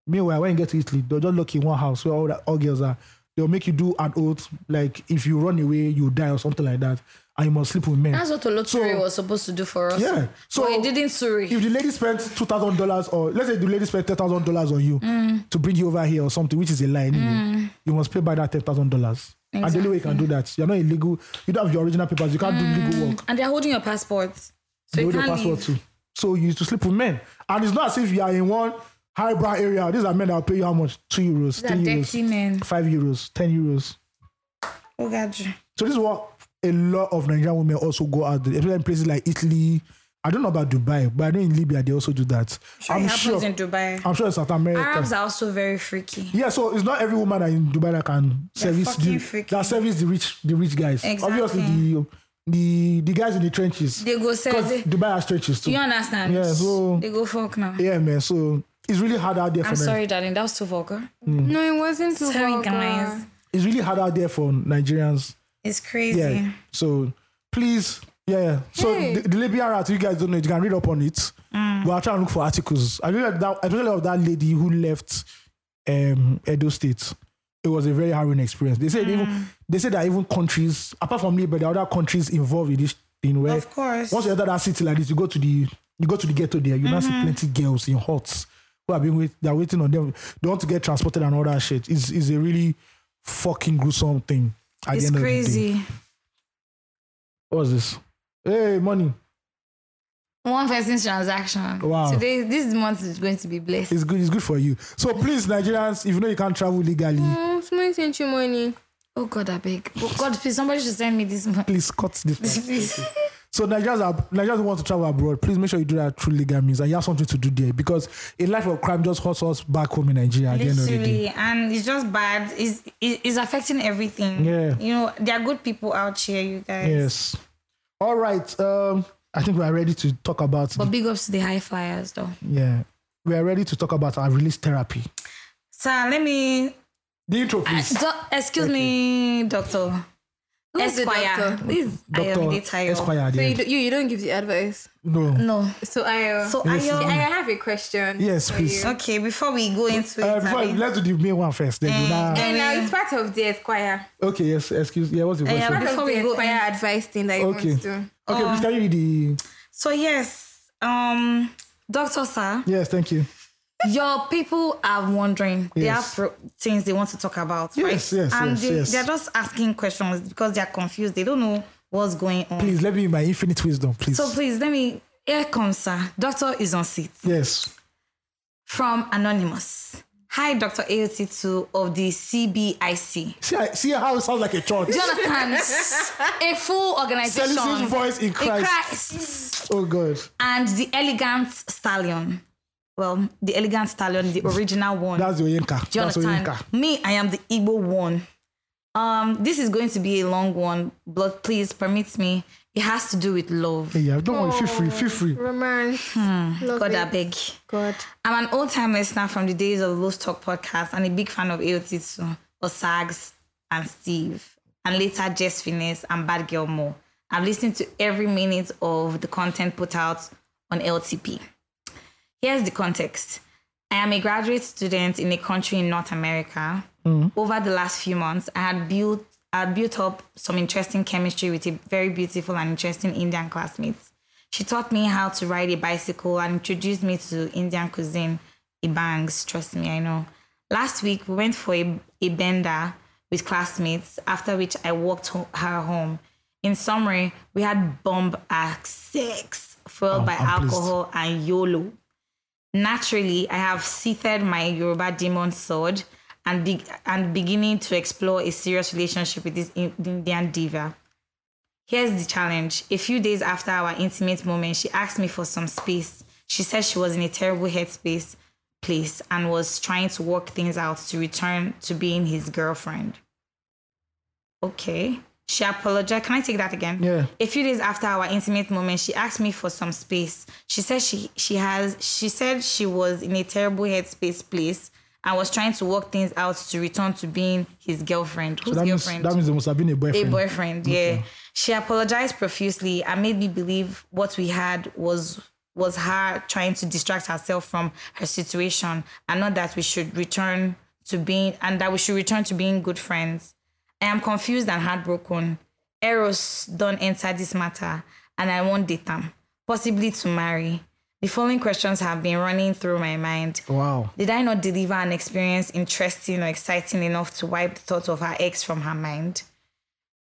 Meanwhile, when you get to Italy, they'll just lock you in one house where all, the, all girls are. They'll make you do an oath, like if you run away, you die or something like that, and you must sleep with men.
That's what Olotore
So-
was supposed to do for us.
Yeah. So-
but it didn't. Sorry.
if the lady spends two thousand dollars, or let's say the lady spent ten thousand dollars on you
Mm.
to bring you over here or something, which is a lie, anyway, you must pay by that ten thousand dollars. And the only way you can do that, you're not illegal. You don't have your original papers. You can't do legal work.
and they're holding your passport. So
They
you
hold your
can't
passport
leave.
too. So you used to sleep with men, and it's not as if you are in one highbrow area. These are men that will pay you how much? Two euros,
These are
ten
dirty
euros,
men.
five euros, ten euros.
Oh God. you.
So this is what a lot of Nigerian women also go out, there, especially in places like Italy. I don't know about Dubai, but I know in Libya they also do that.
Sure, it happens in Dubai.
I'm sure in South America.
Arabs are also very freaky.
Yeah, so it's not every woman that in Dubai that can service
fucking
the
freaky.
that service the rich the rich guys.
Exactly.
Obviously the the the guys in the trenches.
They go sell.
Because
They,
Dubai has trenches too.
you understand?
Yeah, so-
they go fuck now.
Yeah, man. So it's really hard out there for
I'm
Ni-
sorry, darling. That was too vulgar.
no, it wasn't too
Sorry,
vulgar.
guys.
It's really hard out there for Nigerians.
It's crazy.
Yeah. So please, yeah. So the, the Libyan rat, you guys don't know. You can read up on it.
Mm.
We are trying to look for articles. I really like that. I really love that lady who left um, Edo State. It was a very harrowing experience. They said
Mm.
even they said that even countries apart from Libya, there are other countries involved in this thing where
Of course.
once you enter that city like this, you go to the you go to the ghetto there, you now
Mm-hmm.
see plenty girls in huts who have been wait, they're waiting on them. They want to get transported and all that shit. It's, it's a really fucking gruesome thing. At the
It's
end Of the day.
crazy.
What's this? Hey, money.
One person's transaction.
Wow.
Today, this month is going to be blessed.
It's good. It's good for you. So please, Nigerians, if you know you can't travel legally,
Oh, somebody sent you money.
Oh God, I beg. Oh God, please, somebody should send me this month.
please cut this. Time.
Please.
So Nigerians are Nigerians who want to travel abroad. Please make sure you do that through legal means, and you have something to do there because a life of crime just hurts us back home in Nigeria. At the end of the day,
Literally, and it's just bad. It's, it- it's affecting everything.
Yeah.
You know, there are good people out here, you guys.
yes. All right. Um, I think we are ready to talk about.
But
the-
big ups to the high flyers, though.
yeah, we are ready to talk about our release therapy.
So let me
The intro, please.
Do- excuse me, doctor.
Who's the
Esquire.
doctor?
Please, I am the title.
Esquire at the
So you,
end.
do, you you don't give the advice.
No.
No.
So I
So
so
I um,
Yes.
I
am.
have a question.
Mm. Yes,
for
please.
you.
Okay, before we go into
Uh,
it,
before,
Abi.
let's do the main one first. Then
Eh,
you now.
And now it's part of the Esquire.
Okay, yes, excuse Yeah, what's the
Oh, yeah,
question?
but-
Part
Before
of
we
the
go
Esquire advice thing that you
Okay.
want to.
Okay,
Oh.
please can you read the.
so yes, um, Doctor Sir,
Yes, thank you.
your people are wondering. They have
Yes.
pro- things they want to talk about, right?
Yes, yes,
and
yes,
they,
yes.
they're just asking questions because they're confused. They don't know what's going on.
Please let me in my infinite wisdom, please.
So please let me. Here comes Sir. Doctor is on seat.
yes.
from Anonymous. Hi, Dr. AOT2 of the CBIC.
See, I, see how it sounds like a church.
Jonathan, a full organization.
Celestial's voice in Christ.
Christ.
Oh God,
And the elegant stallion. Well, the elegant stallion, the original one.
that's the Oyenka. That's
Jonathan,
Oyenka.
me, I am the Igbo one. Um, this is going to be a long one, but please permit me. It has to do with love.
Yeah, don't worry. Feel free. Feel free.
Romance. Love
God,
it.
I beg.
God.
I'm an old time listener from the days of Lost Talk podcast and a big fan of AOT too, or Sags and Steve, and later Jess Finesse and Bad Girl Mo. I've listened to every minute of the content put out on LTP. Here's the context I am a graduate student in a country in North America.
Mm.
Over the last few months, I had built I had built up some interesting chemistry with a very beautiful and interesting Indian classmate. She taught me how to ride a bicycle and introduced me to Indian cuisine, Ibangs, trust me, I know. Last week, we went for a, a bender with classmates, after which I walked ho- her home. In summary, we had bomb act sex, fueled by
Oh, I'm pleased.
alcohol and YOLO. Naturally, I have seated my Yoruba demon sword and, be- and beginning to explore a serious relationship with this in- Indian diva. Here's the challenge. A few days after our intimate moment, she asked me for some space. She said she was in a terrible headspace place and was trying to work things out to return to being his girlfriend. Okay. She apologized. Can I take that again?
Yeah.
A few days after our intimate moment, she asked me for some space. She said she she has she said she was in a terrible headspace place and was trying to work things out to return to being his girlfriend. Whose
So that means
girlfriend?
that means there must have been a boyfriend.
a boyfriend yeah she apologized profusely and made me believe what we had was was her trying to distract herself from her situation and not that we should return to being and that we should return to being good friends i am confused and heartbroken eros don't enter this matter and i won't date him possibly to marry the following questions have been running through my mind
Wow.
did I not deliver an experience interesting or exciting enough to wipe the thought of her ex from her mind?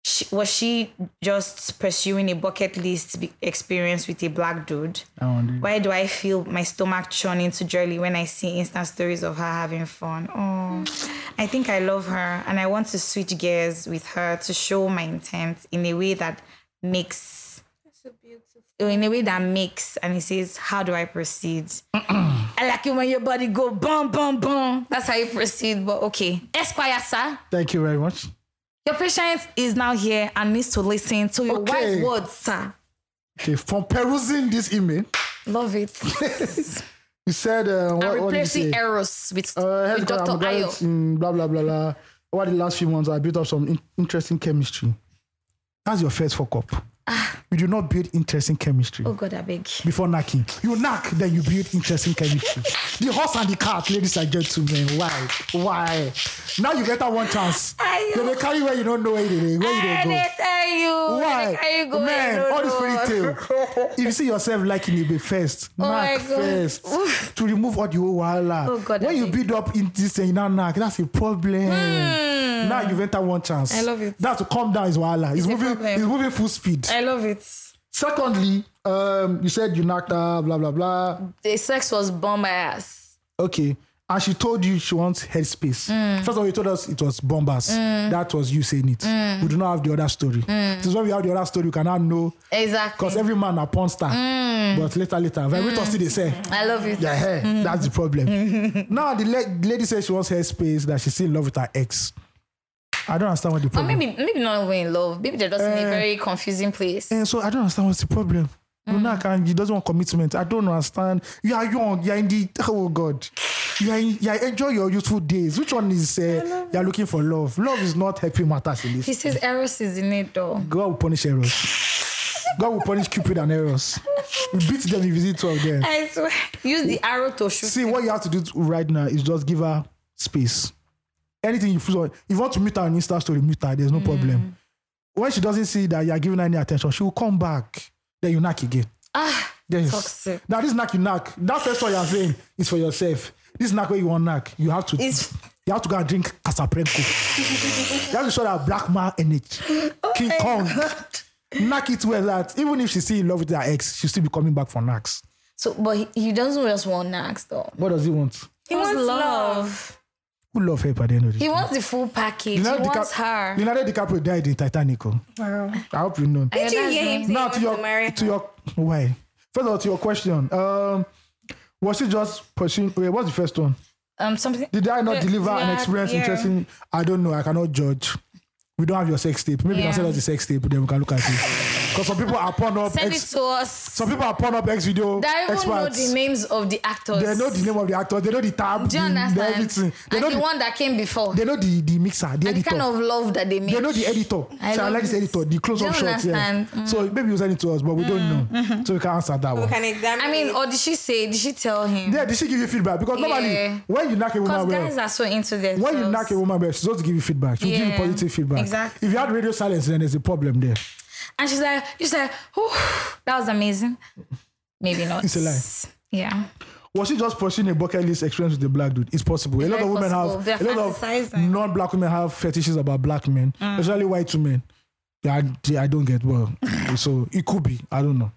She, was she just pursuing a bucket list be- experience with a black dude? Why do I feel my stomach churning to jelly when I see instant stories of her having fun? Oh, I think I love her and I want to switch gears with her to show my intent in a way that makes. In a way that makes, and he says, "How do I proceed?" I like it when your body go boom, boom, boom. That's how you proceed. But okay, Esquire, sir,
Thank you very much.
your patient is now here and needs to listen to your
Okay.
wise words, sir.
Okay, from perusing this email,
Love it.
you said uh,
and
what, what did you
replace
say?
the errors with,
Uh,
with
health care,
Dr.
I'm glad,
Ayo.
mm, blah blah blah blah. Over the last few months, I built up some in- interesting chemistry. That's your first fuck up. You do not build interesting chemistry
Ah. Oh God, I beg.
before knocking. You knock, then you build interesting chemistry. the horse and the cart, ladies and gentlemen. Why? Why? Now you get that one chance.
Ayo. Ah,
Then they carry where you don't know where they, where you
I
they go.
dey tell you.
Why?
Oh, How you go? I
Man,
don't
all this
know.
fairy tale. if you see yourself liking it, be first.
Oh my
knock
God.
first. to remove all the whole wahala.
Oh, God, I
when you
beg.
build up in this thing, you now knock. That's a problem. Now you've entered one chance.
Hmm. I love it.
That's to calm down is wahala. It's,
a
moving,
problem.
it's moving full speed.
I love it.
Secondly, um, you said you knocked her, blah, blah, blah.
The sex was bomb my ass.
Okay. And she told you she wants headspace.
Mm.
First of all, you told us it was bombers. That was you saying it.
Mm.
We do not have the other story. This is when we have the other story, we cannot know
Exactly. Mm.
because every man a porn star. But later, later, vibrators still they say,
I love Mm. it.
yeah, hey, that's the problem. now the la- lady says she wants her space, that she's still in love with her ex. I don't understand what the
Or
problem.
maybe maybe not even in love. Maybe they're just in
Eh.
a very confusing place.
And so I don't understand what's the problem. Mm. Luna can, he doesn't want commitment. I don't understand. You are young. You are in the oh god. you are, in- you are enjoy your youthful days. Which one is uh, you are looking for love? Love is not helping matters in this.
He says errors is in it though.
God will punish errors. God will punish Cupid and errors. Beat them if you see two of them.
I swear. Use the arrow to shoot.
See, what you have to do to- right now is just give her space. Anything you feel, if you want to meet her on Insta story, meet her. There's no
Mm.
problem. When she doesn't see that you are giving her any attention, she will come back. Then you knock again.
Ah,
Yes.
Toxic.
Now this knack you knack. That first one you're saying is for yourself. This knack where you want knack, you have to
It's-
you have to go and drink Casaprenco. you have to show that black man energy. King
Oh my
Kong.
God.
Knack it well that even if she's still in love with her ex, she'll still be coming back for knacks.
So, but he, he doesn't just want next though.
What does he want?
He
wants
Who love her by the end of the
He wants the full package. he wants her.
Leonardo DiCaprio died in Titanic. oh. I hope you know.
Yeah,
Did you
that's
hear
the-
him say he
now
wants
to your
to marry
to
her?
your why first of all to your question um was she just pursuing wait what's the first one
um something.
did i not
Yeah,
deliver an
yeah,
experience
yeah.
interesting i don't know i cannot judge we don't have your sex tape maybe you
Yeah.
can send us the sex tape then we can look at it because some people are porn up
Send it
ex,
to us.
some people are porn up x video
They even know
experts
the names of the actors.
they know the name of the actor they know the tab
Do you
the- the
understand?
everything they
and
know
the,
the,
one that came before.
they know the the mixer the
and
editor
the kind of love that they make.
they know the editor.
I
so I
love
like this
it.
editor, the close up
They
shot. Yeah.
understand. Mm. Mm-hmm.
So maybe you send it to us, but we don't know. So we can answer that one.
Can examine
I mean,
it.
or did she say? Did she tell him?
Yeah, did she give you feedback? Because
Yeah.
normally when you knock a
Because
woman
guys
well,
are so into this.
when you knock a woman well, she's supposed to give you feedback. She'll give you
Yeah.
positive feedback.
Exactly.
If you had radio silence, then there's a problem there.
And she's like, she's like, Whew, that was amazing. Maybe not.
It's a lie.
Yeah.
Was she just pursuing a bucket list experience with a black dude? It's possible. A lot
Very
of women
possible.
have
They're
a lot of
fantasizing. Mm.
non-black women have fetishes about black men, especially white women. Yeah, I, I don't get well. so it could be. I don't know.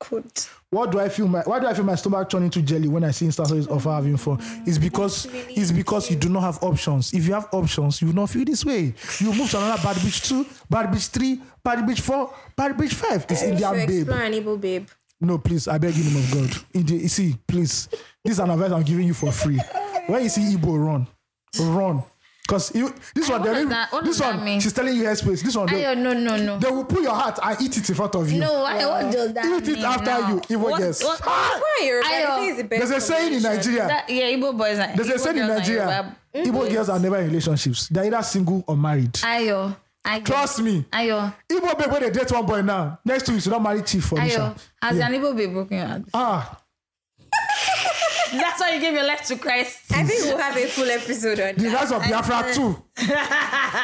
Could.
What do I feel my why do I feel my stomach turn into jelly when I see Insta stories of her having fun?
Mm,
It's because it's because you do not have options. If you have options, you will not feel this way. You move to another bad beach two, bad beach three, bad beach four, bad beach five. It's
oh,
to
Indian babe.
explore an evil babe.
No, please, I beg you in the name of God. India, you see, please. This is an advice I'm giving you for free. When you see Igbo run, run. Because you this one,
what
they're
does
not-
that- what
this
does that
one,
mean?
she's telling you airspace. This one, they,
Ayo, no, no, no.
they will put your heart and eat it in front of you.
No, Oh, I what does that
Eat it
mean uh,
after
now?
you, evil
What-
yes.
what-
Ah!
Why are you
Ayo.
rebelling? This is the best
There's a saying in
combination.
Nigeria.
That, yeah, Igbo boys. are-
There's a
Igbo
saying in
girls are Mm-hmm.
Nigeria.
Yoruba
Igbo
boys.
girls are never in relationships. They're either single or married.
Ayo. Ayo.
Trust me.
Ayo.
Igbo babe, when they date one boy now, next two weeks you don't marry chief for
Ayo.
Nisha.
Has an Igbo babe broken your heart?
Ah,
That's why you gave your life to Christ.
I think we'll have a full episode on
the
that.
rise of Biafra too.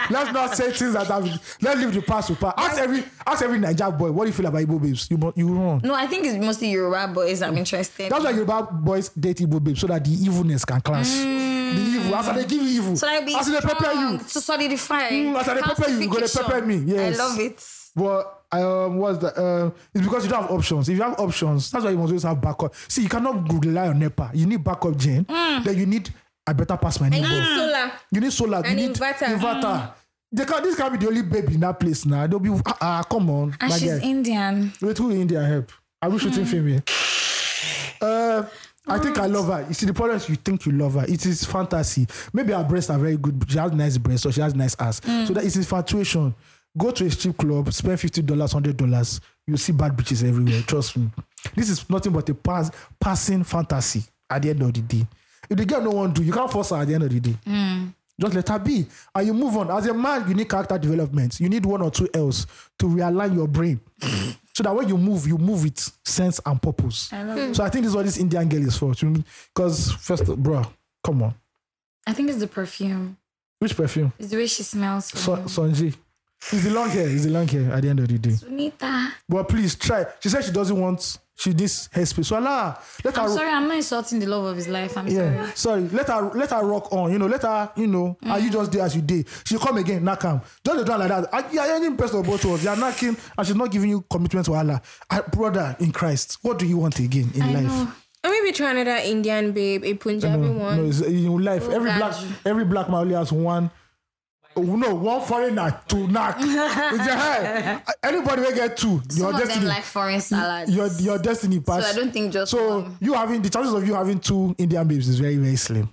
Let's not say things that have. Let's leave the past to past. Ask every ask every Niger boy what do you feel about Igbo babes. You mu- you wrong.
No, I think it's mostly Yoruba boys I'm interested.
That's why Yoruba boys date Igbo babes so that the evilness can clash. The evil. As they give you evil.
Mm. so that be
as they
strong
pepper you.
to solidify.
Mm, as I dey pepper you, you go dey pepper me, yes.
I love it.
But um, what's that? Um, it's because you don't have options. If you have options, that's why you must always have backup. See, you cannot rely on NEPA. You need backup gen.
Mm.
Then you need I better pass my neighbor.
Solar.
You need solar.
And
you need
inverter. Mm.
They can, this can't be the only baby in that place now. They'll be ah, ah come on.
And
my
she's
guy.
Indian.
Wait, who in India help? Are we shooting film here? Uh, I think I love her. You see, the problem is you think you love her. It is fantasy. Maybe her breasts are very good. She has nice breasts or she has nice ass. So that is infatuation. Go to a strip club, spend fifty dollars, hundred dollars. You see bad bitches everywhere. Trust me. This is nothing but a pass, passing fantasy. At the end of the day, if the girl no one do, you can't force her. At the end of the day. Just let her be. And you move on. As a man, you need character development. You need one or two else to realign your brain. so that when you move, you move with sense and purpose. so I think this is what this Indian girl is for. Because first, bro, come on.
I think it's the perfume.
Which perfume?
It's the way she smells.
So,
For
Sonji. It's the long hair. It's the long hair at the end of the day.
me. Sunita.
But please try. She said she doesn't want, she needs headspace. So allow her. Let her
I'm sorry, I'm not insulting the love of his life. I'm
Yeah,
sorry.
sorry.
Mm.
Let her let her rock on. You know, let her. You know, are you just there as you did? She come again, knock am. Just dey do am like that. I, you are any person both of us. You are knocking, and she's not giving you commitment to Allah, I, brother in Christ. What do you want again in
I
life?
know.
Or maybe try another Indian babe, a Punjabi one.
No, it's, in life,
Oh,
every black
God.
every black man only has one. oh, No, one foreigner to knock. It's your head. Anybody will get two.
Some
your
of
destiny.
them like foreign salads.
your your destiny
so
pass.
I don't think just
so
one.
you having the chances of you having two Indian babes is very very slim.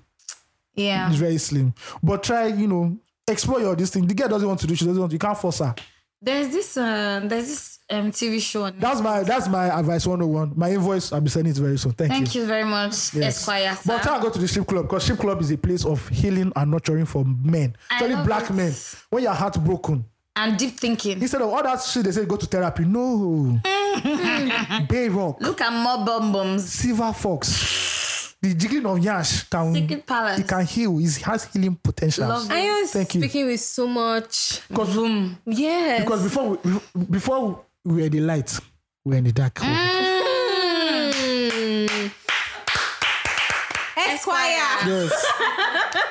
Yeah.
It's very slim. But try, you know, explore your this thing. The girl doesn't want to do. She doesn't want. You can't force her.
There's this uh, there's this um, TV show. on-
That's my that's my advice 101. My invoice, I'll be sending it very soon. Thank,
Thank you very much,
Yes.
Esquire.
But uh,
sir.
try and go to the strip club because strip club is a place of healing and nurturing for men,
I
especially
love
black
it.
men. When you're heartbroken,
and deep thinking.
instead of all that shit, they say go to therapy. No, Bayrock,
Look at more bomb bombs.
Silver Fox, the jiggling of Yash can
Secret Palace.
it can heal. It has healing potentials.
Love
I am
Thank you.
speaking with so much.
Boom.
Yes.
Because before we, before we were in the light, we were in the dark.
Mm. Esquire.
Yes.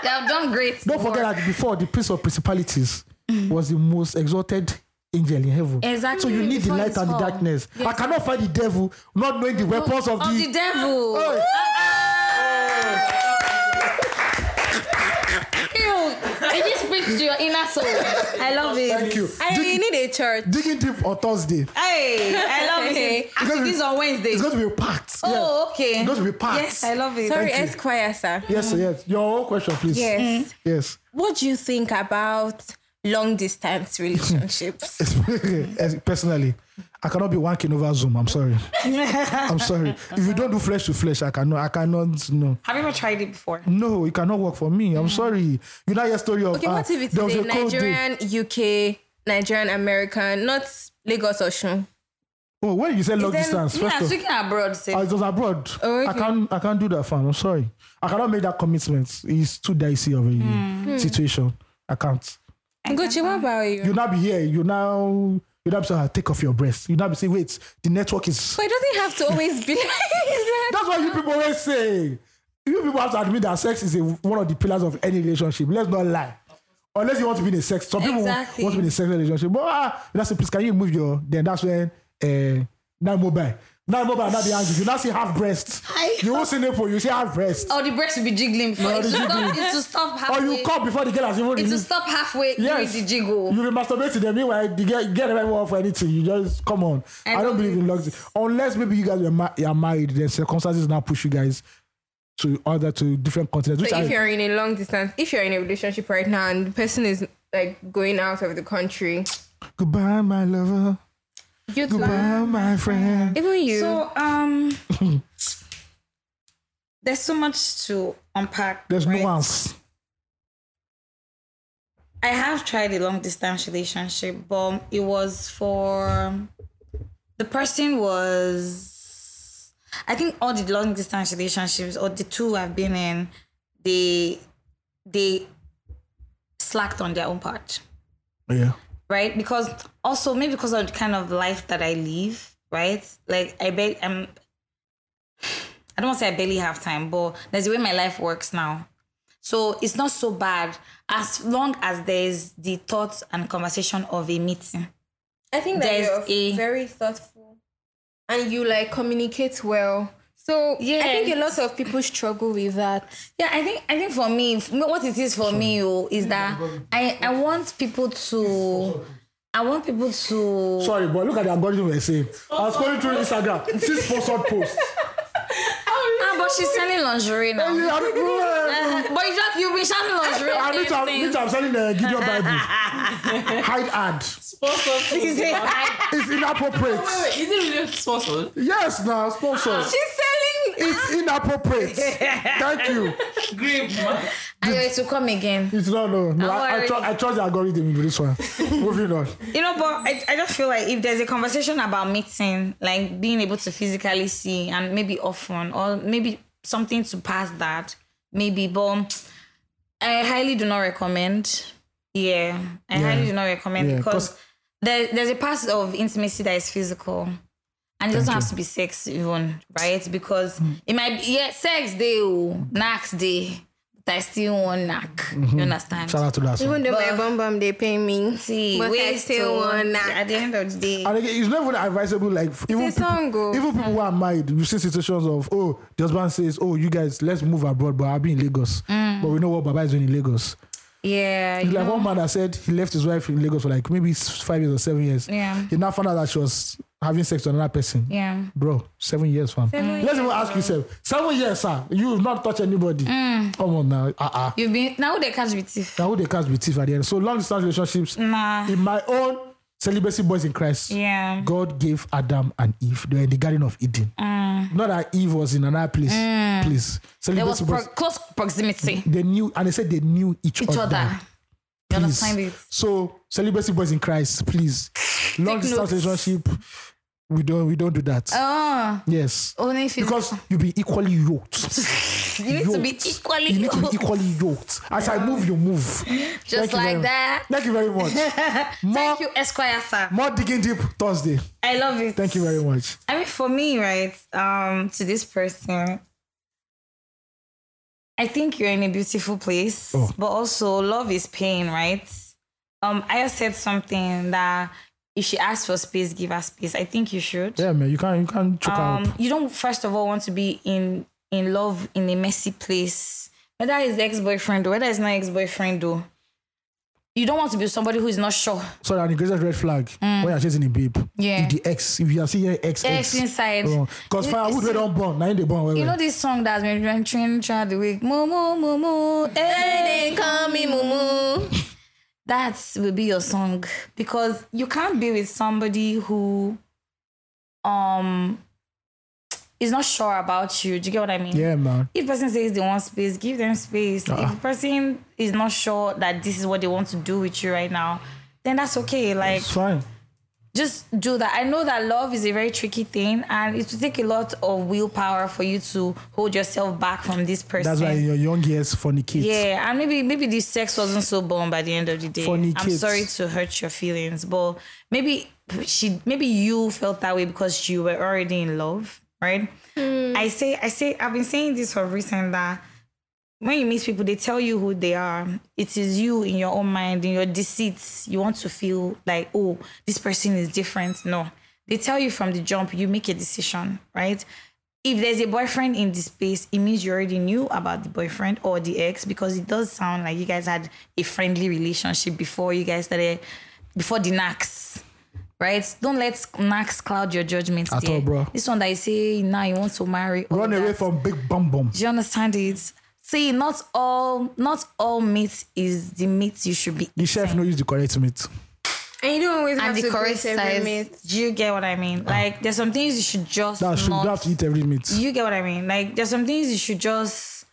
They have done great. Mm.
Don't forget that before the prince of principalities was the most exalted angel in heaven.
Exactly.
So you need the
Before
light
his
and the
fall.
darkness. I cannot fight the devil not knowing the weapons of,
of
the.
the devil.
Hey.
Ew, it just speaks to your inner soul. I love it.
Thank you.
I
Dig,
we need a church.
digging deep on Thursday.
Hey, I love it.
Actually, this
on Wednesday.
It's going to be packed.
Oh, okay.
It's going to be packed.
Yes, I love it.
Sorry,
Sorry,
Thank you.
Esquire, sir.
Yes, sir, yes. Your own question, please. Mm.
Yes. Mm.
Yes.
What do you think about long distance relationships?
Yes, Personally, I cannot be wanking over Zoom. I'm sorry. I'm sorry. If you don't do flesh to flesh, I cannot. I cannot. No.
Have you ever tried it before?
No, it cannot work for me. I'm sorry. You know your story of
Mm. okay,
uh,
what if it's
there was
a
a cold day.
Nigerian, UK, Nigerian American, not Lagos Oshun?
Oh, when you say long
Then-
distance,
Yeah,
first of
speaking abroad, say.
all, it was abroad.
Oh, okay.
I can't, I can't do that, fam. I'm sorry. I cannot make that commitment. It's too dicey of a
Hmm.
situation. I can't.
Gucci, what about you?
You now be here. You now, you now be saying, "Ah, take off your breath. You now be saying, wait, the network is.
So it doesn't have to always be like that.
That's what you people always say. You people have to admit that sex is a, one of the pillars of any relationship. Let's not lie. Unless you want to be in a sex, some people
Exactly.
want to be in a sexual relationship. But ah, that's it. Please, can you move your? Then that's when uh, now mobile, now mobile, now the angry. You now see half breast. You won't see nipple. You see half breast.
Oh, the breast will be jiggling before.
No,
it,
the
will stop,
jiggling.
it will stop
Or
halfway.
you come before the girl has even
it will
released.
stop halfway
Yes.
during the jiggle.
You will masturbate to them. Meanwhile, the girl get everyone for anything. You just come on. I, don't
don't
believe in luxury unless maybe you guys were ma- are married. Then circumstances now push you guys to other to different continents. Which
So
I,
if you're in a long distance, if you're in a relationship right now and the person is like going out of the country,
Goodbye, my lover.
you too.
Goodbye, my friend.
Even you.
So, um, there's so much to unpack.
There's
right?
nuance.
I have tried a long distance relationship, but it was for the person was I think all the long distance relationships or the two I've been in, they they slacked on their own part
Yeah.
right? Because also maybe because of the kind of life that I live, right? Like I bet I'm. I don't want to say I barely have time, but that's the way my life works now. So it's not so bad as long as there's the thoughts and conversation of a meeting.
I think that
There's
you're
a-
very thoughtful and you like communicate well. So yeah, I think a lot of people struggle with that.
Yeah, I think I think for me, f- what it is for me oh, is that I I want people to. I want people to.
Sorry, but look at the algorithm we're saying. I was going through Instagram. Six sponsored posts.
Ah, but she's selling lingerie
I
now.
don't know.
but you just you've been shouting lingerie.
I need to,
ever
me
since.
too, I'm selling the Gideon Bible. Hide ad.
Is it- I-
It's inappropriate.
Wait, is it really sponsored?
Yes, now sponsored.
She's selling.
It's inappropriate. Thank you.
Grape, man.
it will come again.
It's not no. no I,
Don't
I,
worry.
tru- I trust the algorithm with this one. Moving on.
You know, but I, I just feel like if there's a conversation about meeting, like being able to physically see and maybe often, or maybe something to pass that, maybe, but I highly do not recommend. Yeah, I highly do not recommend
Yeah,
because
'cause-
there, there's a part of intimacy that is physical. And it doesn't
Thank Hmm.
have to be sex even, right? Because it might be yeah, sex day, oh, knacks day, but I still want knack.
Mm-hmm.
You understand?
Shout out to that. Song.
Even though my bum bum they pay me.
See,
But I
ways
still
to-
want knack.
oh, At the end of the day,
And again, it's not even advisable. Like even
It's a song,
people,
oh.
even people who are married, you see situations of oh, the husband says, oh, you guys, let's move abroad, but I'll be in Lagos. But we know what Baba is doing in Lagos.
yeah,
It's
you
like
know.
one man that said he left his wife in Lagos for like maybe s- five years or seven years.
Yeah.
He now found out that she was having sex with another person.
Yeah.
Bro, seven years, fam. Let's even ask yourself, seven years, sir, you have not touched anybody.
Mm.
Come on now. Uh-uh.
You've been now they catch with thief.
Now who they catch with teeth at the end. So long distance relationships,
Nah.
in my own Celibacy boys in Christ.
Yeah.
God gave Adam and Eve. They were in the Garden of Eden. Not that Eve was in another place. Please.
Mm. There
Celibacy
was pro-
boys.
close proximity.
They knew, and they said they knew each,
Each other. You
Please.
understand it?
So, celibacy boys in Christ, please. Long distance
notes.
relationship, we don't we don't do that.
Oh,
yes.
only if you
Because you'll be equally yoked.
you need to be
yoked.
equally.
You need to be equally yoked. As I move, you move.
Just
Thank you
like
very much.
that.
Thank you very much. more,
Thank you, Esquire sir.
more digging deep Thursday.
I love it.
Thank you very much.
I mean, for me, right? Um, to this person, I think you're in a beautiful place,
Oh.
but also love is pain, right? Um, I said something that if she asks for space, give her space. I think you should.
Yeah, man. You can you can choke out.
um, you don't first of all want to be in in love in a messy place whether it's ex-boyfriend or whether it's not ex-boyfriend though you don't want to be with somebody who is not sure
So that the greatest red flag when you're chasing a babe.
Mm. Yeah.
If the ex, if you are seeing ex,
ex inside
Because Oh,
You-
firewood
you
they
see-
don't burn. Now they burn. Well,
you know
well.
this song that's been venturing throughout the week moo moo moo moo hey they call me moo moo that will be your song because you can't be with somebody who um is not sure about you do you get what i mean
Yeah, man. Ah.
if person says they want space, give them space. If person is not sure that this is what they want to do with you right now, then that's okay. Like
It's fine.
just do that. I know that love is a very tricky thing and it will take a lot of willpower for you to hold yourself back from this person.
That's why in your young years fornicate.
yeah, and maybe maybe the sex wasn't so bomb by the end of the day.
Funny
I'm
kids.
sorry to hurt your feelings, but maybe she maybe you felt that way because you were already in love, right? I say I say I've been saying this for recent that when you meet people, they tell you who they are. It is you in your own mind, in your deceits. You want to feel like, oh, this person is different. No. They tell you from the jump, you make a decision, right? If there's a boyfriend in the space, it means you already knew about the boyfriend or the ex because it does sound like you guys had a friendly relationship before you guys started, before the knacks, right? Don't let knacks cloud your judgment.
At all,
there.
bro.
This one that you say now you want to marry. all
Run away
that.
from big bum bum.
Do you understand it? See, not all not all meat is the meat you should be
The chef no use the correct meat.
And you don't always have
and
to
the correct
correct every
size.
mate.
Do you get what I mean? Like there's some things you should just
Ah. That should
not
you have to eat every meat.
you get what I mean? Like there's some things you should just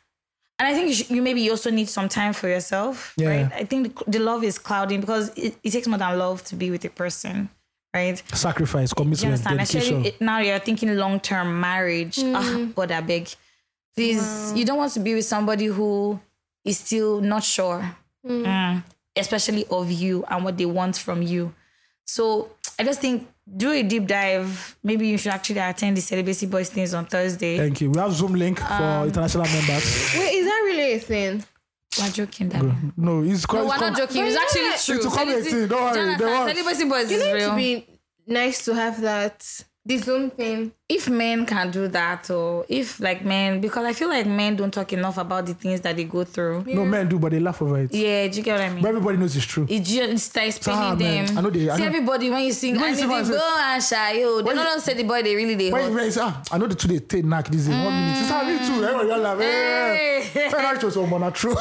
and I think you, should, you maybe you also need some time for yourself,
Yeah.
right? I think the, the love is clouding because it, it takes more than love to be with a person, right?
Sacrifice,
Do you
commitment,
understand?
dedication.
Especially it- now you're thinking long term marriage. Ah, God, I beg. Please, you don't want to be with somebody who is still not sure, Mm. especially of you and what they want from you. So I just think do a deep dive. Maybe you should actually attend the Celibacy Boys things on Thursday.
Thank you. We have Zoom link
Um,
for international members.
Wait, is that really a thing?
We're joking, Dami.
No, it's quite.
No, we're not joking. It's
But
actually
yeah.
true.
It's a comedy
Celibacy-
thing, don't worry,
Jonathan,
they won't.
Celibacy Boys
You
is
know, it'd
real.
be nice to have that the Zoom thing.
if men can do that or if like men because i feel like men don't talk enough about the things that they go through yeah,
No, men do, but they laugh over it.
do you get what i mean
But everybody knows it's true.
it just starts
Ah,
explaining
man.
them
I know they- I
see
know-
everybody when you sing
When you
and
see
if
what I
they
say-
go and shy yo they
When
don't
you-
know say the boy they really they
When you
hot.
realize, ah, I know the two they take knack this in one minute. It's ah, me too. Everybody just laugh. Hey.
Hey.
Hey, that was almost not true.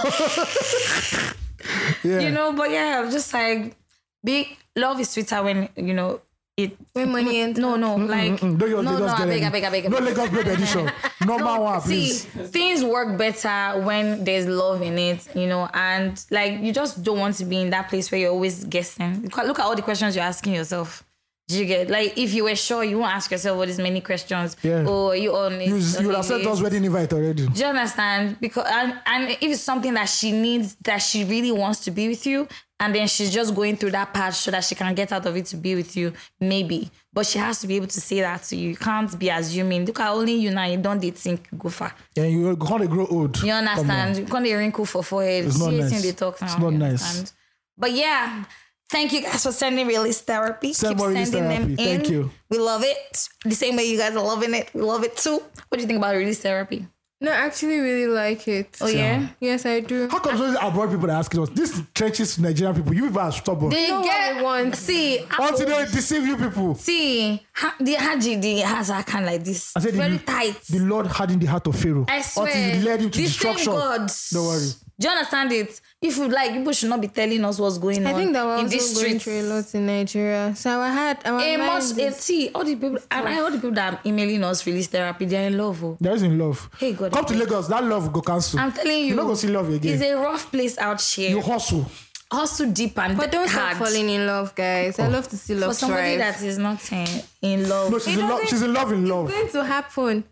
yeah.
you know but yeah I'm just like big love is sweeter when you know it
When money and
no no like
Mm, don't you
no no
Lagos
I
get
beg,
any.
I beg, I beg, I
No
beg.
Lagos Grape Edition. Normal one,
See,
please.
things work better when there's love in it, you know, and like you just don't want to be in that place where you're always guessing. Because Look at all the questions you're asking yourself. Do you get like if you were sure you won't ask yourself all these many questions?
Yeah.
Oh, are you on it?
You,
On
you would have
it?
sent us wedding invite already.
Do you understand? Because and, and if it's something that she needs, that she really wants to be with you, and then she's just going through that path so that she can get out of it to be with you, maybe. But she has to be able to say that to you. You can't be assuming. Look at only you now. You don't date think you go far.
And you gonna grow old.
You
Come on.
understand? You can't wrinkle for forehead.
It's not
See it in
nice.
the talk now.
It's not
you
nice.
understand? But yeah, thank you guys for sending realist therapy.
Send
Keep
more Realist
sending them in.
Therapy. Thank you.
We love it. The same way you guys are loving it. We love it too. What do you think about realist therapy?
No, I actually really like it.
Oh yeah.
Yes, I do.
How come those abroad people are asking us? These trenches Nigerian people, you people are stubborn.
They
know what we want.
see
Until
Apple-
they deceive you people.
see ha, the Haji the has her kind like this.
I said
very
the,
tight.
The Lord hardened the heart of Pharaoh.
I swear.
Until he led him to
the
destruction.
Same God.
Don't worry.
Do you understand it? If you like, people should not be telling us what's going
I
on
think that we're
in
also
these
going
streets.
through a lot in Nigeria. So I had our
It must,
mind
it,
is-
see, all the people, and I, all the people that are emailing us release therapy, they're in love. Oh.
There is in love.
Hey, God.
Come to Lagos, that love go cancel.
I'm telling you,
You're not going to see love
It's
again.
a rough place out here.
You hustle.
Hustle deep and
but don't stop
hard.
falling in love, guys. I love to see
for
love
somebody
thrive.
that is not in, in love.
No, she's in
It
love.
doesn't-
She's in love. In love.
It's going to happen.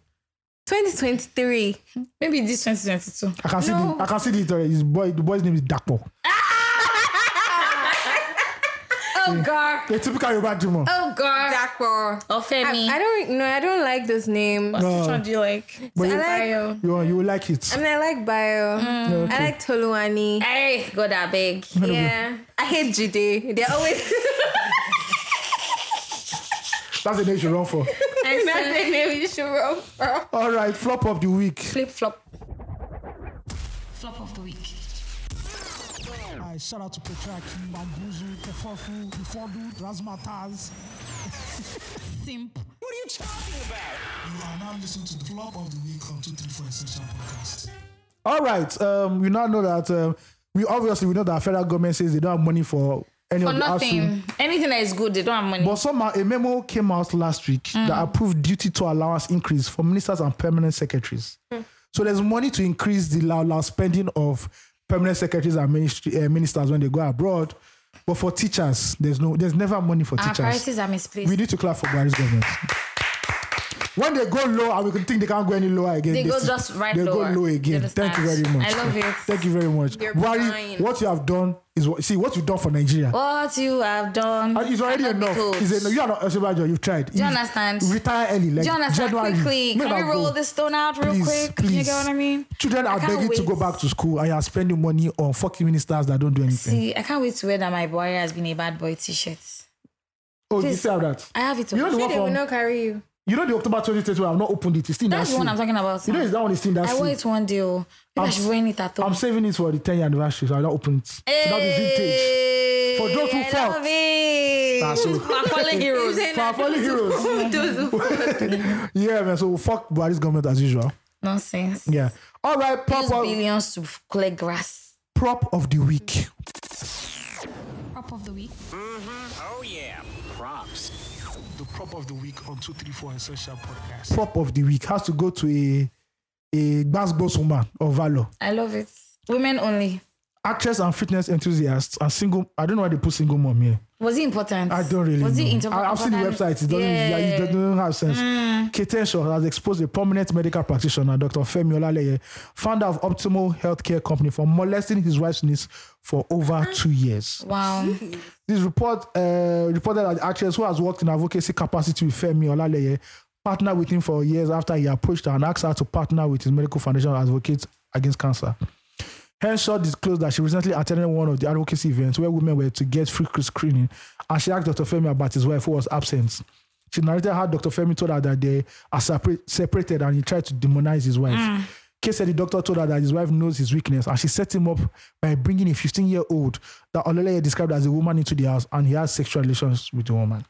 2023.
Maybe this 2022.
I can see. The, I can see the, his boy. The boy's name is Dapo.
Oh God.
A typical Yoruba demon.
Oh God. Oh.
Dakpo.
Or
I,
Femi.
I don't know. I don't like those names.
Which one do you like?
But
I
you,
like-
Ayo.
you, you will like it.
I mean, I like Bio. I like Toluani.
Hey, God, I beg.
Yeah. I hate Jide. They're always
That's the name you should run for.
not the name you should roll for.
All right, flop of the week.
Flip flop.
Flop of the week.
I shout out to Petraki, Bambuzu, Kefofu, Ifodu, Razmataz.
Simp.
What are you talking about?
You are now listening to the flop of the week on 234 Essential Podcast.
All right. Um, we now know that um, we obviously we know that federal government says they don't have money for any
For
of the housing.
nothing. Anything that is good, they don't have money.
But somehow a memo came out last week
Mm.
that approved duty to allowance increase for ministers and permanent secretaries.
Mm.
So there's money to increase the allowance spending of permanent secretaries and ministry, uh, ministers when they go abroad. But for teachers, there's no, there's never money for
Our
teachers.
priorities are misplaced.
We need to clap for Buhari's government. When they go low and we can think they can't go any lower again,
They go
still-
just right
They
lower.
go low again.
You
Thank you very
understand?
much.
I love it.
Thank you very much.
You're
Buhari,
fine.
what you have done is what. See what you've done for Nigeria.
what you have done.
And Uh, It's already
cannot be
enough.
told.
It's enough. You are not Osinbajo. You've tried.
Do you understand?
Retire early. Like
Do you understand?
January.
Quickly,
Make
can we
that
roll
go.
this stone out real
Please,
quick? You
please.
get what I mean?
Children
I
are
can't
begging to
wait.
go back to school, and you are spending money on fucking ministers that don't do anything.
See, I can't wait to wear that my boy has been a bad boy t-shirt.
oh, you
please.
still have that?
I have it.
You know
on.
the one
They will
from.
not carry you.
You know the October 2020. I've not opened it. It's still in
That's
that
the one I'm
sleeve.
talking about.
You know it's that one. It's still in that
I
sleeve.
wore it one day. oh. Maybe I
I'm-
should wear it at home.
I'm saving it for the 10 year anniversary, so I'll not open it. So that'll be vintage.
Hey,
For those who
I
fought.
love it.
Nah, so-
My fallen heroes.
For our fallen heroes. yeah, man. So fuck Buhari's government as usual.
Nonsense.
Yeah. All right,
Use
prop of,
billions to clear grass.
prop of the week.
Prop of the week.
Oh yeah, props.
The prop of the week on 234 Essential Podcast.
Prop of the week has to go to a a Basbos woman of valor.
I love it. Women only.
Actress and fitness enthusiast and single. I don't know why they put single mom here.
Was it important?
I don't really
Was
know.
it inter-
I, I've seen the
important?
website. It doesn't, yeah. it doesn't have sense.
Hmm.
Mm. has exposed a prominent medical practitioner, Dr. Femi Olaleye, founder of Optimal Healthcare Company, for molesting his wife's niece for over
Hmm.
two years.
Wow.
This report uh, reported that the actress who has worked in advocacy capacity with Femi Olaleye partnered with him for years after he approached her and asked her to partner with his medical foundation to advocate against cancer. Henshaw disclosed that she recently attended one of the advocacy events where women were to get free screening, and she asked Dr. Femi about his wife who was absent. She narrated how Dr. Femi told her that they are separate, separated and he tried to demonize his wife.
Mm.
Kay said the doctor told her that his wife knows his weakness and she set him up by bringing a 15 year old that Olele described as a woman into the house and he has sexual relations with the woman.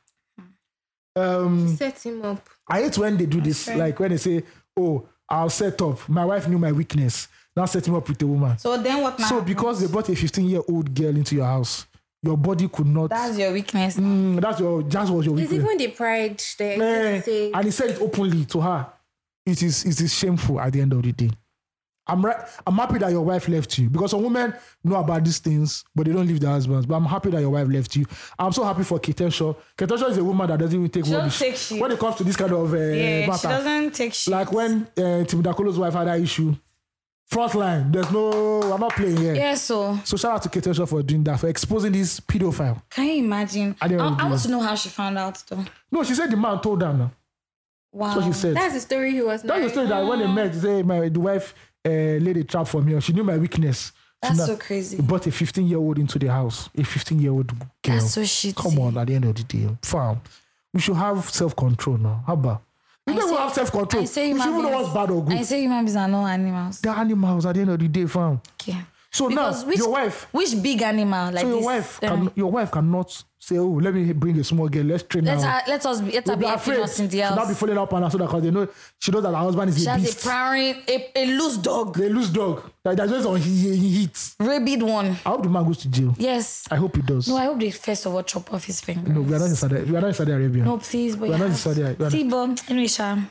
Set him up.
I hate when they do this, like when they say, Oh, I'll set up. My wife knew my weakness. Now set him up with a woman.
So then what now?
So because they brought a 15 year old girl into your house, your body could not. That's,
that's your weakness.
mm, that's your just was your
It's
weakness.
even the pride there.
Eh,
to say,
and he said it openly to her. It is it is shameful at the end of the day. I'm right. I'm happy that your wife left you because some women know about these things, but they don't leave their husbands. But I'm happy that your wife left you. I'm so happy for Ketenshaw. Ketenshaw is a woman that doesn't even take
don't
rubbish
take shit.
when it comes to this kind of uh,
yeah,
matter.
she doesn't take shit.
like when uh, Timidakolo's wife had that issue. Front line, there's no. I'm not playing here.
yeah, so
So shout out to Ketenshaw for doing that, for exposing this pedophile.
can you imagine?
I
I,
didn't
I,
really
want
do.
to know how she found out though.
No, she said the man told her now.
Wow.
That's what she said. That's,
That's the story he was
the
narrating.
story that when they met, they say my the wife uh, laid a trap for me. or She knew my weakness. She
That's
na-
so crazy.
Brought a 15 year old into the house. A 15 year old girl.
That's so shitty.
Come on, at the end of the day, fam. We should have self control now. How about? We don't even
say-
have self control.
I
We
say
should
human
even know
beings-
what's bad or
I
good.
say human beings are not animals.
They're animals at the end of the day, fam.
Okay.
So
Because
now
which,
your wife,
which big animal like
so your
this?
wife,
eh.
um,
can, your wife cannot say, "Oh, let me bring a small girl. Let's train
let
her."
her let us be, let her
They'll
be
be
a
afraid.
peanut in the
She'll not be
house.
falling up on her so that because they know she knows that her husband is
She
a
has a
beast.
prowling, a, a loose dog,
They lose dog. Like, that's just on he, he hits.
rabid one.
I hope the man goes to jail.
Yes.
I hope he does.
No, I hope they first of all chop off his finger.
No, we are not in Saudi. We are not in Saudi Arabia.
No, please, but
We are
yeah.
not in Saudi Arabia. We are
See, but anyway, Sha, do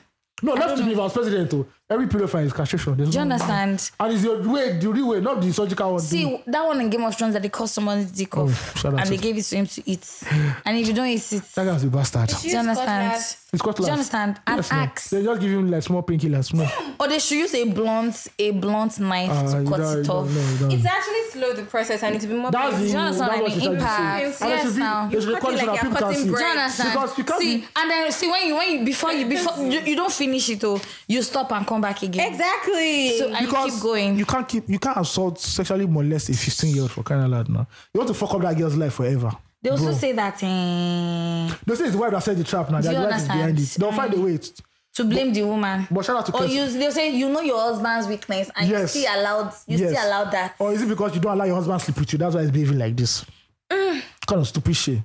No, left to me if I was president. Though. Every pedophile is castration. Do
you understand?
And it's your way, the real way, not the surgical one.
See that one in Game of Thrones that they cut someone's dick off
Mm. shout out
and they
to-
gave it to him to eat, and if you don't eat it,
that guy's a bastard.
do you understand?
It's got
Do you understand? An axe.
They just give him like small painkillers. Small.
Or they should use a blunt, a blunt knife
Ah,
to
you
cut
don't-
it
you
off.
don't know, you don't
It's
know.
actually slow the process and it's been more.
That's the
painful.
you understand
that's
what I
what
mean?
she's trying to say.
Impact.
And they
Yes,
should be-
now.
they should
You
be
cut it
calling so
like
that
you're
people can
cutting
see.
bread.
Do you understand?
Because you can't
see,
be-
and then see when you when you before you before you, you don't finish it oh, you stop and come back again.
Exactly.
So and you
Because
keep going.
you can't keep you can't assault sexually molest a 15 year old for crying out loud now. You want to fuck up that girl's life forever.
they also
Bro.
say that eh,
They say it's the wife that set the trap now.
Do
That
you
the wife is
understand?
behind it. They'll find a way. to-
to blame the woman.
But shout out to
or
Kelsey.
you they say you know your husband's weakness and
Yes.
you still allowed you
Yes.
still allowed that.
Or is it because you don't allow your husband to sleep with you? That's why he's behaving like this.
Mm.
Kind of stupid shit.
How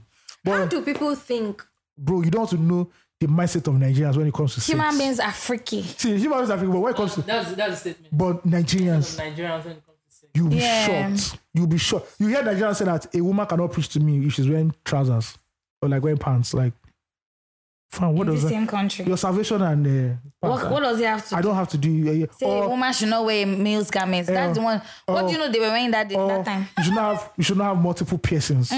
But
do people think?
bro, you don't want to know the mindset of Nigerians when it comes to
Human
sex.
beings are freaky.
See, human beings are people, but when it comes to
That's that's a statement.
but Nigerians,
Nigerians when it comes to sex.
you'll be
Yeah.
shocked. You'll be shocked. You hear Nigerians say that a woman cannot preach to me if she's wearing trousers or like wearing pants. Like, fam, what
in the
does that?
same country.
Your salvation and uh, pants,
What, what does it have to
I
do?
don't have to do. Uh,
Say a
or,
woman should not wear male's garments. That's
Yeah.
the one. What
Or-
do you know they were wearing that day,
or
that time? Mm.
you should not have you should not have multiple piercings.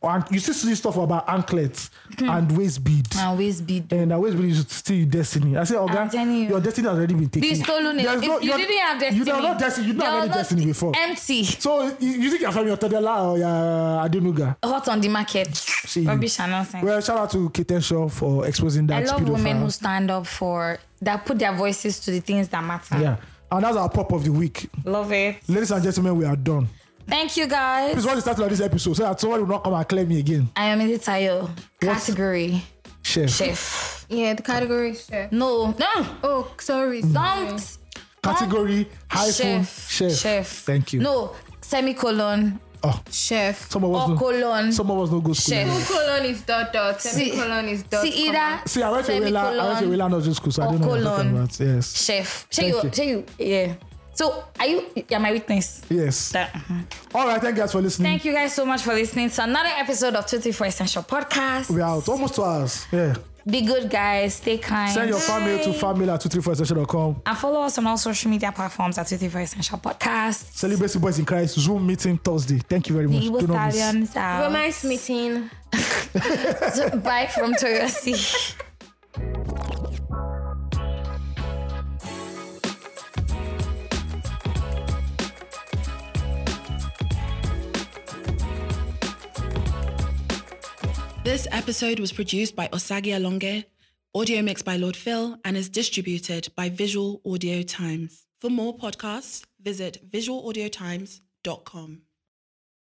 Or an- you still see stuff about anklets
Hmm.
and waist bead.
And waist bead.
and I always believe it's still your destiny. I say, Oga,
telling you.
your destiny has already been taken.
Be stolen.
There
If
is no-
you
your-
didn't have destiny,
You don't have destiny. You don't
there
have
was
any
no-
destiny before.
Empty,
So you, you think you're from your Tadela or your uh, Adenuga?
hot on the market.
See you.
Rubbish and nonsense.
Well, shout out to Ketenshaw for exposing
I
that.
love
pedophile.
women who stand up for that put their voices to the things that matter.
Yeah, and that's our pop of the week,
Love it.
ladies and gentlemen. We are done.
Thank you guys.
Please watch the title of this episode so that somebody will not come and claim me again.
I am in the title category
Chef,
chef.
Yeah, the category is chef.
No, no,
Oh, sorry. sorry.
don't.
category hyphen
Chef,
chef. Thank you.
No semicolon
Oh,
Chef.
some of us.
or
don't-
colon.
Some of us don't go to school.
Chef.
anymore.
Two colon is dot dot. Semicolon is dot.
See either
See, I went to Wela. I went to
semicolon
Wela nursery school, so I
or
don't know what I'm talking
colon.
about. Yes,
chef. Show
Thank
you,
you.
show you, yeah. So are you? You're my witness.
yes.
That- mhm.
All right, thank you guys for listening.
Thank you guys so much for listening to another episode of 24 Essential Podcast.
We are out almost two hours. Yeah.
Be good, guys. Stay kind.
Send your family to family at 234essential.com.
and follow us on all social media platforms at 24 Essential Podcast.
Celebrate the boys in Christ. Zoom meeting Thursday. Thank you very
The
much.
Igbo
Do not miss.
Stallions out.
Romance meeting.
Bye from Toyosi.
This episode was produced by Osagia Longe, audio mixed by Lord Phil, and is distributed by Visual Audio Times. For more podcasts, visit visualaudiotimes.com.